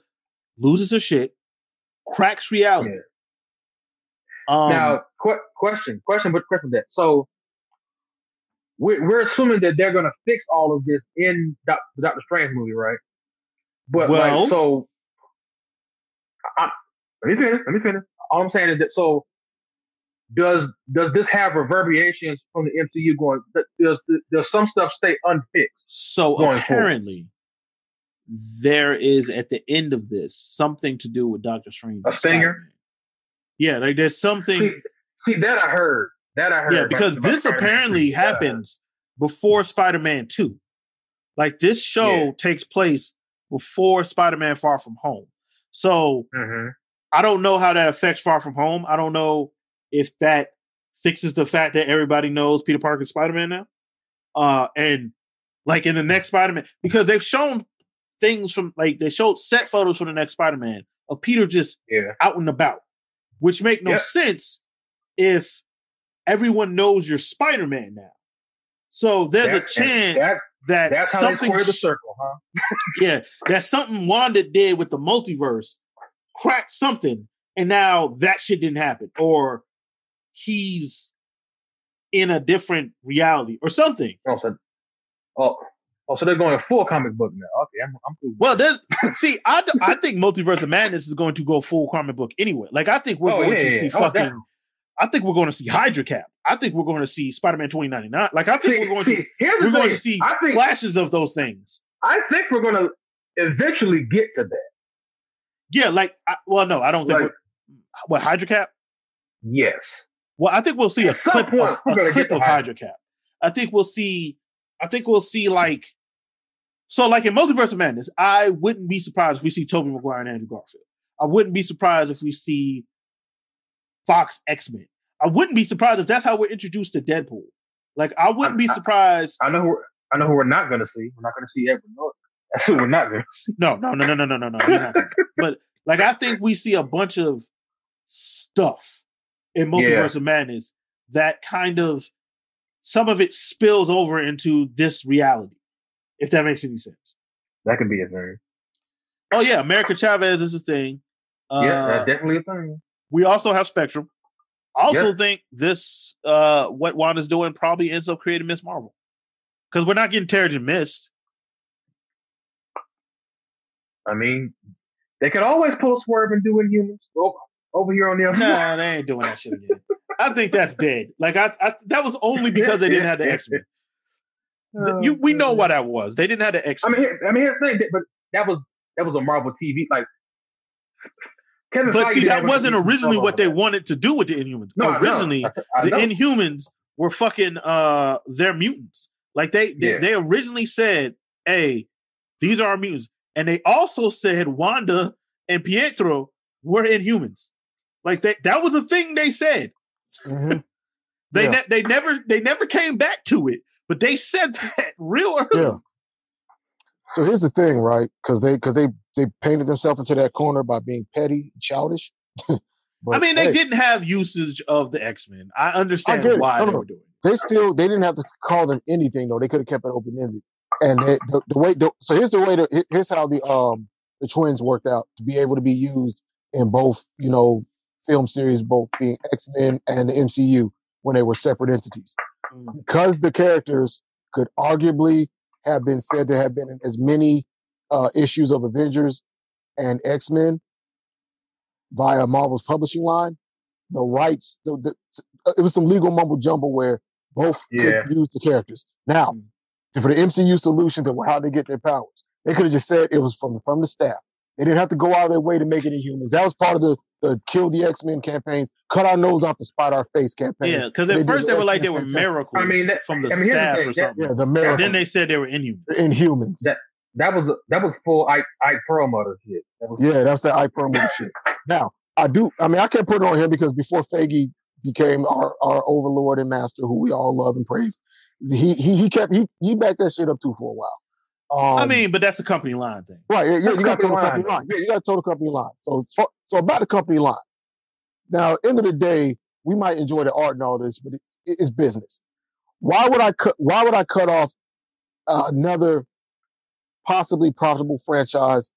loses her shit, cracks reality. Um, now, qu- question, question, but question that. So we're, we're assuming that they're going to fix all of this in Doc, the Doctor Strange movie, right? But Well- like, so I, I- let me finish. Let me finish. All I'm saying is that so does does this have reverberations from the MCU going? th- Does does some stuff stay unfixed? So going apparently, there is at the end of this something to do with Doctor Strange. A and stinger? Spider-Man. Yeah, like there's See, something. see that I heard. That I heard. Yeah, about- because about uh, this Spider-Man. apparently That I heard. happens before Spider-Man Two. Like this show Yeah. takes place before Spider-Man Far From Home. So Mhm. I don't know how that affects Far From Home. I don't know if that fixes the fact that everybody knows Peter Parker is Spider Man now. Uh, and like in the next Spider Man, because they've shown things from like they showed set photos from the next Spider Man of Peter just Yeah. out and about, which make no Yeah. sense if everyone knows you're Spider Man now. So there's a That- chance That, that that's how they something square the sh- circle, huh? yeah, that something Wanda did with the multiverse cracked something, and now that shit didn't happen, or he's in a different reality or something. Oh, so, oh, oh, so they're going full comic book now. Okay, I'm, I'm cool. Well, there's see, I, d- I think Multiverse of Madness is going to go full comic book anyway. Like I think we're Oh, going yeah, to yeah, see yeah. Oh, fucking. definitely. I think we're going to see Hydra Cap. I think we're going to see Spider Man twenty ninety nine. Like I think see, we're going see, to here's the we're thing. going to see I think flashes of those things. I think we're going to eventually get to that. Yeah, like I, well, no, I don't think. Like- we're- what Hydra Cap? Yes, Well, I think we'll see a At some clip point, of, we're a gonna clip get to of Hydra. Hydra Cap. I think we'll see. I think we'll see like. So, like in Multiverse of Madness, I wouldn't be surprised if we see Tobey Maguire and Andrew Garfield. I wouldn't be surprised if we see Fox X Men. I wouldn't be surprised if that's how we're introduced to Deadpool. Like, I wouldn't be I- I- surprised. I know. Who, I know who we're not going to see. We're not going to see Edward Norton. That's who we're not going to see. No, no, no, no, no, no, no, no. he's not gonna- But like, I think we see a bunch of stuff in Multiverse of Madness that kind of some of it spills over into this reality, if that makes any sense. That could be a thing. Oh yeah, America Chavez is a thing. Uh, yeah, that's definitely a thing. we also have Spectrum. I also Yeah. think this uh what Wanda's doing probably ends up creating Miss Marvel because we're not getting Terrigen Mist. I mean, they could always pull swerve and do Inhumans over, over here on the other. Nah, they ain't doing that shit again. I think that's dead. Like I, I that was only because they didn't have the X Men. Oh, you, we know goodness. what that was. They didn't have the X. I mean, here- I mean, here's the thing, that- but that was that was a Marvel TV like. Kevin but Feige see, did that have a- wasn't originally what they No, wanted to do with the Inhumans. no, I know. originally, I the E know. Inhumans were fucking uh they're mutants. Like they they, Yeah. they originally said, "Hey, these are our mutants," and they also said Wanda and Pietro were Inhumans. Like that that was a thing they said. Mhm. They Yeah. ne- they never they never came back to it, but they said that real early. Yeah. So here's the thing, right? Because they because they they painted themselves into that corner by being petty, childish. But, I mean, they hey, didn't have usage of the X Men. I understand get it. why No, they no. were doing. it. they still they didn't have to call them anything though. They could have kept it open ended. And they, the, the way the, so here's the way to here- here's how the um the twins worked out to be able to be used in both you know film series, both being X Men and the MCU when they were separate entities. because the characters could arguably have been said to have been in as many uh, issues of Avengers and X Men via Marvel's publishing line, the rights, the, the, it was some legal mumbo jumbo where both Yeah. could use the characters. Now, for the MCU solution to how they get their powers, they could have just said it was from from the staff. They didn't have to go out of their way to make it Inhumans. That was part of the, the kill the X Men campaigns, cut our nose off to spite our face campaign. Yeah, because They at did first they were X-Men like they were Fantastic. miracles I mean, that- from the I mean, here's the staff thing, or that- something. Yeah, the miracle. then they said they were inhuman. in humans. That- that was that was full Ike Ike Perlmutter shit. That was, Yeah, that's the I promo shit. Now, I do I mean I can't put it on here because before Faggy became our, our overlord and master who we all love and praise, he he he kept he he backed that shit up too for a while. Um, I mean, but that's a company line thing. Right. Yeah, yeah, That's you got total company company line. Yeah, you got total company line. So so so about the company line. Now, end of the day, we might enjoy the art and all this, but it, it's business. Why would I cut? Why would I cut off another possibly profitable franchise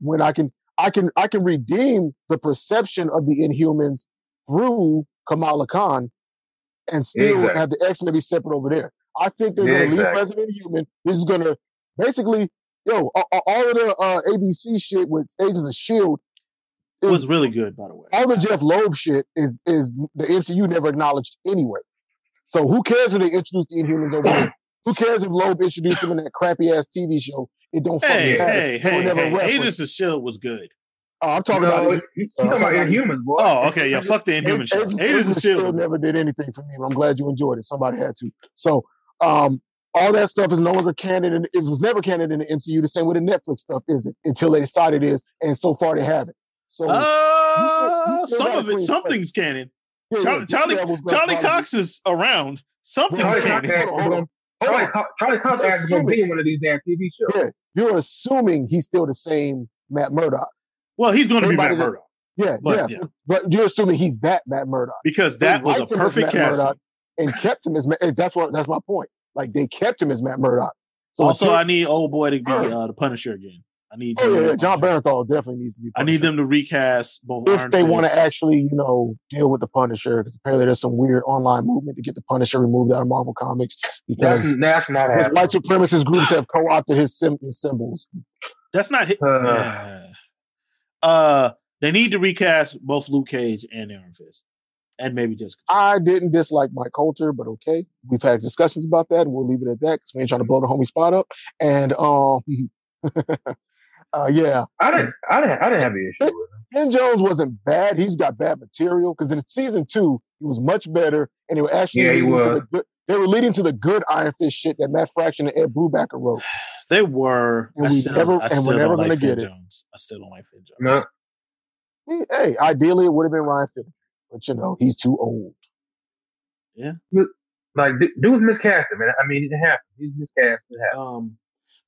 when I can I can I can redeem the perception of the Inhumans through Kamala Khan and still Exactly. have the X Men be separate over there. I think they're going to leave Exactly. Resident Human. This is going to basically yo, a- a- all of the uh, ABC shit with Agents of Shield, It It- was really good, by the way. E all the Jeff Loeb shit is is the MCU never acknowledged anyway. So who cares if they introduced the Inhumans over here? Who cares if Loeb introduced them in that crappy ass TV show? It don't fucking Hey, matter. hey, They were hey, never hey! referenced. Agents of Shield E was good. Oh, I'm talking no, about it. he- he's So I'm talking about talking about Inhumans, uh, boy. Oh, okay, yeah. Fuck the Inhuman show. Agents, Agents of Shield. never did anything for me, but I'm glad you enjoyed it. Somebody had to. So, um, all that stuff is no longer canon, and it was never canon in the MCU. The same way the Netflix stuff isn't until they decide it is, and so far they haven't. So, Uh, you still Oh, some gotta of it, clean something's canon. Charlie, Charlie, Yeah, was gonna Charlie probably- Cox is around. Something's Charlie Hold on, Cox happening. hold has on, hold on. Hold Charlie on. Cox- Charlie Cox Let's asked to do be in one of these damn TV shows. Yeah, you're assuming he's still the same Matt Murdock. Well, he's going to be Everybody Matt just- Murdock, Yeah, but yeah, yeah, but you're assuming he's that Matt Murdock. because They that was a liked him as perfect Matt casting. Murdock and kept him as Matt. That's what. That's my point. Like they kept him as Matt Murdock. So also, until- I need old boy to be uh, the Punisher again. I need. oh him yeah, to yeah, be John Punisher. Barenthal definitely needs to be. I need Punisher. them to recast both. if Iron they want to Fist. actually, you know, deal with the Punisher, because apparently there's some weird online movement to get the Punisher removed out of Marvel Comics That's, because that's not because happening. white supremacist groups have co-opted his, sim- his symbols. That's not hit. Uh, Yeah. Uh, they need to recast both Luke Cage and Iron Fist, and maybe Jessica. I didn't dislike my culture, but okay, we've had discussions about that, and we'll leave it at that because we ain't trying to blow the homie spot up. And um, uh, yeah, I didn't, I didn't, I didn't have an issue with Ben Jones wasn't bad. He's got bad material because in season two he was much better, and they were actually Yeah, he leading to was. the good. They were leading to the good Iron Fist shit that Matt Fraction and Ed Brubaker wrote. They were. And I we still, never- I and we're still never don't gonna like Finn get it. Jones. I still don't like Finn Jones. it. No, He- hey, ideally it would have been Ryan Phillippe, but you know he's too old. like, dude, dude's miscasted, man. I mean, it happened. He's miscast. It happened. Um,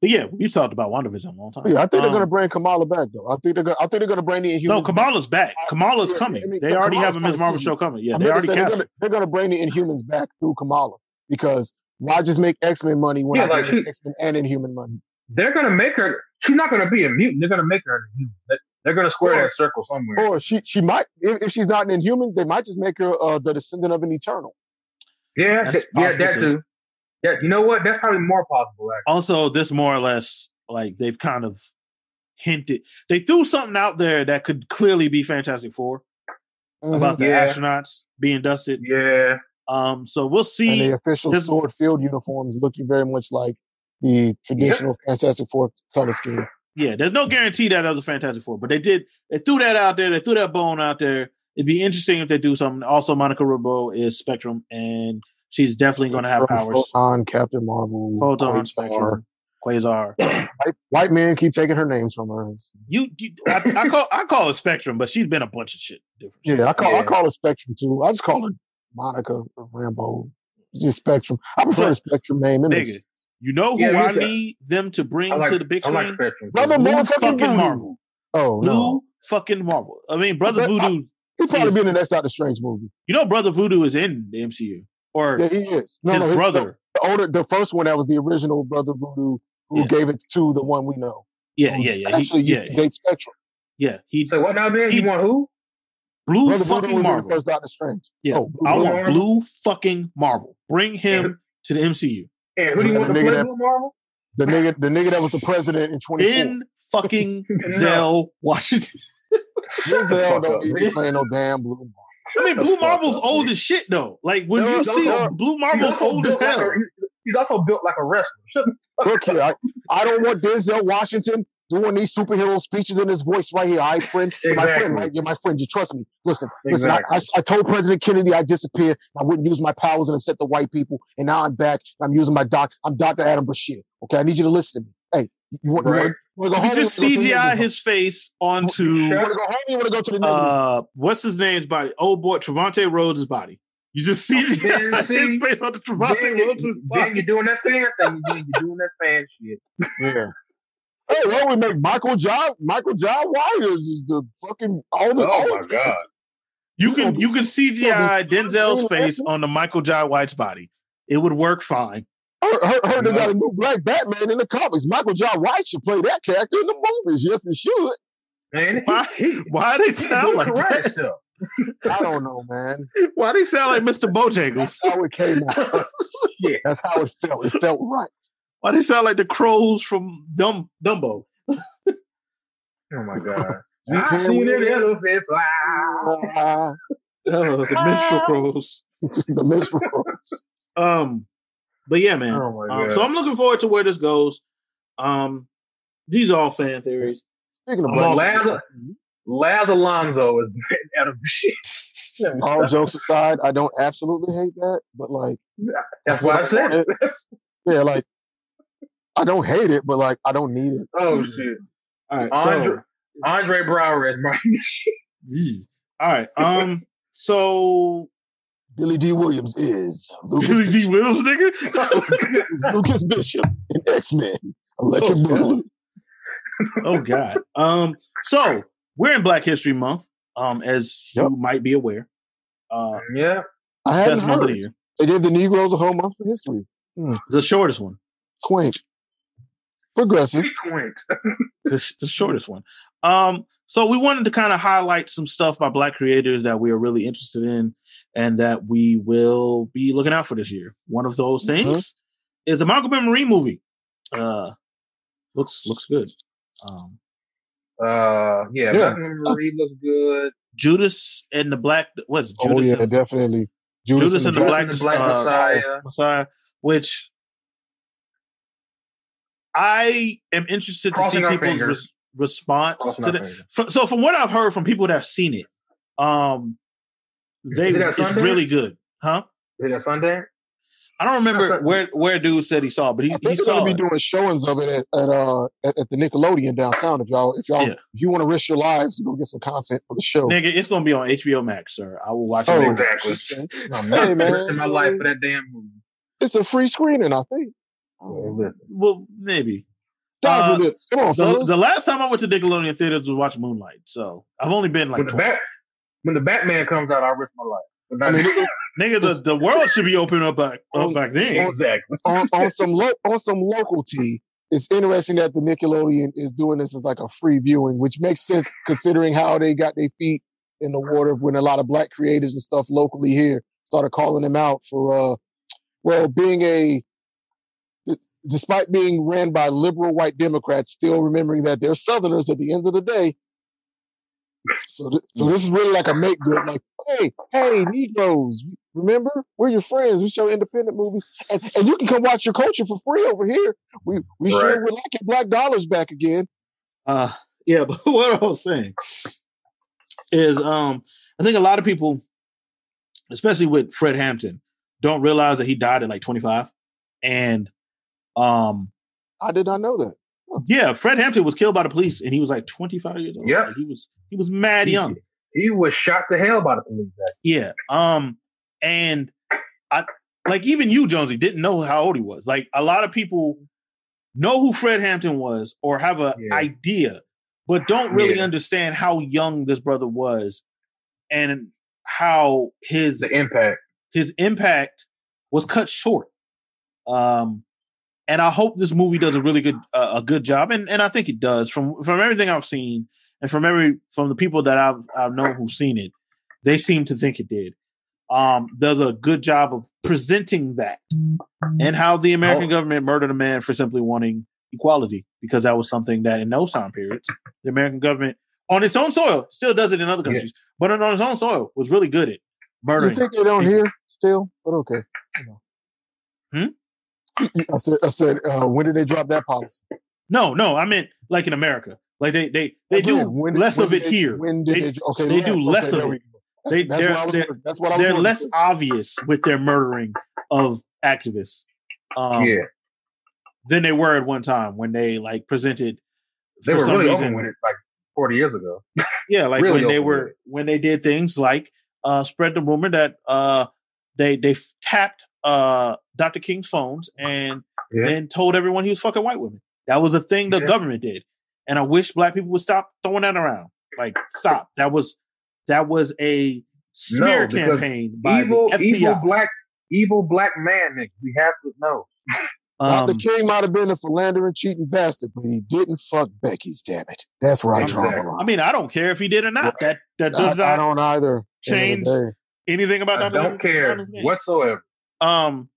but yeah, we talked about WandaVision a long time. But yeah, I think they're Um, gonna bring Kamala back though. I think they're gonna. I think they're gonna bring the Inhumans. No, back. Kamala's back. Kamala's yeah, coming. I mean, they already Kamala's have a Ms. coming, Marvel excuse show coming. Yeah, I they meant to already say, they're cast. gonna, they're gonna bring the Inhumans back through Kamala because why just make X Men money when Yeah, I can like, make she- X Men and Inhuman money? They're going to make her, she's not going to be a mutant. They're going to make her a mutant. They- They're going to square that circle somewhere. Oh, Or she she might if, if she's not an Inhuman, they might just make her uh, the descendant of an Eternal. Yeah, That's that- yeah, possible, that too. too. That, you know what? That's probably more possible, actually. Also, this more or less like they've kind of hinted. They threw something out there that could clearly be Fantastic 4 Mhm. about the Yeah. astronauts being dusted. Yeah, Um, so we'll and see. the official this- sword field uniforms looking very much like the traditional Fantastic Four color scheme. Yeah, there's no guarantee that that was a Fantastic Four, but they did. They threw that out there. They threw that bone out there. It'd be interesting if they do something. Also, Monica Rambeau is Spectrum, and she's definitely going to have powers. Photon, Captain Marvel, Photon, Quasar. Spectrum, Quasar. White, white men keep taking her names from her. You, you I, I call I call it Spectrum, but she's been a bunch of shit. Different shit. Yeah, I call Yeah. I call her Spectrum too. I just call her Monica or Rambo. It's Just Spectrum. I prefer But- the Spectrum name. It makes Nigga, you know who Yeah, I me too. need them to bring I like, to the big I screen? like Spectrum. Brother Blue motherfucking fucking Voodoo. Marvel. Oh Blue no, fucking Marvel. I mean, Brother But I- Voodoo. he probably is- be in the next Doctor Strange movie. You know, Brother Voodoo is in the MCU or Yeah, he is. No, his no, his brother. The, the older, the first one that was the original Brother Voodoo, who Yeah. gave it to the one we know. Yeah, who yeah, yeah. He, Oh, Actually, yeah, used to date Spectrum. yeah. He So what now, Ben? He- You want who? blue Brother Voodoo fucking was in the Marvel. first Doctor Strange. Yeah, Oh, I Blue want Marvel. blue fucking Marvel. Bring him to the MCU. And who do you Yeah, the want to play nigga that- Blue Marvel? The nigga, the nigga that was the president in 24. Ben fucking No. Zell Washington. Denzel Fuck don't up, need to be nigga. playing no damn blue. Marvel. I mean, Shut the Blue fuck Marvel's up, old nigga. as shit though. Like when No, you it's see also- him, Blue He's Marvel's also old as built like hell. a- he's- he's also built like a wrestler. Shut the fuck Look here, I, I don't want Denzel Washington doing these superhero speeches in his voice right here. All right, friend. You're my friend, Exactly. right? You're my friend. You trust me. Listen, listen, I, I, I told President Kennedy I disappeared. I wouldn't use my powers and upset the white people. And now I'm back. And I'm using my doc. I'm Dr. Adam Bashir. Okay, I need you to listen to me. Hey, you want, Right. you want, you want to If go home? you just You wanna go to the CGI negatives? his face onto You want to go home? or You want to go to the negatives? uh what's his name's body? Old boy Trevante Rhodes' body. You just CGI Ben, his see? face onto up. Trevante Ben, Rhodes' you, Ben, body. you're doing that fan thing. Ben, you're doing that fan shit. Yeah. Hey, why don't we make Michael John Michael John Waters is the fucking all the Oh, all my the- God. You can you can CGI this- Denzel's face on the Michael Jai White's body. It would work fine. Heard, heard, heard they No. got a new black Batman in the comics. Michael John White should play that character in the movies. Yes, it should. Man, Why- he, he, Why they he's sound doing like karate that? stuff. I don't know, man. Why they sound like Mr. Bojangles? That's how it came out. Shit. That's how it felt. It felt right. Why they sound like the crows from Dum Dumbo? Oh my god. You I can't seen win. an elephant fly. Ah, Oh, the minstrel crows. the minstrel. Um, but yeah, man. Oh my Um, god. so I'm looking forward to where this goes. Um, these are all fan theories. Speaking of I'm black, glad- shit, Laz Alonso is out of shit. all jokes aside, I don't absolutely hate that, but like, That's why I said it. yeah, like, I don't hate it, but like, I don't need it. Oh shit. All right, Andre, so Andre Brower is Martin. yeah. all right. Um, so Billy D. Williams is Lucas, Billy D. Williams, nigga. Bishop, Lucas Bishop in X Men. Electric Oh, God. Boogaloo. oh God. Um. So we're in Black History Month. Um, as you might be aware. Uh, Yeah. I best hadn't month of the heard. year. They gave the Negroes a whole month for history. The shortest one. Quaint, progressive. Quint. the, the shortest one. Um, so we wanted to kind of highlight some stuff by black creators that we are really interested in and that we will be looking out for this year. One of those Mm-hmm. things is the Malcolm and Marie movie. Uh looks looks good. Um Uh, yeah. Yeah. Malcolm Marie looks good. Judas and the Black what's Oh Judas yeah, and, definitely. Judas and the Black Black, the Black uh, Messiah. Messiah, which I am interested Crossing to our see people's fingers. res- response Crossing to our that. fingers. Fr- so from what I've heard from people that have seen it, um, they Is it it's at Sundance? really good, huh? Is it a Sunday? I don't remember That's a- where where dude said he saw, it, but he, I think he they're going saw to be it. doing showings of it at at, uh, at at the Nickelodeon downtown. If y'all if y'all Yeah. if you want to risk your lives to go get some content for the show, Nigga, it's gonna be on HBO Max, sir. I will watch it. Oh, Exactly. No, man, man. risking my life for that damn movie. it's a free screening. I think. Well, maybe. Die Uh, for this. Come on, The, fellas. the last time I went to Nickelodeon theaters was watch Moonlight, so I've only been like When the twice. Bat- when the Batman comes out, I'll risk my life. But not- I mean, it- Nigga, the, the world should be open up back up Oh, back then. exactly. on, on some lo- on some loyalty, it's interesting that the Nickelodeon is doing this as like a free viewing, which makes sense considering how they got their feet in the water when a lot of black creators and stuff locally here started calling them out for uh well being a d- despite being ran by liberal white Democrats, still remembering that they're Southerners at the end of the day. So, th- so this is really like a make good. Like, hey, hey, Negroes, remember we're your friends. We show independent movies and, and you can come watch your culture for free over here. We we sure Right. would like your black dollars back again. Uh, yeah, but what I was saying is, um, I think a lot of people, especially with Fred Hampton, don't realize that he died at like 25, and um, I did not know that. yeah, Fred Hampton was killed by the police, and he was like 25 years old. Yeah. Like, he was he was mad young. He was shot to hell by the police. actually. Yeah. Um, and I like even you, Jonesy, didn't know how old he was. Like a lot of people know who Fred Hampton was or have a Yeah. idea, but don't really Yeah. understand how young this brother was and how his The impact. his impact was cut short. Um, and I hope this movie does a really good uh, a good job, and and I think it does from from everything I've seen and from every from the people that I've I've known who've seen it, they seem to think it did. Um, does a good job of presenting that and how the American Oh. government murdered a man for simply wanting equality because that was something that in those time periods the American government on its own soil still does it in other Yeah. countries, but on its own soil was really good at You murdering. think they don't people. hear still? But okay. you know. I said I said uh, when did they drop that policy? No, no, I meant like in America. Like they they they Again, do when- less when of it did they- here. When did they, okay, they do yes, less okay, of there it. we go. That's, They- that's they're- what I was they're- wondering. that's what I was They're wondering. less obvious with their murdering of activists um, yeah. than they were at one time when they like presented. They for were some really reason, open with it like 40 years ago. yeah, like really when they open were with when they did things like uh, spread the rumor that uh, they they f- tapped uh, Dr. King's phones and Yeah. then told everyone he was fucking white women. That was a thing the Yeah. government did, and I wish black people would stop throwing that around. Like, stop. That was that was a smear because campaign by evil, the FBI. evil black, evil black man, Nick. We have to know. Um, Dr. King might have been a philandering, cheating bastard, but he didn't fuck Becky's. Damn it! That's where I draw the Exactly. I line. mean, I don't care if he did or not. That that I, does I not don't either. End of change the day. anything about I Dr. don't care King. whatsoever. um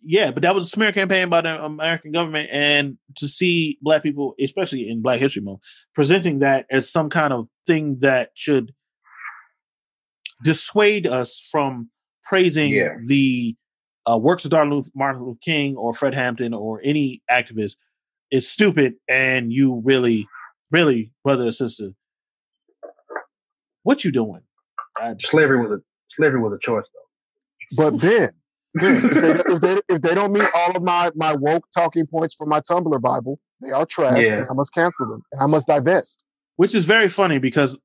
yeah but that was a smear campaign by the american government and to see black people especially in black history month presenting that as some kind of thing that should dissuade us from praising Yeah. the uh, works of Martin Luther, Martin Luther King or Fred Hampton or any activist is stupid and you really really brother or sister what you doing I just- Slavery was a slavery was a choice But Ben, Ben, if though. they, if they if they don't meet all of my my woke talking points for my Tumblr Bible, they are trash, Yeah. and I must cancel them, and I must divest. which is very funny because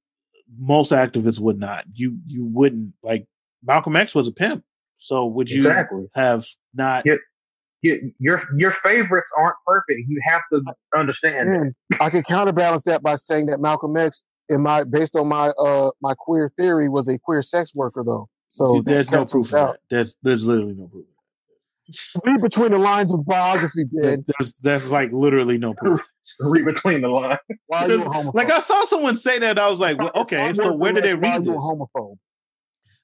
most activists would not. You you wouldn't like Malcolm X was a pimp. So would you Exactly. have not? You, your your favorites aren't perfect. You have to understand. that. And I can counterbalance that by saying that Malcolm X, in my based on my uh my queer theory, was a queer sex worker though. So dude, there's that no cancels proof of out. that. There's there's literally no proof. Read between the lines of biography, Ben. There's there's like literally no proof. Read between the lines. Why are you a homophobe? Like I saw someone say that, I was like, well, okay, so where did they Why read you a this? homophobe?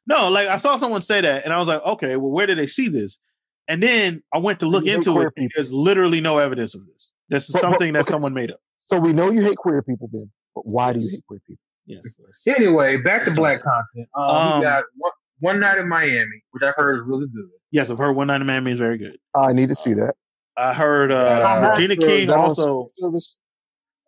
No, like I saw someone say that, and I was like, okay, well, where did they see this? And then I went to look They into queer it. people. There's literally no evidence of this. This is But- but- something that okay. someone made up. So we know you hate queer people, Ben. But why do you hate queer people? Yes. Anyway, back to That's black something. content. Um, Um, we got one, one night in Miami, which I've heard is really good. Yes, I've heard One Night in Miami is very good. I need to see that. I heard That's on uh, Max, Regina Is that King on also. service.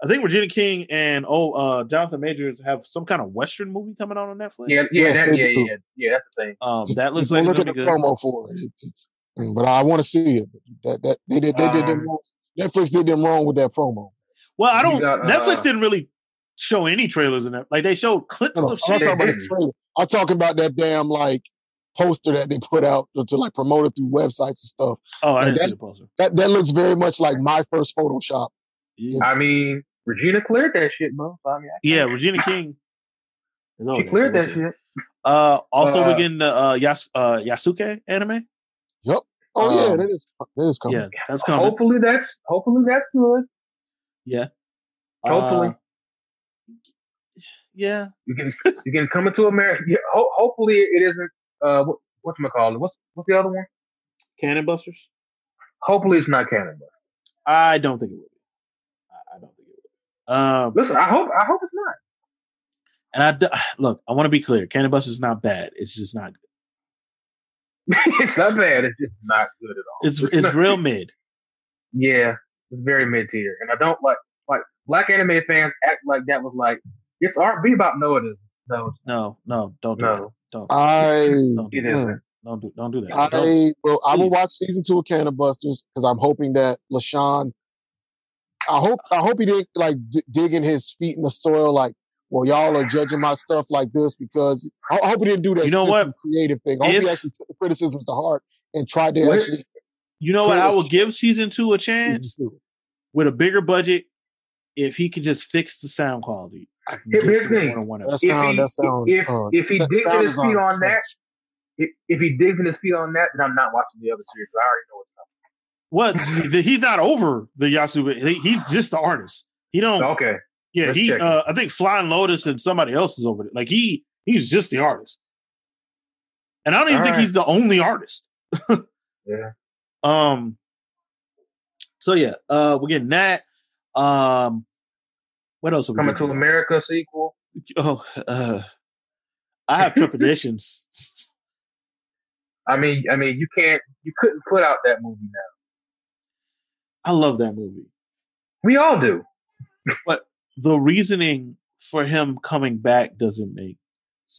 I think Regina King and oh uh, Jonathan Majors have some kind of Western movie coming out on Netflix. Yeah, yeah, Yes, that, they yeah, do. yeah, yeah. That's the thing. Um, Just- that looks just like it's look at gonna the be good. promo for it. It- It's, but I want to see it. That that they did they did them Um, wrong. Netflix did them wrong with that promo. Well, I We don't. got, uh, Netflix didn't really show any trailers in that. Like they showed clips No, no, of I'm not shit. talking about They the trailer. I'm talking about that damn like poster that they put out to, to, like promote it through websites and stuff. Oh, I Like didn't that- see the poster. That that looks very much like my first Photoshop. Yeah, I mean, Regina cleared that shit, bro. So, I mean, I can't- Regina King. is on she there, so cleared we'll that see. shit. Uh, also, we're Uh, getting the uh, Yas- uh, Yasuke anime. Oh yeah, Um, that is that is coming. Yeah, that's coming. Hopefully, that's hopefully that's good. hopefully. Uh, yeah, You can you can come into America. Yeah, ho- hopefully, it isn't. Uh, what, what's my call? What's what's the other one? Cannon Busters. Hopefully, it's not Canada. I don't think it will. Be. I, I don't think it will. Be. Um, Listen, I hope I hope it's not. and I d- look. I want to be clear. Cannon Busters is not bad. It's just not. it's not bad. It's just not good at all. It's it's not- real mid. Yeah, it's very mid tier, and I don't like like black anime fans act like that was like it's R B about no it is no No, no, don't do that. no Don't. I don't do it that. isn't. Don't do don't do that. Don't- I will. I will Please. watch season two of Canada Busters because I'm hoping that Lashawn. I hope. I hope he didn't like d- digging his feet in the soil. Like, well, y'all are judging my stuff like this because I, I hope he didn't do that. You know sensitive what? Creative thing. I hope If- he actually took the criticisms to heart and tried to Well, here- actually. you know what? I True. will give season two a chance Mm-hmm. with a bigger budget if he can just fix the sound quality. I can Here- get here's to oh the it thing. one-on-one. That If sound. he- that sound. if- uh, if he sa- digged sound his design feet is on that, trash. if, if he digs in his feet on that, then I'm not watching the other series. I already know it's What? The- He's not over the Yasu. He- He's just the artist. He don't. not. Okay, yeah, let's he. check it. Uh, I think Flying Lotus and somebody else is over there. Like he, he's just the artist. And I don't even All think right. he's the only artist. yeah. Um. So yeah, uh, we're getting that. Um, what else? Are we Coming to getting? America sequel. Oh, uh, I have trepidations. I mean, I mean, you can't, you couldn't put out that movie now. I love that movie. We all do. The reasoning for him coming back doesn't make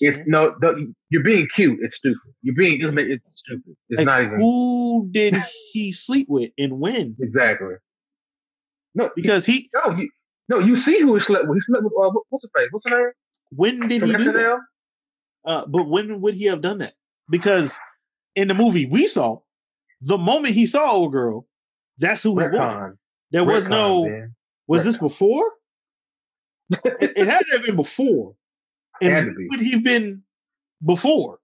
It's Mm-hmm. no, the, you're being cute. It's stupid. You're being, it's, it's stupid. It's Like, not even who did he sleep with and when? exactly. No, Because he, No, you, no, you see who he slept with. He slept with uh, what- what's his face? What's her name? when did From he do that? SNL? Uh, but when would he have done that? Because in the movie we saw, the moment he saw old girl, that's who he wanted. Retcon. There was Retcon, no. man. Was this before? it, it had to have been before. And Had to be. would he have been before?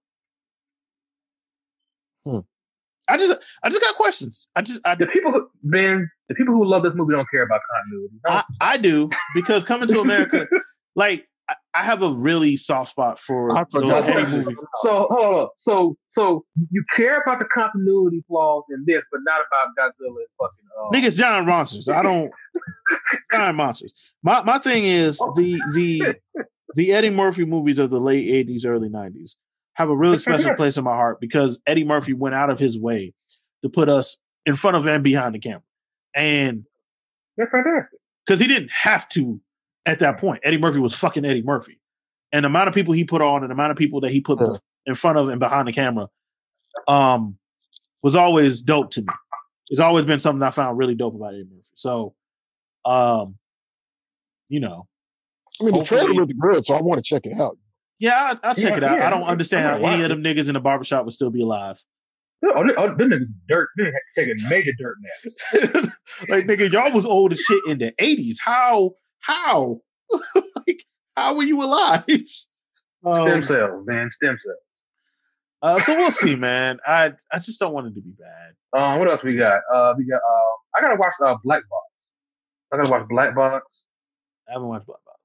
Hmm. I just I just got questions. I just I, The people who man, the people who love this movie don't care about continuity. I, I do because coming to America, like I, I have a really soft spot for I the forgot. Eddie that movie. so hold on. So so you care about the continuity flaws in this, but not about Godzilla and fucking uh, Niggas giant monsters. I don't giant monsters. My my thing is the the the Eddie Murphy movies of the late eighties, early nineties have a really special place in my heart because Eddie Murphy went out of his way to put us in front of and behind the camera. And They're fantastic. because he didn't have to at that point. Eddie Murphy was fucking Eddie Murphy, and the amount of people he put on, and the amount of people that he put Yeah. in front of and behind the camera, um, was always dope to me. It's always been something I found really dope about Eddie Murphy. So, um, you know, I mean, the trailer Hopefully- Oh, looked good, so I want to check it out. Yeah, I, I'll check Yeah, it out. yeah. I don't understand how I'm not any of them niggas in the barbershop would still be alive. Oh, th- oh, them niggas dirt. They taking major dirt naps. like nigga, y'all was old as shit in the eighties. How? How? like, how were you alive? Stem Um, cells, man. Stem cells. uh, so we'll see, man. I I just don't want it to be bad. Um, what else we got? Uh, we got. Uh, I gotta watch uh Black Box. I gotta watch Black Box. I haven't watched Black Box.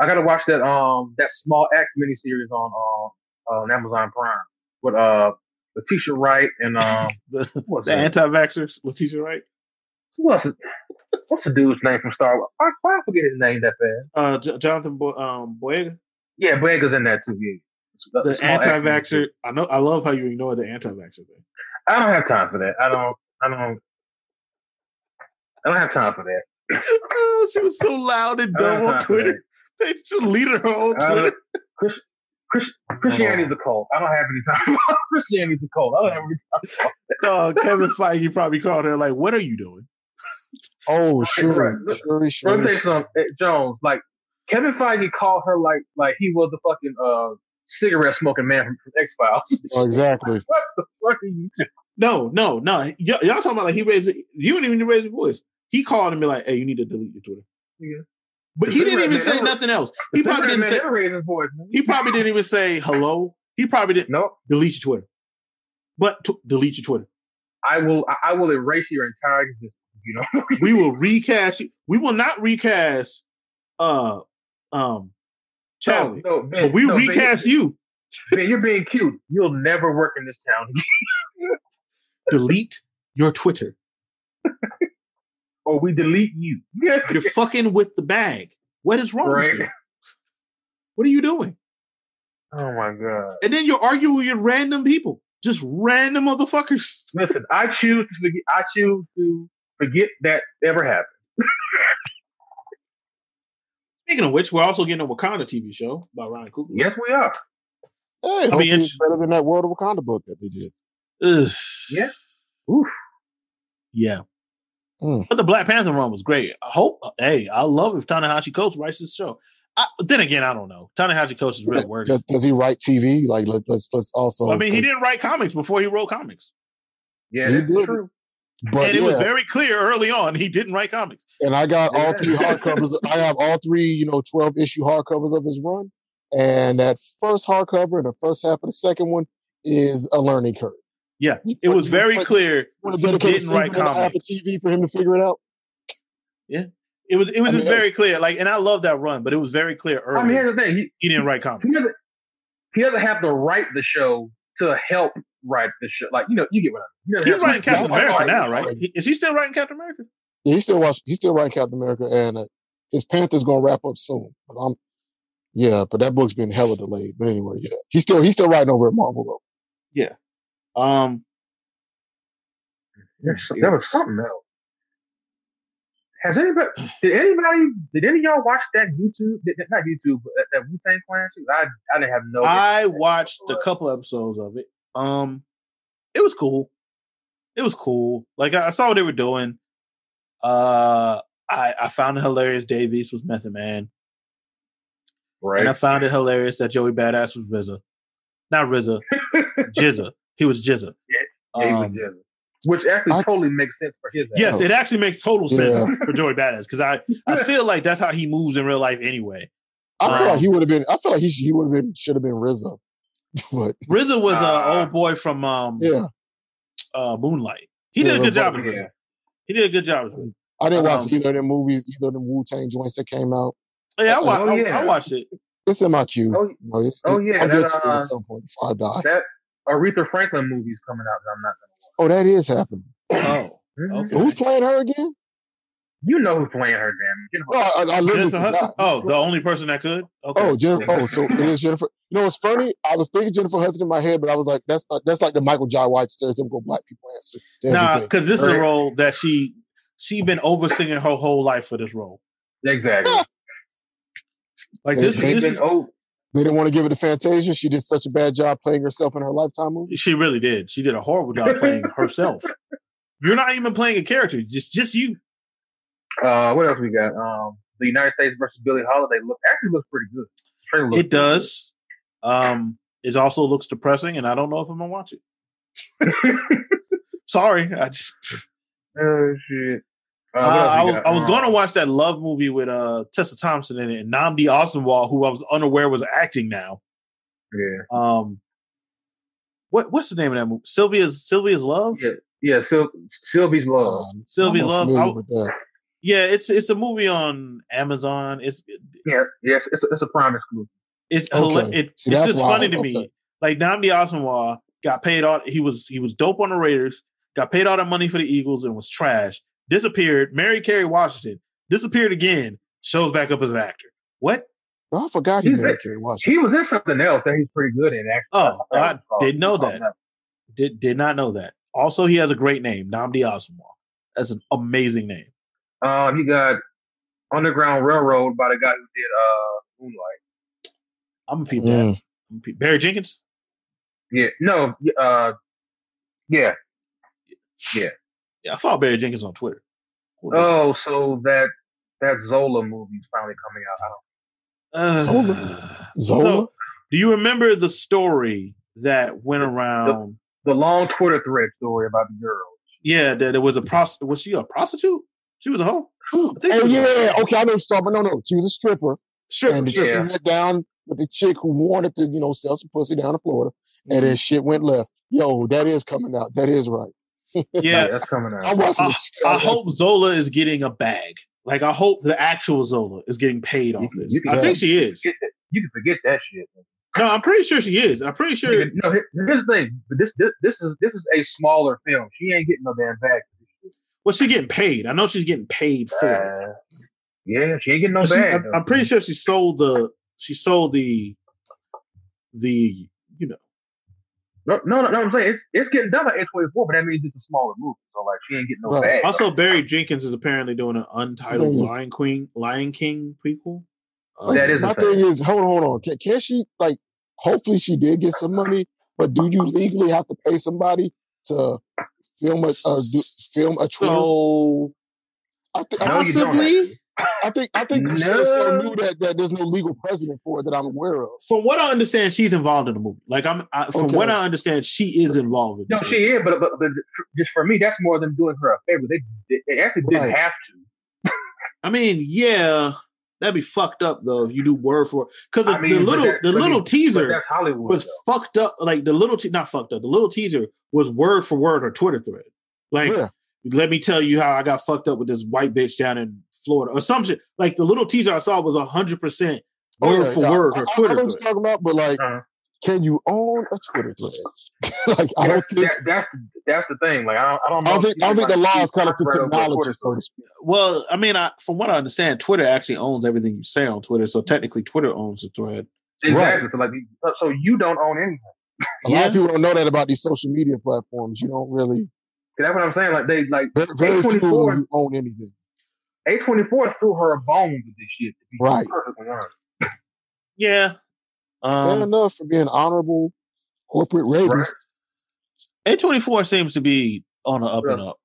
I gotta watch that um that small act miniseries on um on Amazon Prime with uh Letitia Wright and um The, who was the that? anti-vaxxers, Letitia, right? Who else? What's the dude's name from Star Wars? Why, why I forget his name that fast? Uh, J- Jonathan Bo- um, Boyega, Yeah, Boyega's in that too. Yeah, the small act anti-vaxxer. miniseries. I know. I love how you ignore the anti-vaxxer thing. I don't have time for that. I don't. I don't. I don't have time for that. oh, she was so loud and I don't dumb have on time for Twitter. They just deleted her on I Twitter. don't- Chris, Chris, Christianity's a cult. I don't have any time. for Christianity's a cult. I don't have any time. No, Kevin Feige probably called her like, "What are you doing?" Oh, sure, right. sure, Let me sure. tell you something, eh, Jones. Like Kevin Feige called her like like he was the fucking uh cigarette smoking man from, from X Files. Oh, exactly. what the fuck are you? No, no, no. Y- y'all talking about like he raised. You didn't even raise your voice. He called and be like, "Hey, you need to delete your Twitter." Yeah. But he didn't Cigarette even man, say that was- nothing else. He probably didn't man, say. that raised his voice. man. He probably didn't even say hello. He probably didn't Nope. delete your Twitter. But t- delete your Twitter. I will. I, I will erase your entire existence. You know. We will recast. you. We will not recast. Uh, um, Chadwick. no, Ben, but we no, Ben, recast you. Ben, you're being cute. You'll never work in this town. Delete your Twitter. or we delete you. You're fucking with the bag. What is wrong right? with you? What are you doing? Oh my god. And then you're arguing with your random people, just random motherfuckers. Listen, I choose to forget. I choose to forget that ever happened. Speaking of which, we're also getting a Wakanda TV show by Ryan Coogler. Yes, we are. Hey, hopefully it's interested. better than that World of Wakanda book that they did. Ugh. Yeah. Oof. Yeah. Mm. But the Black Panther run was great. I hope. Hey, I love if Tanahashi Coates writes this show. I, then again, I don't know. Tanahashi Coates is really wordy. Does, does he write TV? Like, let, let's let's also. I mean, he didn't write comics before he wrote comics, Yeah, He that's did. true. But and it yeah, was very clear early on he didn't write comics. and I got all Yeah. three hardcovers. I have all three, you know, twelve issue hardcovers of his run. And that first hardcover and the first half of the second one is a learning curve. Yeah, You it put- was you very put- clear you wanna he dedicate a didn't season write on the Apple comics. TV for him to figure it out. It was it was I just mean, very clear. Like, and I love that run, but it was very clear early I mean, here's the thing. He, he didn't write comics. he doesn't. He doesn't have to write the show to help write the show. Like you know, you get what I mean. He He's doesn't have writing to- Captain I'm America writing- now, right? He- Is he still writing Captain America? Yeah, he's still watch. He's still writing Captain America, and uh, his Panther's gonna wrap up soon. But I'm, yeah, but that book's been hella delayed. But anyway, yeah, he's still he's still writing over at Marvel though. Um, There's some- There was something else. Has anybody? Did anybody? Did any of y'all watch that YouTube? That, that- not YouTube, but that, that Wu Tang Clan? shoot? I I didn't have no. I watched a couple episodes of it. Um, it was cool. It was cool. Like I, I saw what they were doing. Uh, I I found it hilarious. Davies was Method Man, and I Right. found it hilarious that Joey Badass was RZA, not RZA, Jizza. He was Jizza. Yeah, he was Um, jealous. Which actually I- totally makes sense for his. ass. Yes, Oh. it actually makes total Yeah. sense for Joey Badass because I, I feel like that's how he moves in real life anyway. I feel Wow. like he would have been. I feel like he sh- he would have been should have been Rizzo, but RZA was a Ah. old boy from um yeah, uh, Moonlight. He Yeah, did a good Lil job as RZA. Yeah. He did a good job as RZA. I didn't watch Um, either of them movies, either of them Wu Tang joints that came out. Yeah, I, wa- Oh, I- yeah. I watched it. It's in my queue. Oh, You know, it- oh, it- yeah, I'll get that, to it uh, at some point before I die. that Aretha Franklin movie's coming out. that I'm not. Mm-hmm. Oh, that is happening. Oh, okay. Who's playing her again? You know who's playing her, damn. You know. No, I, I literally Jennifer Hudson. forgot. Oh, the only person that could. Okay. Oh, Jennifer. Oh, so it is Jennifer. You know, it's funny. I was thinking Jennifer Hudson in my head, but I was like, that's not, that's like the Michael Jai White stereotypical black people answer to nah, everything. because this is a Right. role that she she been over singing her whole life for this role. Exactly. Oh, Like this, They- this She's is, been old. They didn't want to give it to Fantasia. She did such a bad job playing herself in her Lifetime movie. she really did. She did a horrible job playing herself. You're not even playing a character. Just just you. Uh, what else we got? Um, the United States versus Billie Holiday look actually looks pretty good. Trailer looks It does. Um, it also looks depressing, and I don't know if I'm gonna watch it. Sorry, I just Oh shit. Uh, what uh, else I, you was, got? I was Uh, going to watch that love movie with uh, Tessa Thompson in it and Namdi Osunwal, who I was unaware was acting now. Yeah. Um, what what's the name of that movie? Sylvia's Sylvia's Love. Yeah. Yeah. Syl- Sylvie's love. Um, Sylvie I'm not Love, familiar I- with that. Yeah, it's it's a movie on Amazon. It's Yeah. Yes. It's a, it's a prime exclusive. it's Okay. hila- it, See, it's that's just why. funny to Okay. me. Like Namdi Osunwal got paid all he was he was dope on the Raiders, got paid all the money for the Eagles and was trash. Disappeared. Mary Carey Washington disappeared again. Shows back up as an actor. What? Oh, I forgot he He's married a- Kerry Washington. He was in something else that he's pretty good in. Actually. Oh, I forgot what it's didn't know called. that. Did did not know that. Also, he has a great name, Namdi Osmar. That's an amazing name. Um, you got Underground Railroad by the guy who did uh Moonlight. I'm gonna peep that. Mm. I'm gonna peep- Barry Jenkins. Yeah. No. Uh. Yeah. Yeah, I follow Barry Jenkins on Twitter. Cool dude. Oh, so that that Zola movie's finally coming out. Uh, I don't Ugh. Zola? Zola? So, uh, do you remember the story that went around? the long Twitter thread story about the girl. Yeah, that there was a prostitute. Was she a prostitute? She was a hoe. oh think she was- yeah, okay, I know Star, but no, no, she was a stripper, and Stripper. she Yeah. went down with the chick who wanted to, you know, sell some pussy down in Florida, and Mm-hmm. then shit went left. Yo, that is coming out. That is right. Yeah, that's coming out. I'm watching. I- the shit out I of that hope Zola is getting a bag. Like, I hope the actual Zola is getting paid off this. You can- I think she is. Forget that- You can forget that shit. No, I'm pretty sure she is. I'm pretty sure. No, here- here's the thing. This, this this is this is a smaller film. She ain't getting no damn bag. Well, she's getting paid. I know she's getting paid for it. Uh, yeah, she ain't getting no But she- bag. I'm, I'm pretty sure she sold the she sold the the you know No, no, no, no. I'm saying it's, it's getting done by A24, but that means it's a smaller movie. So like, she ain't getting no Right. bag. also Barry Jenkins is apparently doing an untitled Yes. Lion Queen Lion King prequel. Um, Like, Oh, That is a my thing. thing is, hold on, hold on. Can, can she like? Hopefully, she did get some money, but do you legally have to pay somebody to film a uh, do, film a trailer? so I, th- No, you don't possibly. actually. I think I think the shit is so new that, that there's no legal precedent for it that I'm aware of. From what I understand, she's involved in the movie. Like I'm, I, from Okay. what I understand, she is involved. In No, this she is, but, but but just for me, that's more than doing her a favor. They they- they actually didn't Right. have to. I mean, yeah, that'd be fucked up though if you do word for because I mean, the but little that- the but little it- But teaser that's Hollywood. was though. fucked up. Like the little, te- not fucked up. The little teaser was word for word her Twitter thread. Like, Yeah. let me tell you how I got fucked up with this white bitch down in Florida or some shit. Like the little teaser I saw was hundred percent Oh, word yeah, for yeah. word I, her I- I Twitter know what thread. you're talking about, but like, Uh-huh. can you own a Twitter thread? like, I don't That's- think that, that's that's the thing. Like I don't, I don't I know. don't think I don't think the law is kind of to technology, so So to speak. Well, I mean, I from what I understand, Twitter actually owns everything you say on Twitter. So technically, Twitter owns the thread. exactly. So like, you- so you don't own anything. A lot of people don't know that about these social media platforms. You don't really That's what I'm saying. Like they like very, very few of A24 you own anything. A24 threw her a bone with this shit. To be Right. Perfectly honest. Yeah. Fair Um, enough for being honorable corporate ravens. Right. A twenty four seems to be on the up and up.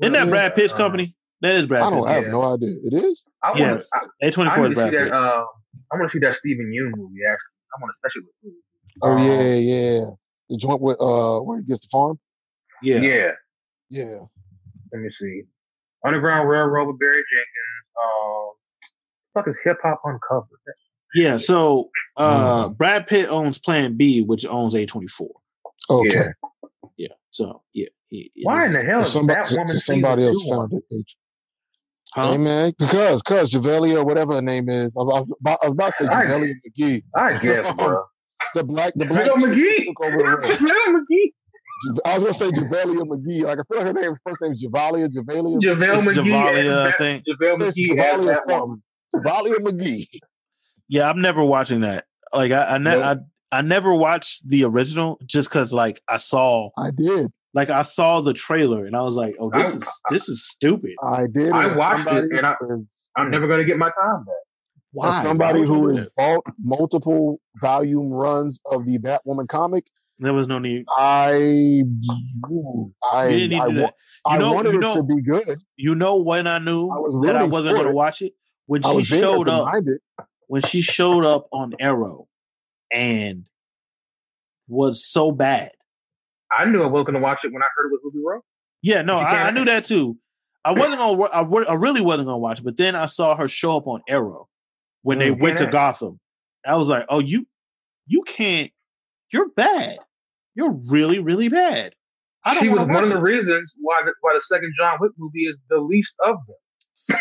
Isn't that Yeah. Brad Pitt's Uh, company? That is Brad I Pitt's. don't have yeah. no idea. It is. I Yeah. want. to A twenty I, I four want is to Brad see that. Pitt. Uh, I want to see that Stephen Yeun movie. Actually, I want to. That shit was cool. Oh Um, yeah, yeah. The joint with uh where he gets the farm. Yeah. yeah. Yeah. Let me see. Underground Railroad with Barry Jenkins. Uh, fuck is Hip Hop Uncovered? Yeah, so uh Mm. Brad Pitt owns Plan B, which owns A24. Okay. Yeah. Yeah. So, yeah. he- he- Why in the hell So is somebody, that so- woman? so somebody else found found it. They Huh? Hey man, because because Javelia or whatever her name is, I, I, I was about to say Right. Javelia McGee, I guess, bro. the black the black Little chick who McGee. took over the role. Little McGee. Jav- I was gonna say Javelia McGee. Like I feel like her name first name is Javalia, Javalia, It's JaVale McGee. Javalia, has I that- think. JaVale It's McGee has Javalia that something. one. Javalia McGee. Yeah, I'm never watching that. Like I I, ne- Nope. I I never watched the original just cuz like I saw I did, like I saw the trailer and I was like, "Oh, this I- is this is stupid." I did. I as watched it, somebody and I- who is- I'm never gonna get my time back. Why? as Why somebody would you who do has that? bought multiple volume runs of the Batwoman comic, there was no need. I ooh, I You didn't need I, to do wa- that. You I know- wanted you it know- to be good. You know when I knew I was that I rooting wasn't for going to it. watch it when I she was there showed up behind it. when she showed up on Arrow and was so bad. I knew I wasn't going to watch it when I heard it was Ruby Rose. Yeah, no, You I, can't- I knew that too. I wasn't gonna. wa- I, wa- I really wasn't gonna watch, it, but then I saw her show up on Arrow when they Mm. went to Yeah. Gotham. I was like, "Oh, you, you can't. You're bad. You're really, really bad." I don't She was want to one watch of the this. reasons why the, why the second John Wick movie is the least of them.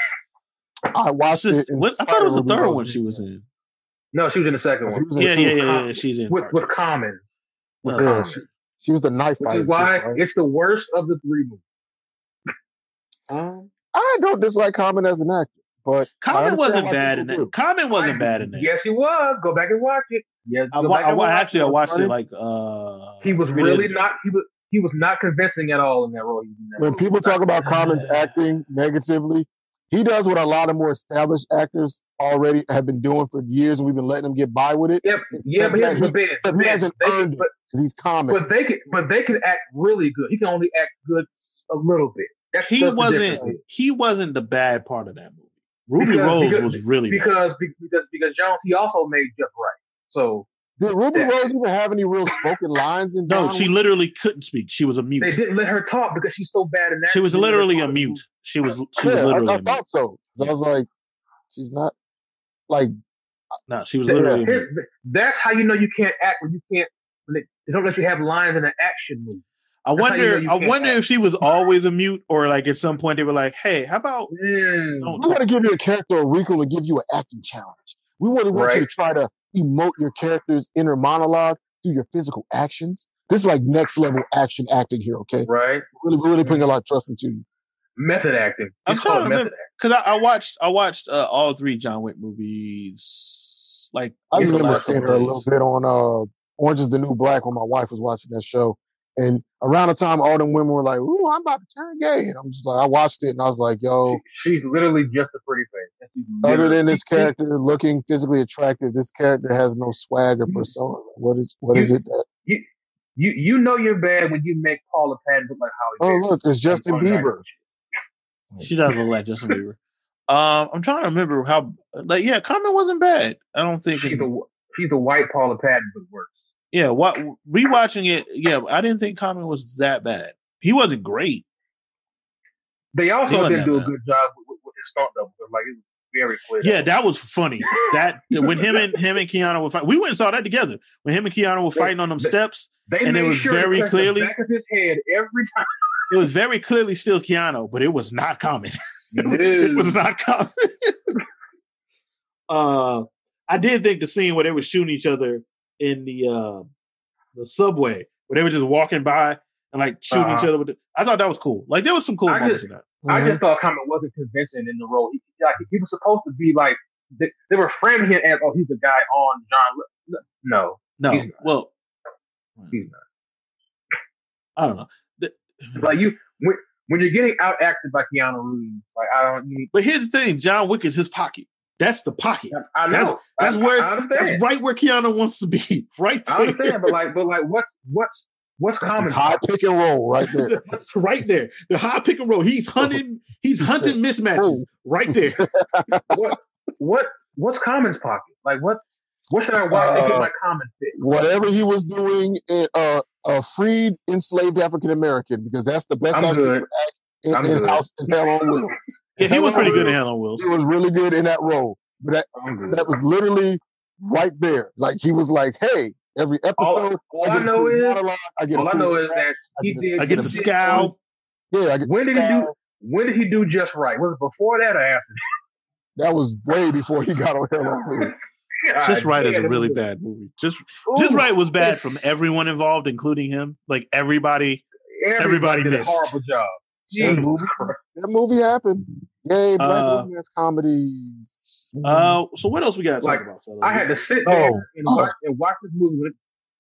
I watched This- it. in what- I spite thought it was of the Ruby third Rose one she being was there. in. No, she was in the second She one was in Yeah, two. yeah, yeah, Con- yeah. She's in. with Parks. with Common, with Yeah. Common, she, she was the knife which fighter. is why chick, right? it's the worst of the three movies. Um, I don't dislike Common as an actor, but I Common understand wasn't why bad people in do. that. Common wasn't bad in that. Yes, he was. Go back and watch it. Yes, I, go wa- back I and wa- watch actually I it. watched it funny. like uh He was three days really ago. not. He was. He was not convincing at all in that role. He was in that When movie. people talk about Uh, Common's acting negatively, he does what a lot of more established actors already have been doing for years, and we've been letting them get by with it Yeah, yeah, Except but here's that the he- thing. except he hasn't they earned can, it. but, 'cause he's Common. but they can, but they can act really good. He can only act good a little bit. That's he that's the wasn't difference. he wasn't the bad part of that movie. Ruby Because- Rose because- was really bad. because be- because because Jones he also made Jeff Right. So Did Ruby Yeah. Rose even have any real spoken lines in No, John? she Wick? literally couldn't speak. She was a mute. they didn't let her talk because she's so bad in that. She was they didn't let her literally a talk. mute. She was she Yeah, was I- literally I, a mute. thought so. 'Cause I was like, she's not like No, she was Yeah. literally a mute. Here- that's how you know you can't act when you can't. When they, they don't let you have lines in an action movie. I That's how you know wonder you I can't wonder act. if she was always a mute or like at some point they were like, "Hey, how about Mm. don't we talk?" want to give you a character a wrinkle and give you an acting challenge. We want to want you to try Right. to emote your character's inner monologue through your physical actions. This is like next level action acting here, okay? Right. Really, we're really putting a lot of trust into you. Method acting. It's I'm trying called to method remember cuz I, I watched I watched uh, all three John Wick movies like I just in the remember last seeing couple her a days. little bit on uh, Orange is the New Black when my wife was watching that show. And around the time, all them women were like, ooh, I'm about to turn gay. And I'm just like, I watched it and I was like, yo, acting. She, she's literally just a pretty face. And she's other literally- than this she- she- character looking physically attractive, this character has no swag or persona. What is, what is it that you, you you know you're bad when you make Paula Patton look like Oh, Holly Berry. look, it's on- Justin on Night Bieber. Watch. She does look like Justin Bieber. Um, I'm trying to remember how. Like, yeah, Carmen wasn't bad. I don't think. She's in- a she's a white Paula Patton, but worse. yeah, what rewatching it? Yeah, I didn't think Carmen was that bad. He wasn't great. They He also wasn't didn't do a that bad. good job with, with, with his stunt double. But like it was very clear. Yeah, that was funny. That when him and him and Keanu were fighting, we went and saw that together. When him and Keanu were fighting on them They- steps, they and it made was sure to very press clearly- the back of his head every time. it was very clearly still Keanu, but it was not Carmen. it was not Carmen. uh, I did think the scene where they were shooting each other in the uh, the subway, where they were just walking by and like shooting each Uh-huh. other with. The, I thought that was cool. Like there was some cool I moments just- in that. I just thought Common wasn't convincing in the role. He, like, he was supposed to be like they, they were framing him as oh he's the guy on John. Wick. No, No, He's not. well, he's not. I don't know. Like you when when you're getting out acted by Keanu Reeves, like I don't need. But here's the thing: John Wick is his pocket. That's the pocket. I know That's- that's I, where- I understand. That's right where Keanu wants to be. Right I there. understand, but like, but like, what's what's what's That's his common? high pick and roll right there. That's right there. The high pick and roll. Oh, He's hunting. He's hunting mismatches. Right there. What what what's common's pocket? Like what what should I watch to Uh, get my common fit? Whatever he was doing, it, uh, a freed enslaved African American, because that's the best i I'm have seen good. him act in, I'm in good. House in Hell on Wheels. Yeah, he was Hell on pretty good in Wheels, Hell on Wheels. He was really good in that role, but that I'm good. that was literally right there. Like he was like, "Hey, every episode, all I I get know a cool is monologue, I get a all I cool know is that I he get did. I get the he did- scowl. yeah, I get When did he do? style." When did he do just right? Was it before that or after? That was way before he got on Hell on Wheels. that? Just God Right is a damn, really it was- bad movie. Just Ooh, Just Right was bad from everyone involved, including him. Like everybody. everybody did a missed. horrible job. That Jesus movie- Christ. That movie happened. Yay, black Uh, romance comedies. Mm, Uh, so what else we got to talk Mm-hmm. Like, about, fellas? I had to sit Oh, there and oh. watch and watch this movie. When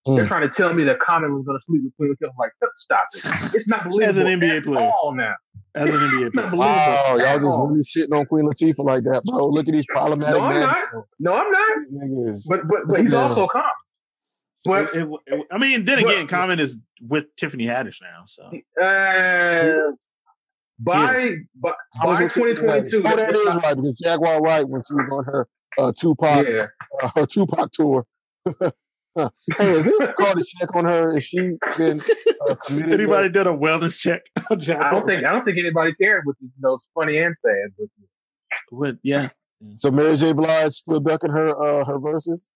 they're Hmm. Mm. trying to tell me that Common was going to sleep with Queen Latifah. I'm Like, stop it! It's not As believable an NBA at player. all now. as an NBA player. believe- wow, Oh, y'all at just all. really shitting on Queen Latifah like that, bro. Look at these problematic No, I'm man not. boobs. No, I'm not. These niggas. But but but he's Yeah. also Common. But It- it- it- I mean, then Well- again, Common is with Tiffany Haddish now, so uh, by by, I was by with Tiffany Haddish. 2022, Oh, that- that that's is not- right because Jaguar Wright when she was on her uh, Tupac yeah, uh, her Tupac tour. Hey, is it called to check on her? Is she been uh, committed? Anybody did a wellness check? on John I don't Boy? think I don't think anybody cared with you know it's funny and sad. But With- yeah. yet? So Mary J. Blige still ducking her uh, her verses.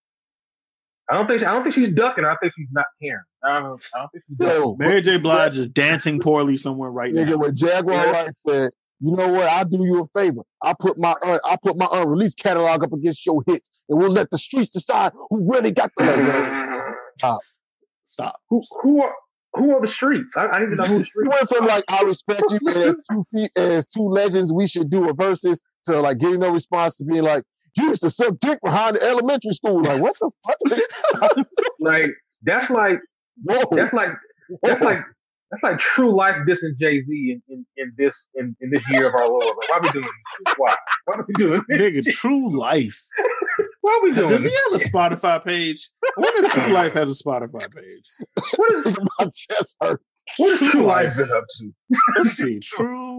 I don't think I don't think she's ducking. I think she's not caring. I don't, I don't think she's ducking. Yo, Mary J. Blige is dancing poorly somewhere right nigga, now. what Jaguar Wright said. You know what? I'll do you a favor. I put my un- I put my unreleased catalog up against your hits, and we'll let the streets decide who really got the label. Stop. Who who are who are the streets? I, I need to know who the We streets. went from like I respect you and as two feet as two legends, we should do a versus to like getting no response to being like you used to suck dick behind the elementary school. Like what the fuck? Like that's like Whoa, that's like that's like that's like true life dissing Jay Z in, in, in this in, in this year of our Lord. Like, why are we doing this? Why? Why are we doing this? Nigga, True Life. Why are we doing Does he this? have a Spotify page? I wonder if True Life has a Spotify page. What is my chest hurt. what has true life been up to? Let's see. True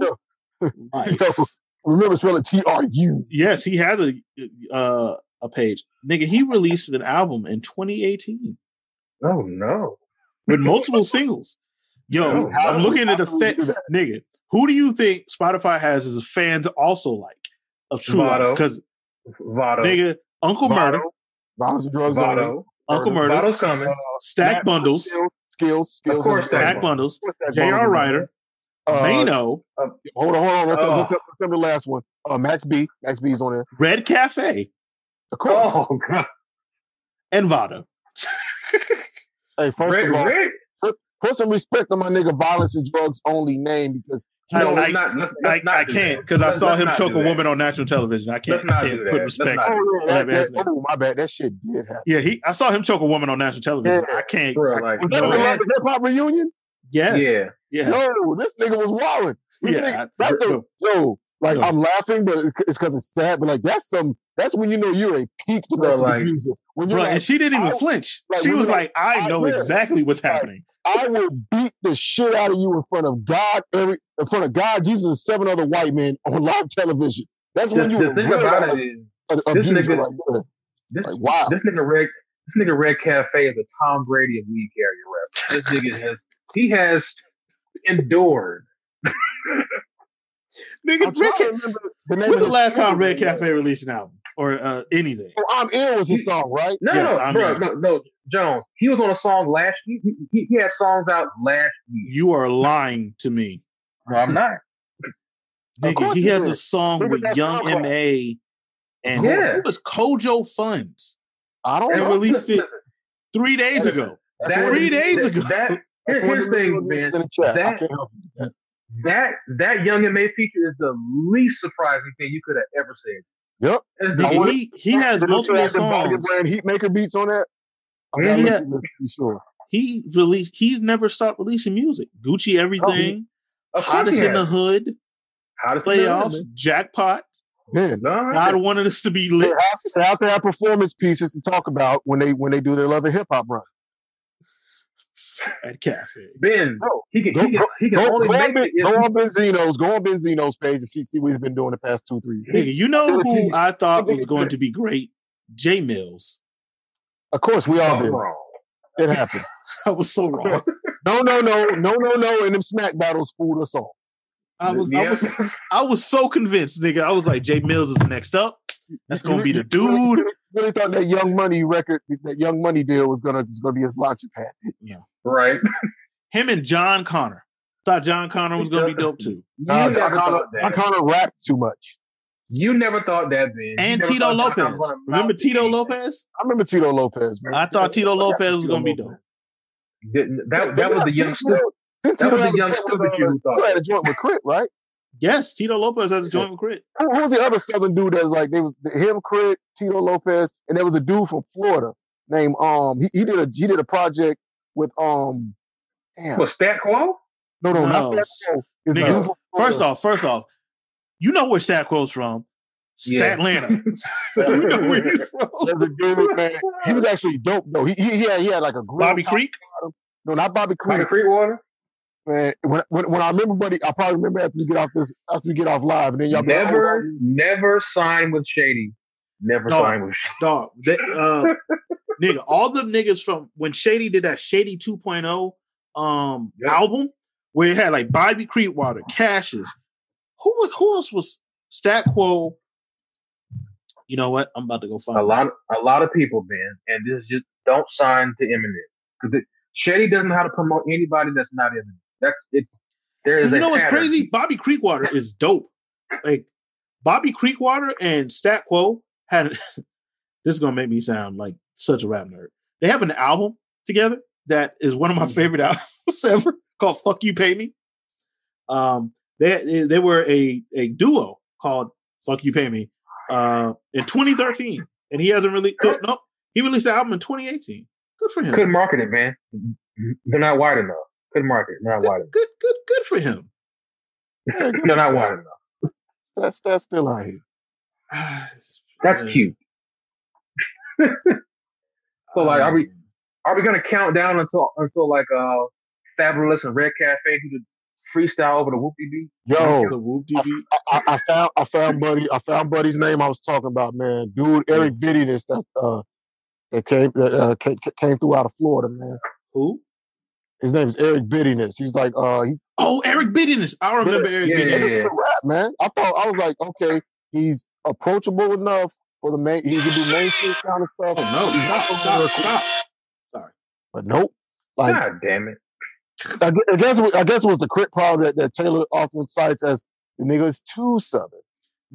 Life. Yo, remember spelling T R U. Yes, he has a uh, a page. Nigga, he released an album in 2018 Oh no. with multiple singles. Yo, Oh, I'm no. looking at the How do we fa- do that? nigga. Who do you think Spotify has as fans also like of True Votto. Life? Because Vado. nigga, Uncle Murder, Violence and drugs. only. Vado. Uncle Murder. Murder, uh, Votto's coming. Stack Bundles, Skills, skills, skills. course, and- Stack Stack Bundles, what's that J.R. bonus? Ryder, Uh, Mano, Hold on, hold on. Let's, Oh. let's, let's tell me the last one. Uh, Max B. Max B is on there. Red Cafe, Of course. Oh god. and Vado. Hey, first Rick, of all, Rick? put some respect on my nigga violence and drugs only name because he I- don't I- let's not, let's, I, let's not I do can't that. because I Let's- saw let's him not choke do a that. woman on national television. I can't, Let's not I can't do put that. Let's respect. not Oh, yeah, Yeah, that, that, man. oh, my bad. That shit did happen. Yeah, he. I saw him choke a woman on national television. Yeah. I can't. Bro, I- like, Was that no. the Love Hip Hop reunion? yes. Yeah. Yeah. Yeah. No, this nigga was wilding. This nigga, I- that's a, no. yo, like No. I'm laughing, but it's it's because it's sad. But like that's some. That's when you know you're a peak domestic like- abuser. When you're Bro, like, and she didn't even I- flinch. like, she we was were like, "I I know will. exactly what's Like, happening." I will beat the shit out of you in front of God, every in front of God, Jesus, and seven other white men on live television. That's The, when you the thing about it realize is an this abuser nigga- like that. this, Like wow, this nigga Red this nigga Red Cafe is a Tom Brady of weed carrier rap. This nigga has he has endured. I'm Nigga, Red trying to Ca- remember the name when's of the his last time song, Red man. Cafe released an album or uh, anything? Oh, I'm ill was his song, right? No, Yes, no, I no, bro, mean- no, no, Jones. He was on a song last. He, he, he had songs out last year. You are lying to me. No, I'm not. Of Nigga, course he he has did. a song Who with was that Young song called? Ma, and Yeah. it was Kojo Funds I don't They know. released it three days That is- ago. That's that one Three of the- days that- ago. That, that's here- one of here's the the thing, little man. niggas in the chat. I That- can't help you. That that Young and May feature is the least surprising thing you could have ever said. Yep. It's the Nigga, he he has Did it still multiple have the Volume songs. brand heat maker beats on that. I gotta Mhm. listen to it to be sure. He released. He's never stopped releasing music. Oh, Gucci everything. Of course hottest he in the has. hood. Hottest in the Playoffs. hood, man. Jackpot. Man, No, God wanted us to be lit. They're out, they're out there have performance pieces to talk about when they when they do their love and hip hop run. at cafe. Ben, Bro, he can, go- he can, he can Go, only go on, make Ben- it if go on Benzino's, go on Benzino's page and see, see what he's been doing the past two, three years. Nigga, you know who I thought Nigga, was going to yes. be great? J Mills. Of course, we all I'm did. wrong. It happened. I was so wrong. No, no, no, no, no, no. And them smack battles fooled us all. I was I Yeah. was I was so convinced, nigga. I was like, J Mills is next up. That's gonna be the dude. Really thought that Young Money record, that Young Money deal was gonna was gonna be his launching pad. right. Him and John Connor. Thought John Connor was gonna be dope too. Nah, you John never Connor, thought that. John Connor rapped too much. You never thought that, Ben. You And never Tito thought John Lopez. Connor was gonna Remember amount to Tito anything. Lopez? I remember Tito Lopez. Man. I thought Tito Lopez was gonna be dope. Didn't- That, that was the young stupid. That was the young stupid you who thought uh, had a joint with Crit, right? Yes, Tito Lopez has a joint with Crit. who, who was the other Southern dude that was like they was him, Crit, Tito Lopez, and there was a dude from Florida named um he, he did a he did a project with um damn What, Stat Quo? no no, not No. that no. It's a Nigga, dude from Florida. First off, first off, you know where Stat Quo's from. Yeah. Statlanta. you know where he's from. there's a dude man he was actually dope though he he, he, had, he had like a grill Bobby top- Creek. no not Bobby Like a Creek creek water? man when, when when I remember buddy I probably remember after we get off this after we get off live and then y'all be like, Never, oh, never sign with Shady. Never No. sign with Shady. Dog. They, uh, nigga, all them niggas from when Shady did that Shady 2.0 um Yeah. album where it had like Bobby Creekwater, Cassius. Who was who else was Stat Quo? You know what? I'm about to go find a it. lot, a lot of people, man, and this is just don't sign to Eminem because Shady doesn't know how to promote anybody that's not Eminem. That's it's there is. And you a know what's pattern. crazy? Bobby Creekwater is dope. Like Bobby Creekwater and Stat Quo had this is gonna make me sound like such a rap nerd. They have an album together that is one Mm-hmm. of my favorite albums ever called Fuck You Pay Me. Um they they were a, a duo called Fuck You Pay Me uh in 2013. And he hasn't really no, no, he released the album in 2018. Good for him. Couldn't market it, man. They're not wide enough. Couldn't market. it. They're not wide Good good good, good for him. Yeah, enough. They're not wide enough. That's that's still out here. That's Yeah. cute. So, like, are we- Um, Are we gonna count down until until like uh Fabulous and Red Cafe do the freestyle over the whoopie beat? Yo, the whoop-de-beat? Oh. I, I found I found buddy I found buddy's name I was talking about man dude Eric Biddy that's that uh that came that, uh, came, came through out of Florida man Who? his name is Eric Biddiness he's like uh he Oh, Eric Biddiness. I remember Eric Yeah. Biddiness. this is a rap man I thought I was like okay he's approachable enough for the main he can do mainstream kind of stuff Oh no! He's Stop! not from Stop! New York, Stop! but nope like God damn it! I, gu- I guess it was- I guess it was the crit problem that, that Taylor often cites as the nigga is too southern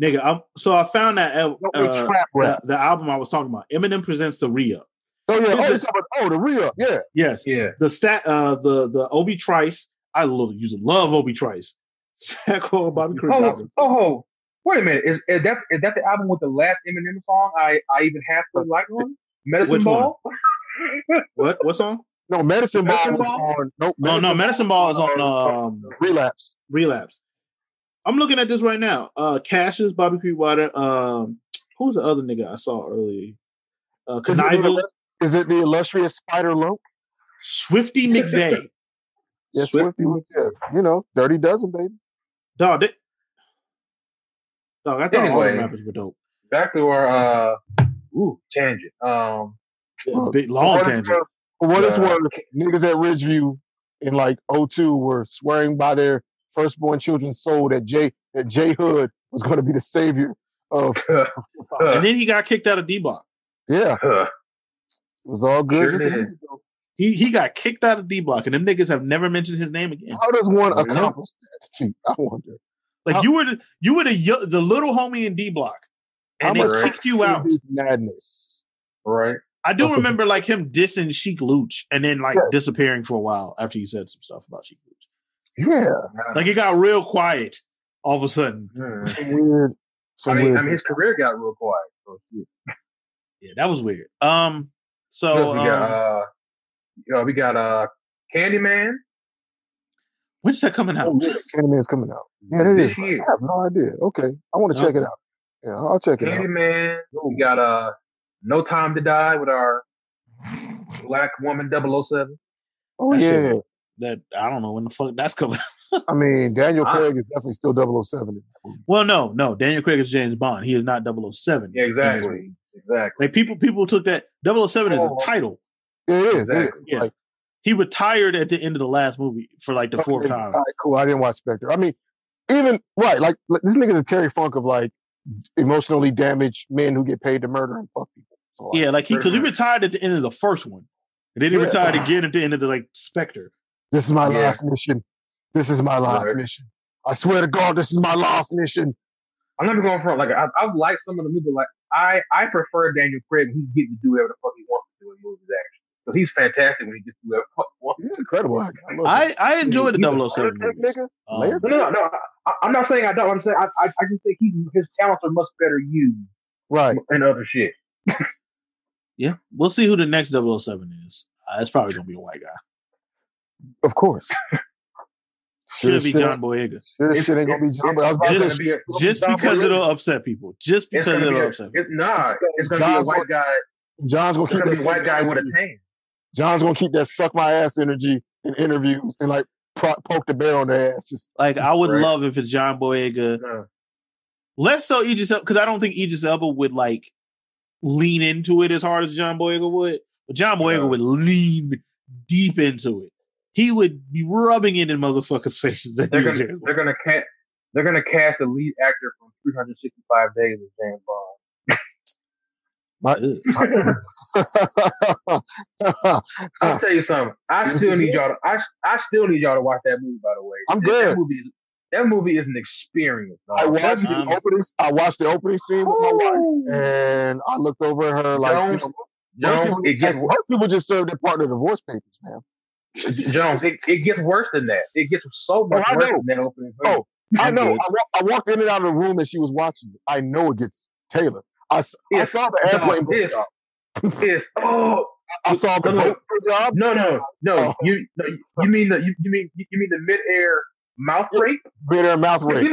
Nigga, I'm, so I found that uh, Don't make uh, trap the, rap the album I was talking about, Eminem presents the re-up. oh yeah this oh, is- you're talking about- oh the real yeah Yes, Yeah, the stat, uh, the the Obi Trice. I love, used to love Obi Trice. Sacco Bobby Creek. Oh, album. oh, oh, wait a minute. Is, is that is that the album with the last Eminem song I, I even have to like on? Medicine Which one? Ball? What what song? No, Medicine Ball Medicine was Ball? on. Nope. No, no, Medicine Ball is on Ball. um, Relapse. Relapse. I'm looking at this right now. Uh, Cassius, Bobby Creekwater. Um, who's the other nigga I saw earlier? Uh, Is it, Knivel, the, is it the illustrious Spider Lump? Swifty McVeigh. Yes, Swifty was yeah. You know, Dirty Dozen, baby. Dog, they, dog I thought all the Anyway. rappers were dope. Back to our uh, ooh tangent. Um, Yeah, Well, big long what is Oh, tangent. For what it's Yeah. worth, niggas at Ridgeview in like 02 were swearing by their firstborn children's soul that Jay that Jay Hood was going to be the savior of. And then he got kicked out of D Block. Yeah, it was all good. Sure Just- did. He he got kicked out of D Block, and them niggas have never mentioned his name again. how does one Yeah. accomplish that feat? I wonder. Like you were the, you were the yo- the little homie in D Block, and How they much- kicked you out. This madness. right. I do That's a- remember like him dissing Sheik Luch, and then like disappearing for a while after you said some stuff about Sheik Luch. Yeah, Like it got real quiet all of a sudden. Hmm. some weird. I Some mean, weird. I mean, his career got real quiet. So, shit. Yeah, that was weird. Um, so Look, we got um, uh, you know, we got uh, Candyman when's that coming out? Oh, yeah, Candyman's coming out. Yeah, that this is. year. I have no idea. Okay, I want to check it out. Yeah, I'll check it out. Candyman. We got uh, No Time to Die with our black woman 007. Oh That shit- yeah, That I don't know when the fuck that's coming. I mean Daniel I- Craig is definitely still 007. Well, no, no. Daniel Craig is James Bond. He is not 007. Yeah, exactly, exactly. Like people, people took that 007 is Oh. a title. Yeah, it is. It is. Exactly. Yeah. Like, He retired at the end of the last movie for like the fourth okay, Oh, time. all right, cool. I didn't watch Spectre. I mean, even right, like, like this nigga's a Terry Funk of like emotionally damaged men who get paid to murder and fuck people. So like, Yeah, like he because he retired at the end of the first one, and then he Yeah. retired again at the end of the like Spectre. this is my Yeah. last mission. This is my last Right. mission. I swear to God, this is my last mission. I'm not even going front. Like I, I've liked some of the movies. Like I, I prefer Daniel Craig. He's getting to do whatever the fuck he wants to do in movies. Actually, so he's fantastic when he gets to do whatever the fuck he wants. He's incredible. I, I Oh, love him. I I enjoyed the He's a 007 movies. Nigga, Um, layer No, no, no. no I, I'm not saying I don't. I'm saying I, I, I just think he, his talents are much better used Right. and other shit. yeah, we'll see who the next 007 is. Uh, it's probably gonna be a white guy. Of course. Should Sure, it be shit, John Boyega? Sure, this shit ain't gonna be John. But I was about to Just- say, be a, Just John because Boyega. it'll upset people. Just because It's gonna be it'll a, upset. people. it's nah. It's gonna John's be a gonna- white guy. John's gonna It's keep gonna that be a white suck- guy with a tan. John's gonna keep that suck my ass energy in interviews and like pro- poke the bear on their ass. Just, Like I would Right. love if it's John Boyega. No. Less so Idris Elba because I don't think Idris Elba would like lean into it as hard as John Boyega would. But John Boyega would lean deep into it. He would be rubbing it in motherfuckers' faces. that They're he was gonna James Bond. they're gonna cast they're gonna cast the lead actor from 365 Days as James Bond. Ah. I'll tell you something. I Seriously? still need y'all. To, I I still need y'all to watch that movie. By the way, I'm That- good. That movie, is- that movie is an experience. dog. I watched Um, the opening. I watched the opening scene with my wife, Ooh. and I looked over at her like, Jones, you know, most, Jones, people, it gets most people just serve their partner divorce papers, man. Jones, it, it gets worse than that. It gets so much Oh, I worse know. than that opening. Oh, scene. I I'm know. I, good. wa- I walked in and out of the room, and she was watching. it. I know it gets Taylor. I, s- I Yes. saw the airplane. Dog, this, break up. this, oh I saw the No, no. boat break up. no, no, Oh. no! You, no, you mean the you, you mean you mean the midair mouth rape? Bit her mouth ring.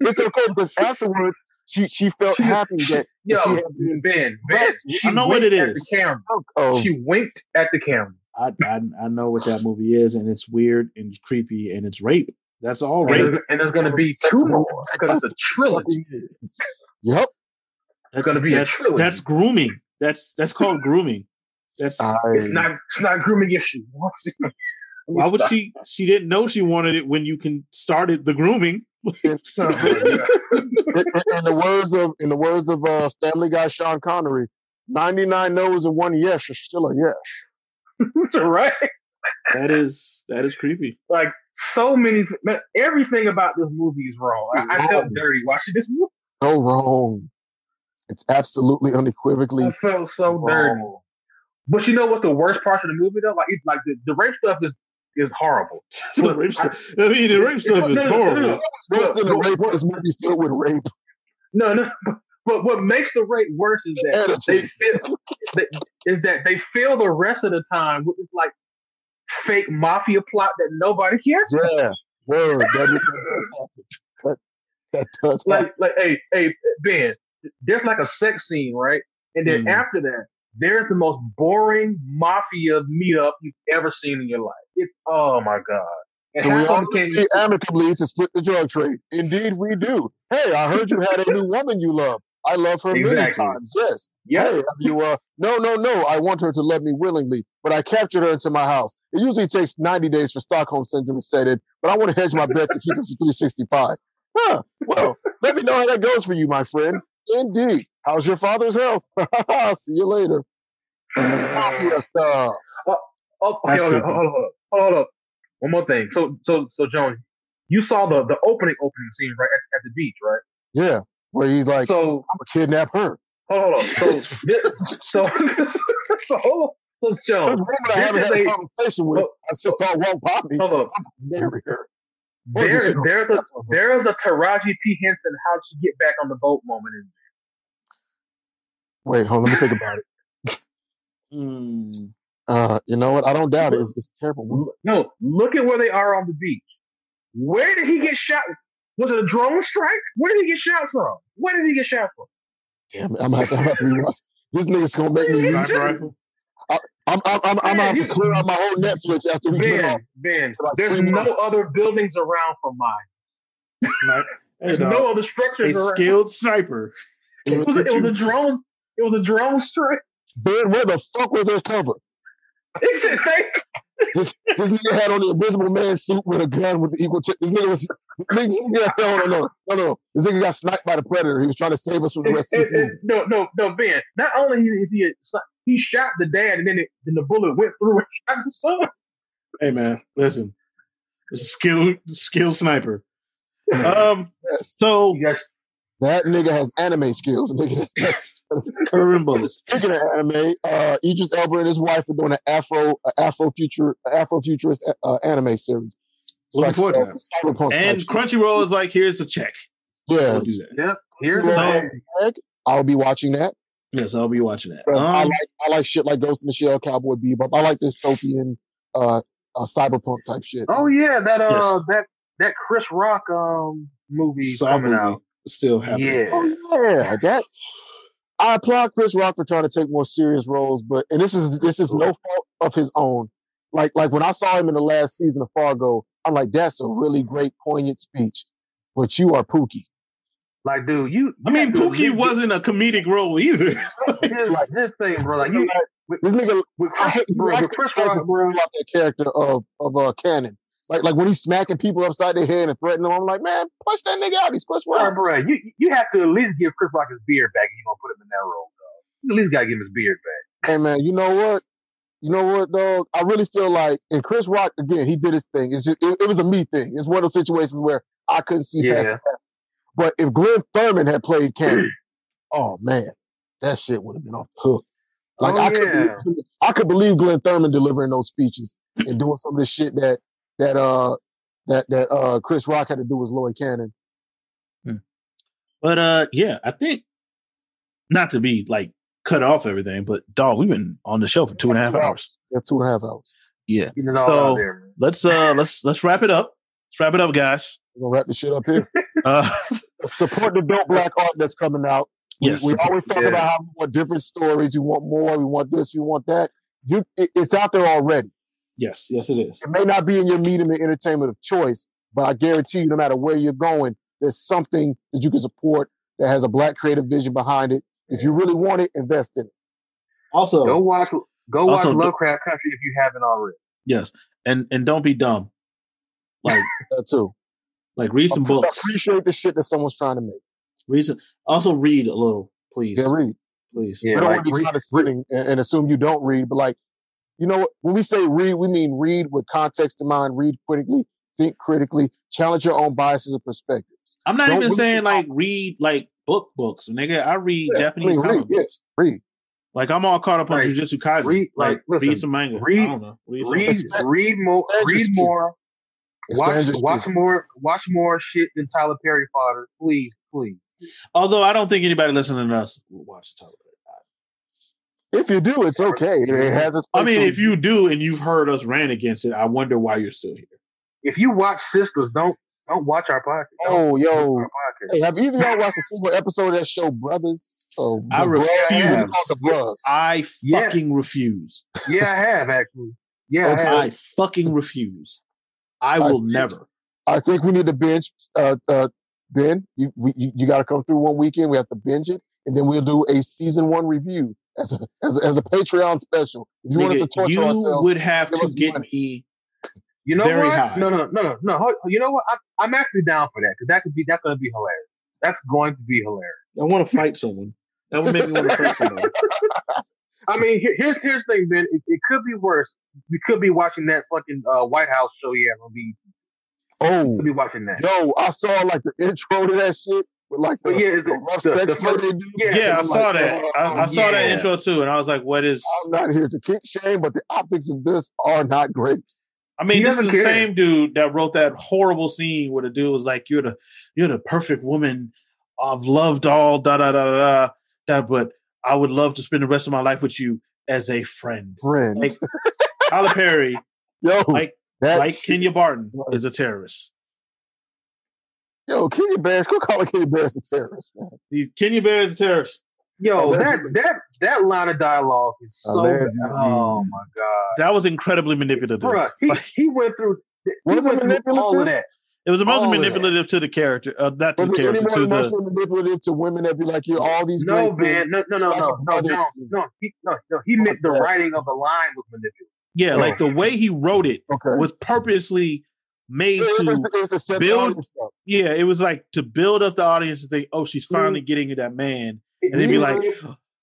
It's okay because afterwards she she felt happy that Yo, she had been. Ben, Ben, Yes, she I know what winked it at is. The camera. Oh, She winked at the camera. I, I I know what that movie is, and it's weird and it's creepy and it's rape. That's all And rape. there's, and there's gonna be two more because it's a trilogy. yep. That's gonna be a that's, trilogy. that's grooming. That's that's called grooming. That's I, It's not it's not grooming if she wants to. why would she? She didn't know she wanted it when you can started the grooming. in, in- in the words of in the words of uh, Family Guy Sean Connery, ninety nine no's and one yes is still a yes. right? That is that is creepy. Like so many, man, everything about this movie is wrong. I, I felt dirty watching this movie. So wrong. It's absolutely unequivocally I felt so dirty. wrong. But you know what? The worst part of the movie though, like it's like the, the rape stuff is is horrible. the rape stuff. I mean, the rape stuff is No, no, no, no, no. horrible. Worse than a Look, rape. This movie filled with rape. No, no. But what makes the rape worse is that they Attitude. feel, that, is that they feel the rest of the time with this like fake mafia plot that nobody cares. Yeah, word. That, that does happen. That, that does happen. Like, like, hey, hey, Ben, there's like a sex scene, right? And then Mhm. after that, there's the most boring mafia meetup you've ever seen in your life. It's oh my god. And So we half all of them can't- agree amicably to split the drug trade. Indeed, we do. Hey, I heard you had a new woman you love. I love her many Exactly. times. Yes. Hey, yeah, have you uh no no no, I want her to love me willingly, but I captured her into my house. It usually takes 90 days for Stockholm syndrome to set in, but I want to hedge my bets and keep it for 365. Huh. Well, let me know how that goes for you, my friend. Indeed. How's your father's health? See you later. Mafia stuff. Oh, okay, That's hold on, creepy. hold on, hold on, hold on. One more thing. So, so, so, Jones, you saw the the opening opening scene right at, at the beach, right? Yeah. Where he's like, so, I'm gonna kidnap her. hold on, hold on. So, this, so, so, hold on. so, This Jones, woman I haven't Oh, is had a a- conversation with. oh, I just saw one poppy. hold on. Marry her. Or just There, hit her there's a with a- there is a Taraji P Henson how she get back on the boat moment. In Wait, hold on, let me think about it. Mm. Uh, you know what? I don't doubt it. It's, it's terrible. Look- No, look at where they are on the beach. Where did he get shot? Was it a drone strike? Where did he get shot from? Where did he get shot from? Damn it! I'm gonna have to, I'm gonna have to rewatch. This nigga's gonna make me. re- Sniper rifle. I'm I'm I'm, I'm gonna have to Man, you- clear out my whole Netflix after we get Ben, off. Ben, Like there's three no months. other buildings around for mine. Sniper. Hey, There's dog, no other a structures around. skilled sniper. It was, a, it was a drone. It was a drone strike. Ben, where the fuck was their cover? He said, "Thank This this nigga had on the Invisible Man suit with a gun with the equal. T- this nigga was. This nigga, no, no, no, no, no. This nigga got sniped by the Predator. He was trying to save us from the And- rest of this and- and- movie. no, no, no, Ben. Not only is he a son, he shot the dad, and then it, then the bullet went through and shot the son. Hey man, listen, skilled skilled sniper. Um, Yes. so You guys- That nigga has anime skills, nigga. curving bullets. Speaking of anime, uh, Idris Elba and his wife are doing an Afro Afro future Afro futurist uh, anime series. Looking forward to some cyberpunk type And shit. Crunchyroll is like, here's the check. yeah, Don't do that. Yep. Here's the So- thing. I'll be watching that. Yes, I'll be watching that. I Um, like I like shit like Ghost in the Shell, Cowboy Bebop. I like dystopian, uh, uh cyberpunk type shit. Oh yeah, that uh, Yes. that that Chris Rock um movie Saw coming movie out. is still happening. Yeah. Oh, yeah, that's. I applaud Chris Rock for trying to take more serious roles, but and this is this is no fault of his own. Like like when I saw him in the last season of Fargo, I'm like, that's a really great poignant speech, but you are Pookie. Like, dude, you. I mean, you- Pookie wasn't a comedic role either. Here's, here's the thing, bro. Like, you, Like, With, This nigga, with I hate Chris, bro, like the Chris presence Rock, bro. throughout that character of of uh, Cannon. Like like when he's smacking people upside their head and threatening them, I'm like, man, punch that nigga out. He's Chris Bro, Rock. bro, you you have to at least give Chris Rock his beard back. if You gonna put him in that role, dog. You at least gotta give him his beard back. Hey man, you know what? You know what, dog? I really feel like, and Chris Rock again, he did his thing. It's just it, it was a me thing. It's one of those situations where I couldn't see Yeah. past. The past. But if Glenn Thurman had played Cannon, oh man, that shit would have been off the hook. Like Oh, I could yeah. believe, I could believe Glenn Thurman delivering those speeches and doing some of the shit that that uh that that uh Chris Rock had to do with Lloyd Cannon. But uh, yeah, I think not to be like cut off everything, but dog, we've been on the show for two and a half hours. That's two and a half hours. Yeah, Getting it all So- out there, man. let's uh, let's let's wrap it up. Let's wrap it up, guys. We're gonna wrap this shit up here. Uh, Support the Don't Black art that's coming out. We- yes, we, always talk Yeah. about how we want different stories. We want more. We want this. We want that. You, it, it's out there already. yes, yes, it is. It may not be in your medium of entertainment of choice, but I guarantee you, no matter where you're going, there's something that you can support that has a black creative vision behind it. If you really want it, invest in it. Also, Go watch, go watch Also, Lovecraft Country if you haven't already. yes, and and don't be dumb. Like That too. like read some books. Appreciate the shit that someone's trying to make. Read some, also read a little, please, Yeah, read. please. Yeah, we don't like, want to be re- condescending and, and assume you don't read, but like, you know, what? when we say read, we mean read with context in mind, read critically, think critically, challenge your own biases and perspectives. I'm not Don't even read- saying like read like book books, nigga. I read Yeah, Japanese I mean, read, comic yeah, books. read. Like I'm all caught up on Like, Jujutsu Kaisen. read- like like, listen, read some manga. read- I don't know. Read, some- Read, Expand- read more, expand your read skin. more, Expand watch, your watch skin. more, watch more shit than Tyler Perry fodder, please, please. Although I don't think anybody listening to us will watch the Tyler Perry. If you do, it's okay. It, it has its I mean, place if you do and you've heard us rant against it, I wonder why you're still here. If you watch Sisters, don't don't watch our podcast. Don't Oh, watch yo. our podcast. Hey, have either of y'all watched a single episode of that show, Brothers? Oh, I The Bros? refuse. It was called The Bros. I Yeah. fucking refuse. Yeah, I have actually. Yeah, Okay. I have. I fucking refuse. I I will think- never. I think we need to binge. Uh, uh, ben, you we, you, you got to come through one weekend. We have to binge it, and then we'll do a season one review as a as a, as a Patreon special. If you want us to Nigga, torture you ourselves, would have give to us get money. me. You know Very what? high. No, no, no, no, no. Hold- You know what? I, I'm actually down for that because that could be that's gonna be hilarious. That's going to be hilarious. I want to fight someone. That would make me want to fight someone. I mean, here, here's here's the thing, Ben. It, it could be worse. We could be watching that fucking uh, White House show. Yeah, we'll be oh, we'll be watching that. yo, I saw like the intro to that shit with like the, But yeah, it's the the, rough the, sex the play first- they do. Yeah, Yeah, I I'm saw like, that. oh, I, I saw that yeah. intro too, and I was like, "What is?" I'm not here to kick shame, but the optics of this are not great. I mean, He this is the doesn't care. same dude that wrote that horrible scene where the dude was like, "You're the you're the perfect woman. I've loved all da da da da da, da, but I would love to spend the rest of my life with you as a friend." Friend, Like Tyler Perry, yo, like that like shit- Kenya Barton is a terrorist. yo, Kenny Barris, go call Kenny Barris a terrorist, man. He, Kenya Barry is a terrorist. Yo, that Allegedly. that that line of dialogue is so. Allegedly. Oh my god, That was incredibly manipulative. Bruh, He, Like, he went through. He Was it went through all of manipulative? that. it was all mostly of that. manipulative to the character, uh, not to Was the it any character, more to the emotionally manipulative to women that be like, you're all these No, great things, Ben. No, no, no, Like a no, no, brother no, to you. no. He, no, no. He meant the that. writing of the line was manipulative. yeah, Oh. like the way he wrote it Okay. was purposely made it, was, to it was to set the build- audience up. yeah, it was like to build up the audience to think, oh, she's Mm-hmm. finally getting to that man, Uh-huh. It- and then be it- like, it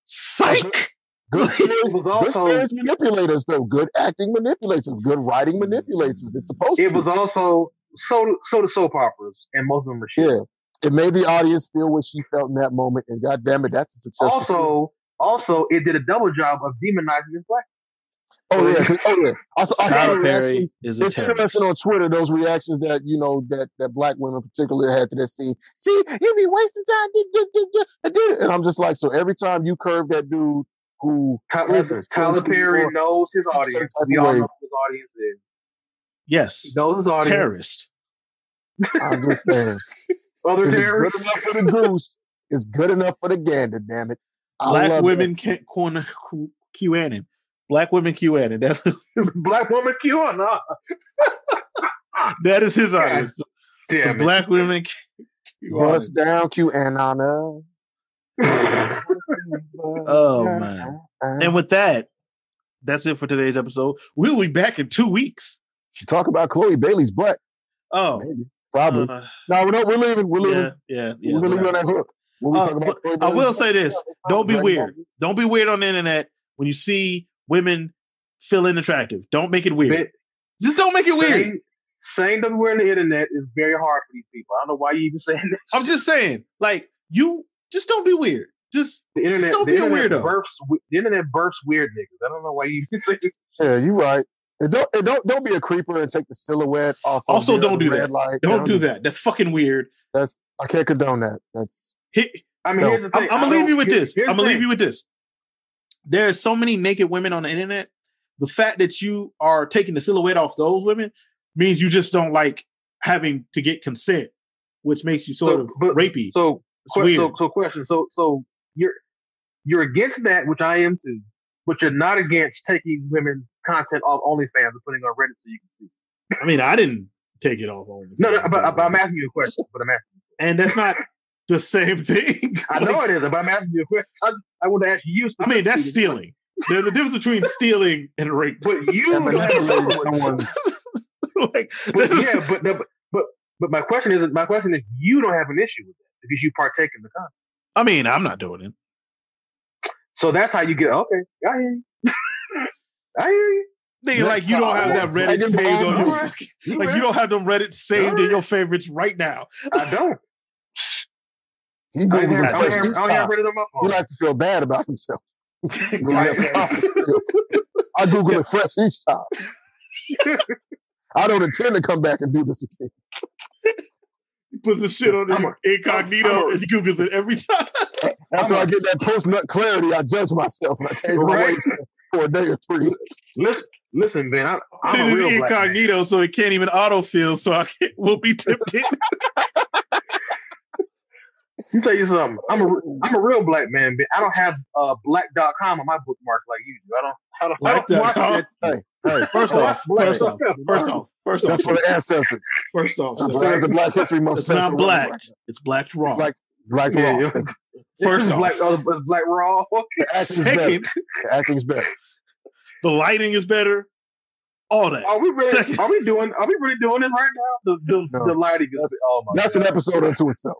psych. Good was stories, good also stories manipulate us, though. Good acting manipulates us. Good writing manipulates us. It's supposed it to. was also so so the soap operas and most of them are shit. yeah. It made the audience feel what she felt in that moment, and God damn it, that's a successful. scene. also, also, it did a double job of demonizing his black. oh yeah, 'cause- oh yeah. I saw, I saw the Tyler Perry reactions. is a It's terrorist. interesting on Twitter those reactions that you know that that black women particularly had to that scene. See, you be wasting time. duh, duh, duh, duh, I did it, and I'm just like, so every time you curve that dude who Ty- has Listen, this Tyler choice Perry before- knows his some audience. type We of all way. know who his audience is. Yes, He knows his audience. terrorist. I'm just saying. Other If it's good terrorists. enough for the goose, it's good enough for the gander, damn it. I Black love women that. can't corner Q- QAnon. Black women QAnon. That's Black woman Q or not? that is his audience. The Damn it. black women. Q- Bust QAnon. down Q and Anna. All Oh man! And with that, That's it for today's episode. We'll be back in two weeks. Talk about Chloe Bailey's butt. Oh, Maybe. Probably. uh, no, we're not, we're leaving. We're leaving. yeah, yeah, yeah. we're gonna leave it whatever. on that hook. When we Uh, talk about but Chloe I Bailey's will say butt, this. Don't be Dragon Ball weird. Z. Don't be weird on the internet when you see women feeling attractive. Don't make it weird. Bit- Just don't make it weird. Saying, saying that we're on the internet is very hard for these people. I don't know why you even saying that. I'm just saying, like you, just don't be weird. Just The internet, don't the be a internet weirdo. Births, we- the internet births weird niggas. I don't know why you even saying Yeah, you're right. And don't and don't don't be a creeper and take the silhouette off. of Also, the don't do red that. Light. don't do that. That's fucking weird. That's I can't condone that. That's Hit, I mean, No. here's the I'm, thing. I'm I gonna leave don't- you with here- this. here's I'm the gonna leave thing. you with this. There are so many naked women on the internet. The fact that you are taking the silhouette off those women means you just don't like having to get consent, which makes you sort So, of but- rapey. So, it's que- weird. so, so question. So, so you're you're against that, which I am too, but you're not against taking women's content off OnlyFans and putting it on Reddit so you can see. I mean, I didn't take it off on. No, no, but, but I'm asking you a question. But I'm asking. and that's not the same thing. I Like, know it is, but I'm asking you a question. I, I want to ask you. I mean, that's specifically, stealing. There's a difference between stealing and rape. But you Yeah, but don't that's have related no to someone- like, But this is- yeah, but, the, but but my question is, my question is, you don't have an issue with that because you partake in the content. I mean, I'm not doing it. So that's how you get. Okay, I hear you. I hear you. Nigga, Next like you don't time, have that I Reddit didn't saved on believe you. your like you don't have them Reddit saved in your favorites right now. I don't. he I googles don't have, his I don't first have, I don't have stop. Reddit on my He phone. likes to feel bad about himself. Goddamn. I google it fresh each time. I don't intend to come back and do this again. Puts the shit on I'm a- incognito I'm a- and he googles it every time. After I'm I a- get that post nut clarity, I judge myself and I change my Right? ways for a day or three. Listen, listen, man. I, I'm It a is real black man. incognito, so it can't even autofill, so I can't, will be tempted. Let me tell you something. I'm a re- I'm a real black man, but I don't have uh, black.com on my bookmark like you do. I don't. I don't. I don't watch Black.com. that. Hey, hey, First I don't off, watch black first off, stuff. first off, first off, that's for the ancestors. first off, I'm sir. glad it's a Black History Month. It's not special. black. It's black raw. Black, black Yeah, law. yeah. It's First just off, black, uh, it's black raw. The acting's better. second, The acting's better. the lighting is better. All that. Are we really? Second. Are we doing? Are we really doing this right now? The the, No. the lighting is. Oh my. That's an episode unto itself.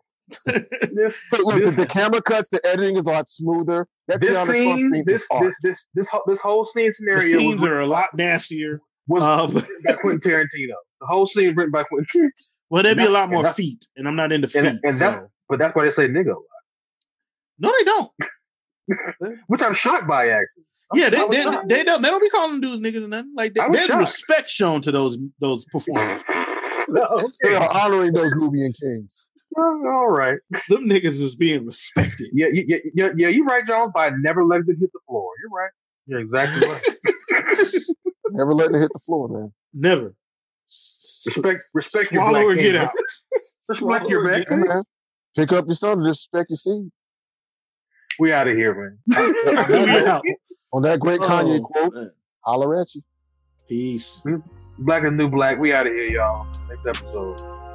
God. This, But look, the, This- the camera cuts, the editing is a lot smoother. That this Tiana Trump scene, scene this is art. this this this whole, this whole scene the scenario scenes was, are a lot nastier. was Um, written by Quentin Tarantino. The whole scene written by Quentin. Tarantino. well, there'd be a lot And more that- feet, and I'm not into feet. and- and that- so. But that's why they say nigga, a lot, No, they don't. which I'm shocked by actually. I'm- Yeah, they, I was they, shocked. they don't. They don't be calling dudes niggas and nothing. Like I was there's shocked. respect shown to those those performers. No, They okay. are honoring those Nubian kings. All right. Them niggas is being respected. Yeah, you- yeah, yeah, yeah. You're right, Jones. By never letting it hit the floor. You're right. You're exactly right. Never letting it hit the floor, man. Never. Respect, respect your Swallow black or king, get bro. out. Respect Swallow your or black get Hey, king. man. Pick up your son and disrespect your seed. We out of here, man. out. We out. On that great Kanye Oh, quote, man. holler at you. Peace. black is new black. We out of here, y'all. Next episode.